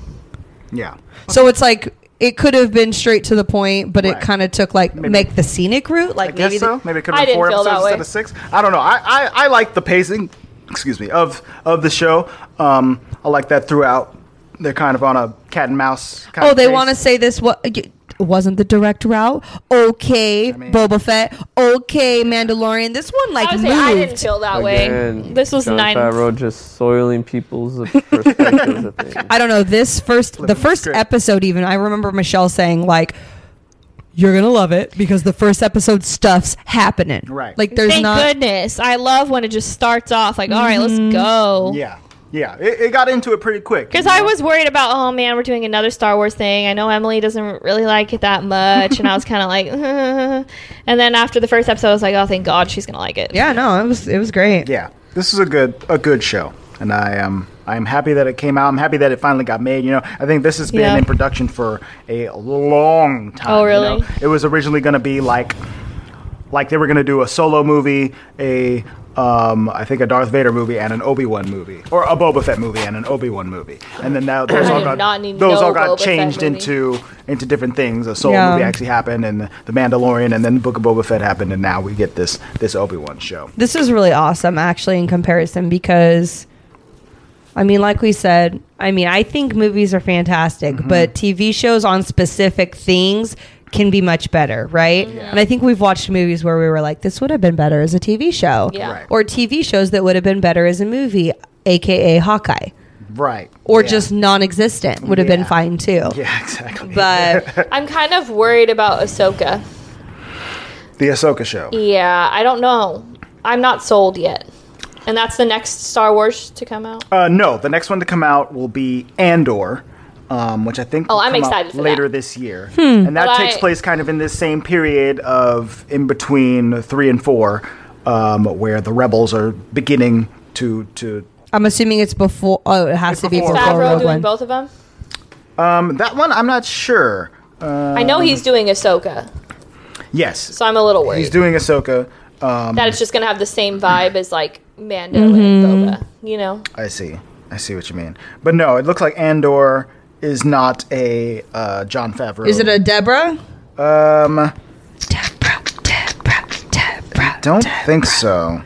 S6: yeah.
S4: So it's like it could have been straight to the point, but it
S6: Right.
S4: kind of took like make the scenic route. Like
S6: I guess
S4: maybe
S6: so.
S4: the,
S6: Maybe it could
S5: I
S6: have been
S5: didn't
S6: four
S5: feel
S6: episodes
S5: that way.
S6: instead of six. I don't know. I, I, I like the pacing. Excuse me of of the show. Um, I like that throughout. They're kind of on a cat and mouse. Kind
S4: oh,
S6: of
S4: they
S6: pace.
S4: want to say this what wasn't the direct route. Okay,
S6: mean-
S4: Boba Fett. Okay, Mandalorian. This one like
S3: I would
S4: moved.
S3: say I didn't feel that way.
S1: Again,
S3: This was
S1: John
S3: nine.
S1: Favreau just soiling people's perspectives. I think.
S4: I don't know. This first, the
S6: Flipping the
S4: first
S6: script.
S4: episode, even I remember Michelle saying like, "You're gonna love it because the first episode stuff's happening."
S6: Right.
S4: Like there's
S3: Thank
S4: not.
S3: goodness. I love when it just starts off like, all right, let's go.
S6: Yeah, yeah. It, it got into it pretty quick.
S3: Because I was worried about, oh man, we're doing another Star Wars thing. I know Emily doesn't really like it that much, and I was kind of like, and then after the first episode, I was like, oh, thank God, she's gonna like it.
S4: Yeah. No. It was. It was great.
S6: Yeah, this is a good a good show, and I am I'm happy that it came out. I'm happy that it finally got made. You know, I think this has been
S3: Yeah.
S6: in production for a long time.
S3: Oh,
S6: you
S3: really?
S6: know? It was originally going to be like like they were going to do a solo movie, a um, I think a Darth Vader movie and an Obi Wan movie, or a Boba Fett movie and an Obi Wan movie, and then now those
S3: I
S6: all
S3: did
S6: got
S3: not need
S6: those
S3: no
S6: all got
S3: Boba Fett
S6: changed
S3: movie.
S6: into into different things. A solo
S4: Yeah.
S6: movie actually happened, and the Mandalorian, and then the Book of Boba Fett happened, and now we get this this Obi Wan show.
S4: This is really awesome, actually, in comparison, because, I mean, like we said, I mean, I think movies are fantastic,
S6: Mm-hmm.
S4: but TV shows on specific things can be much better, right? And I think we've watched movies where we were like, this would have been better as a TV show.
S3: Yeah.
S6: Right.
S4: Or TV shows that would have been better as a movie, AKA Hawkeye,
S6: Right.
S4: or
S6: Yeah.
S4: just non existent would have been
S6: Yeah.
S4: fine too.
S6: Yeah, exactly.
S4: But
S3: I'm kind of worried about Ahsoka.
S6: the Ahsoka show.
S3: Yeah, I don't know. I'm not sold yet, and that's the next Star Wars to come out.
S6: Uh, no, the next one to come out will be Andor, um, which I think
S3: Oh,
S6: will
S3: I'm
S6: come out
S3: excited for that.
S6: later this year,
S4: Hmm.
S6: and that
S3: But
S6: takes
S3: I-
S6: place kind of in this same period of in between three and four, um, where the rebels are beginning to to.
S4: I'm assuming it's before, oh, it has
S6: It's
S4: to be
S6: before
S4: before,
S6: Rogue
S3: Favreau
S4: Rogue
S3: doing
S4: One.
S3: both of them.
S6: Um, that one I'm not sure.
S3: I
S1: Um,
S3: know he's doing Ahsoka,
S6: Yes,
S3: so I'm a little worried
S6: he's doing Ahsoka. Um,
S3: that it's just gonna have the same vibe as like Mando and Boba. You know,
S6: I see. I see what you mean. But no, it looks like Andor is not a uh, John Favreau.
S4: Is it a Deborah?
S6: Um,
S4: Deborah, Deborah, Deborah.
S6: Don't think so.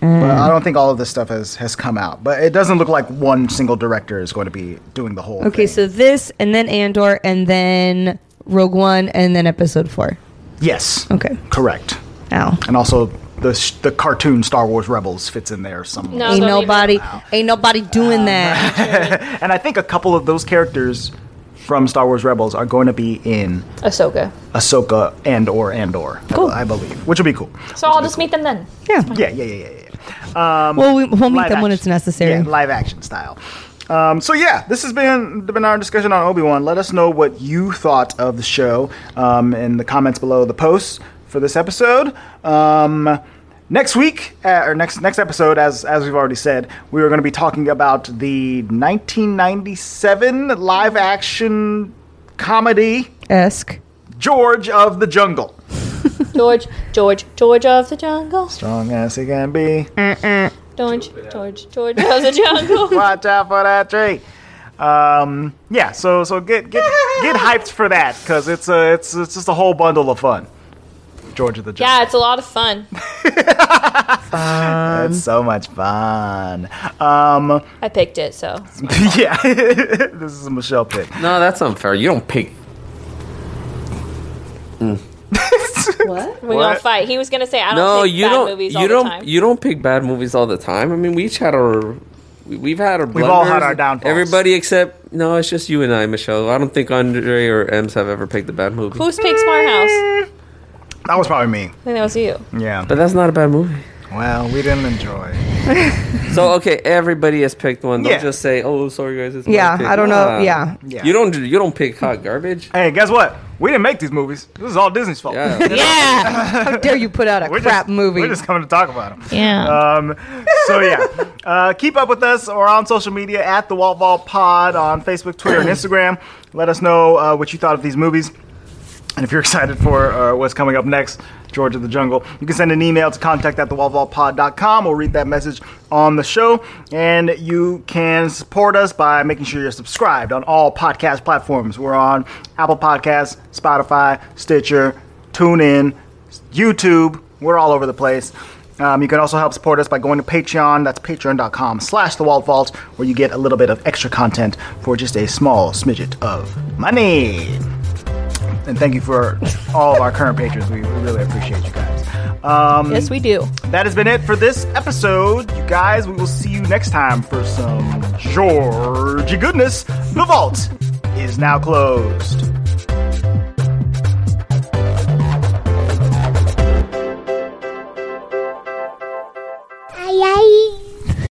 S6: But I don't think all of this stuff has, has come out. But it doesn't look like one single director is going to be doing the whole thing.
S4: Okay, so this and then Andor and then Rogue One and then Episode Four.
S6: Yes.
S4: Okay.
S6: Correct.
S4: Ow.
S6: And also the sh- the cartoon Star Wars Rebels fits in there somewhere.
S3: No.
S4: Ain't
S3: don't even-
S4: nobody, ain't nobody doing
S6: Um,
S4: that.
S6: And I think a couple of those characters from Star Wars Rebels are going to be in
S3: Ahsoka.
S6: Ahsoka and or Andor, cool. I believe, which would be cool.
S3: So I'll just meet them then.
S4: Yeah.
S6: Yeah, yeah, yeah, yeah, yeah.
S4: Well, we, we'll meet
S6: Live
S4: them
S6: action.
S4: when it's necessary.
S6: Yeah, live action style. Um, so yeah, this has been been our discussion on Obi Wan. Let us know what you thought of the show um, in the comments below the post for this episode. Um, next week uh, or next next episode, as as we've already said, we are going to be talking about the 1997 live action comedy
S4: Esque.
S6: George of the Jungle.
S3: George, George, George of the jungle.
S6: Strong as he can be.
S3: George, George, George of the jungle.
S6: Watch out for that tree. Um, yeah, so so get get get hyped for that because it's a it's it's just a whole bundle of fun. Georgia the
S3: Yeah,
S6: Jungle.
S3: it's a lot of fun.
S6: Yeah, it's so much fun. Um,
S3: I picked it, so
S6: yeah, this is a Michelle pick.
S1: No, that's unfair. You don't pick.
S3: we're gonna
S6: What?
S3: fight. He was gonna say, "I don't
S1: No,
S3: pick
S1: you
S3: bad
S1: don't.
S3: movies
S1: You
S3: all the
S1: don't.
S3: time."
S1: You don't pick bad movies all the time. I mean, we each had our. we- We've had our.
S6: all had
S1: blunders.
S6: our downfalls.
S1: Everybody except no, it's just you and I, Michelle. I don't think Andre or Ems have ever picked a bad movie.
S3: Who's picked Smart House? I
S6: That was probably me.
S3: think that was you.
S6: Yeah.
S1: But that's not a bad movie.
S6: Well, we didn't enjoy.
S1: So okay, everybody has picked one. Don't
S6: Yeah.
S1: just say, "Oh, sorry guys, it's my
S4: Yeah,
S1: pick."
S4: I don't know.
S1: Nah.
S4: Yeah.
S6: Yeah.
S1: you don't. You don't pick hot garbage.
S6: Hey, guess what? We didn't make these movies. This is all Disney's fault.
S1: Yeah.
S4: Yeah. How dare you put out a
S6: We're
S4: crap
S6: just,
S4: movie?
S6: We're just coming to talk about them.
S3: Yeah.
S6: Um, so yeah, uh, keep up with us or on social media at the Walt Vault Pod on Facebook, Twitter, and Instagram. Let us know uh, what you thought of these movies. And if you're excited for uh, what's coming up next, George of the Jungle, you can send an email to contact at thewallwallpod.com. We'll read that message on the show. And you can support us by making sure you're subscribed on all podcast platforms. We're on Apple Podcasts, Spotify, Stitcher, TuneIn, YouTube. We're all over the place. Um, you can also help support us by going to Patreon. That's patreon.com slash the Walled Vault, where you get a little bit of extra content for just a small smidget of money and thank you for all of our current patrons. We, we really appreciate you guys. Um,
S3: Yes, we do.
S6: that has been it for this episode, you guys. We will see you next time for some Georgie goodness. The vault is now closed.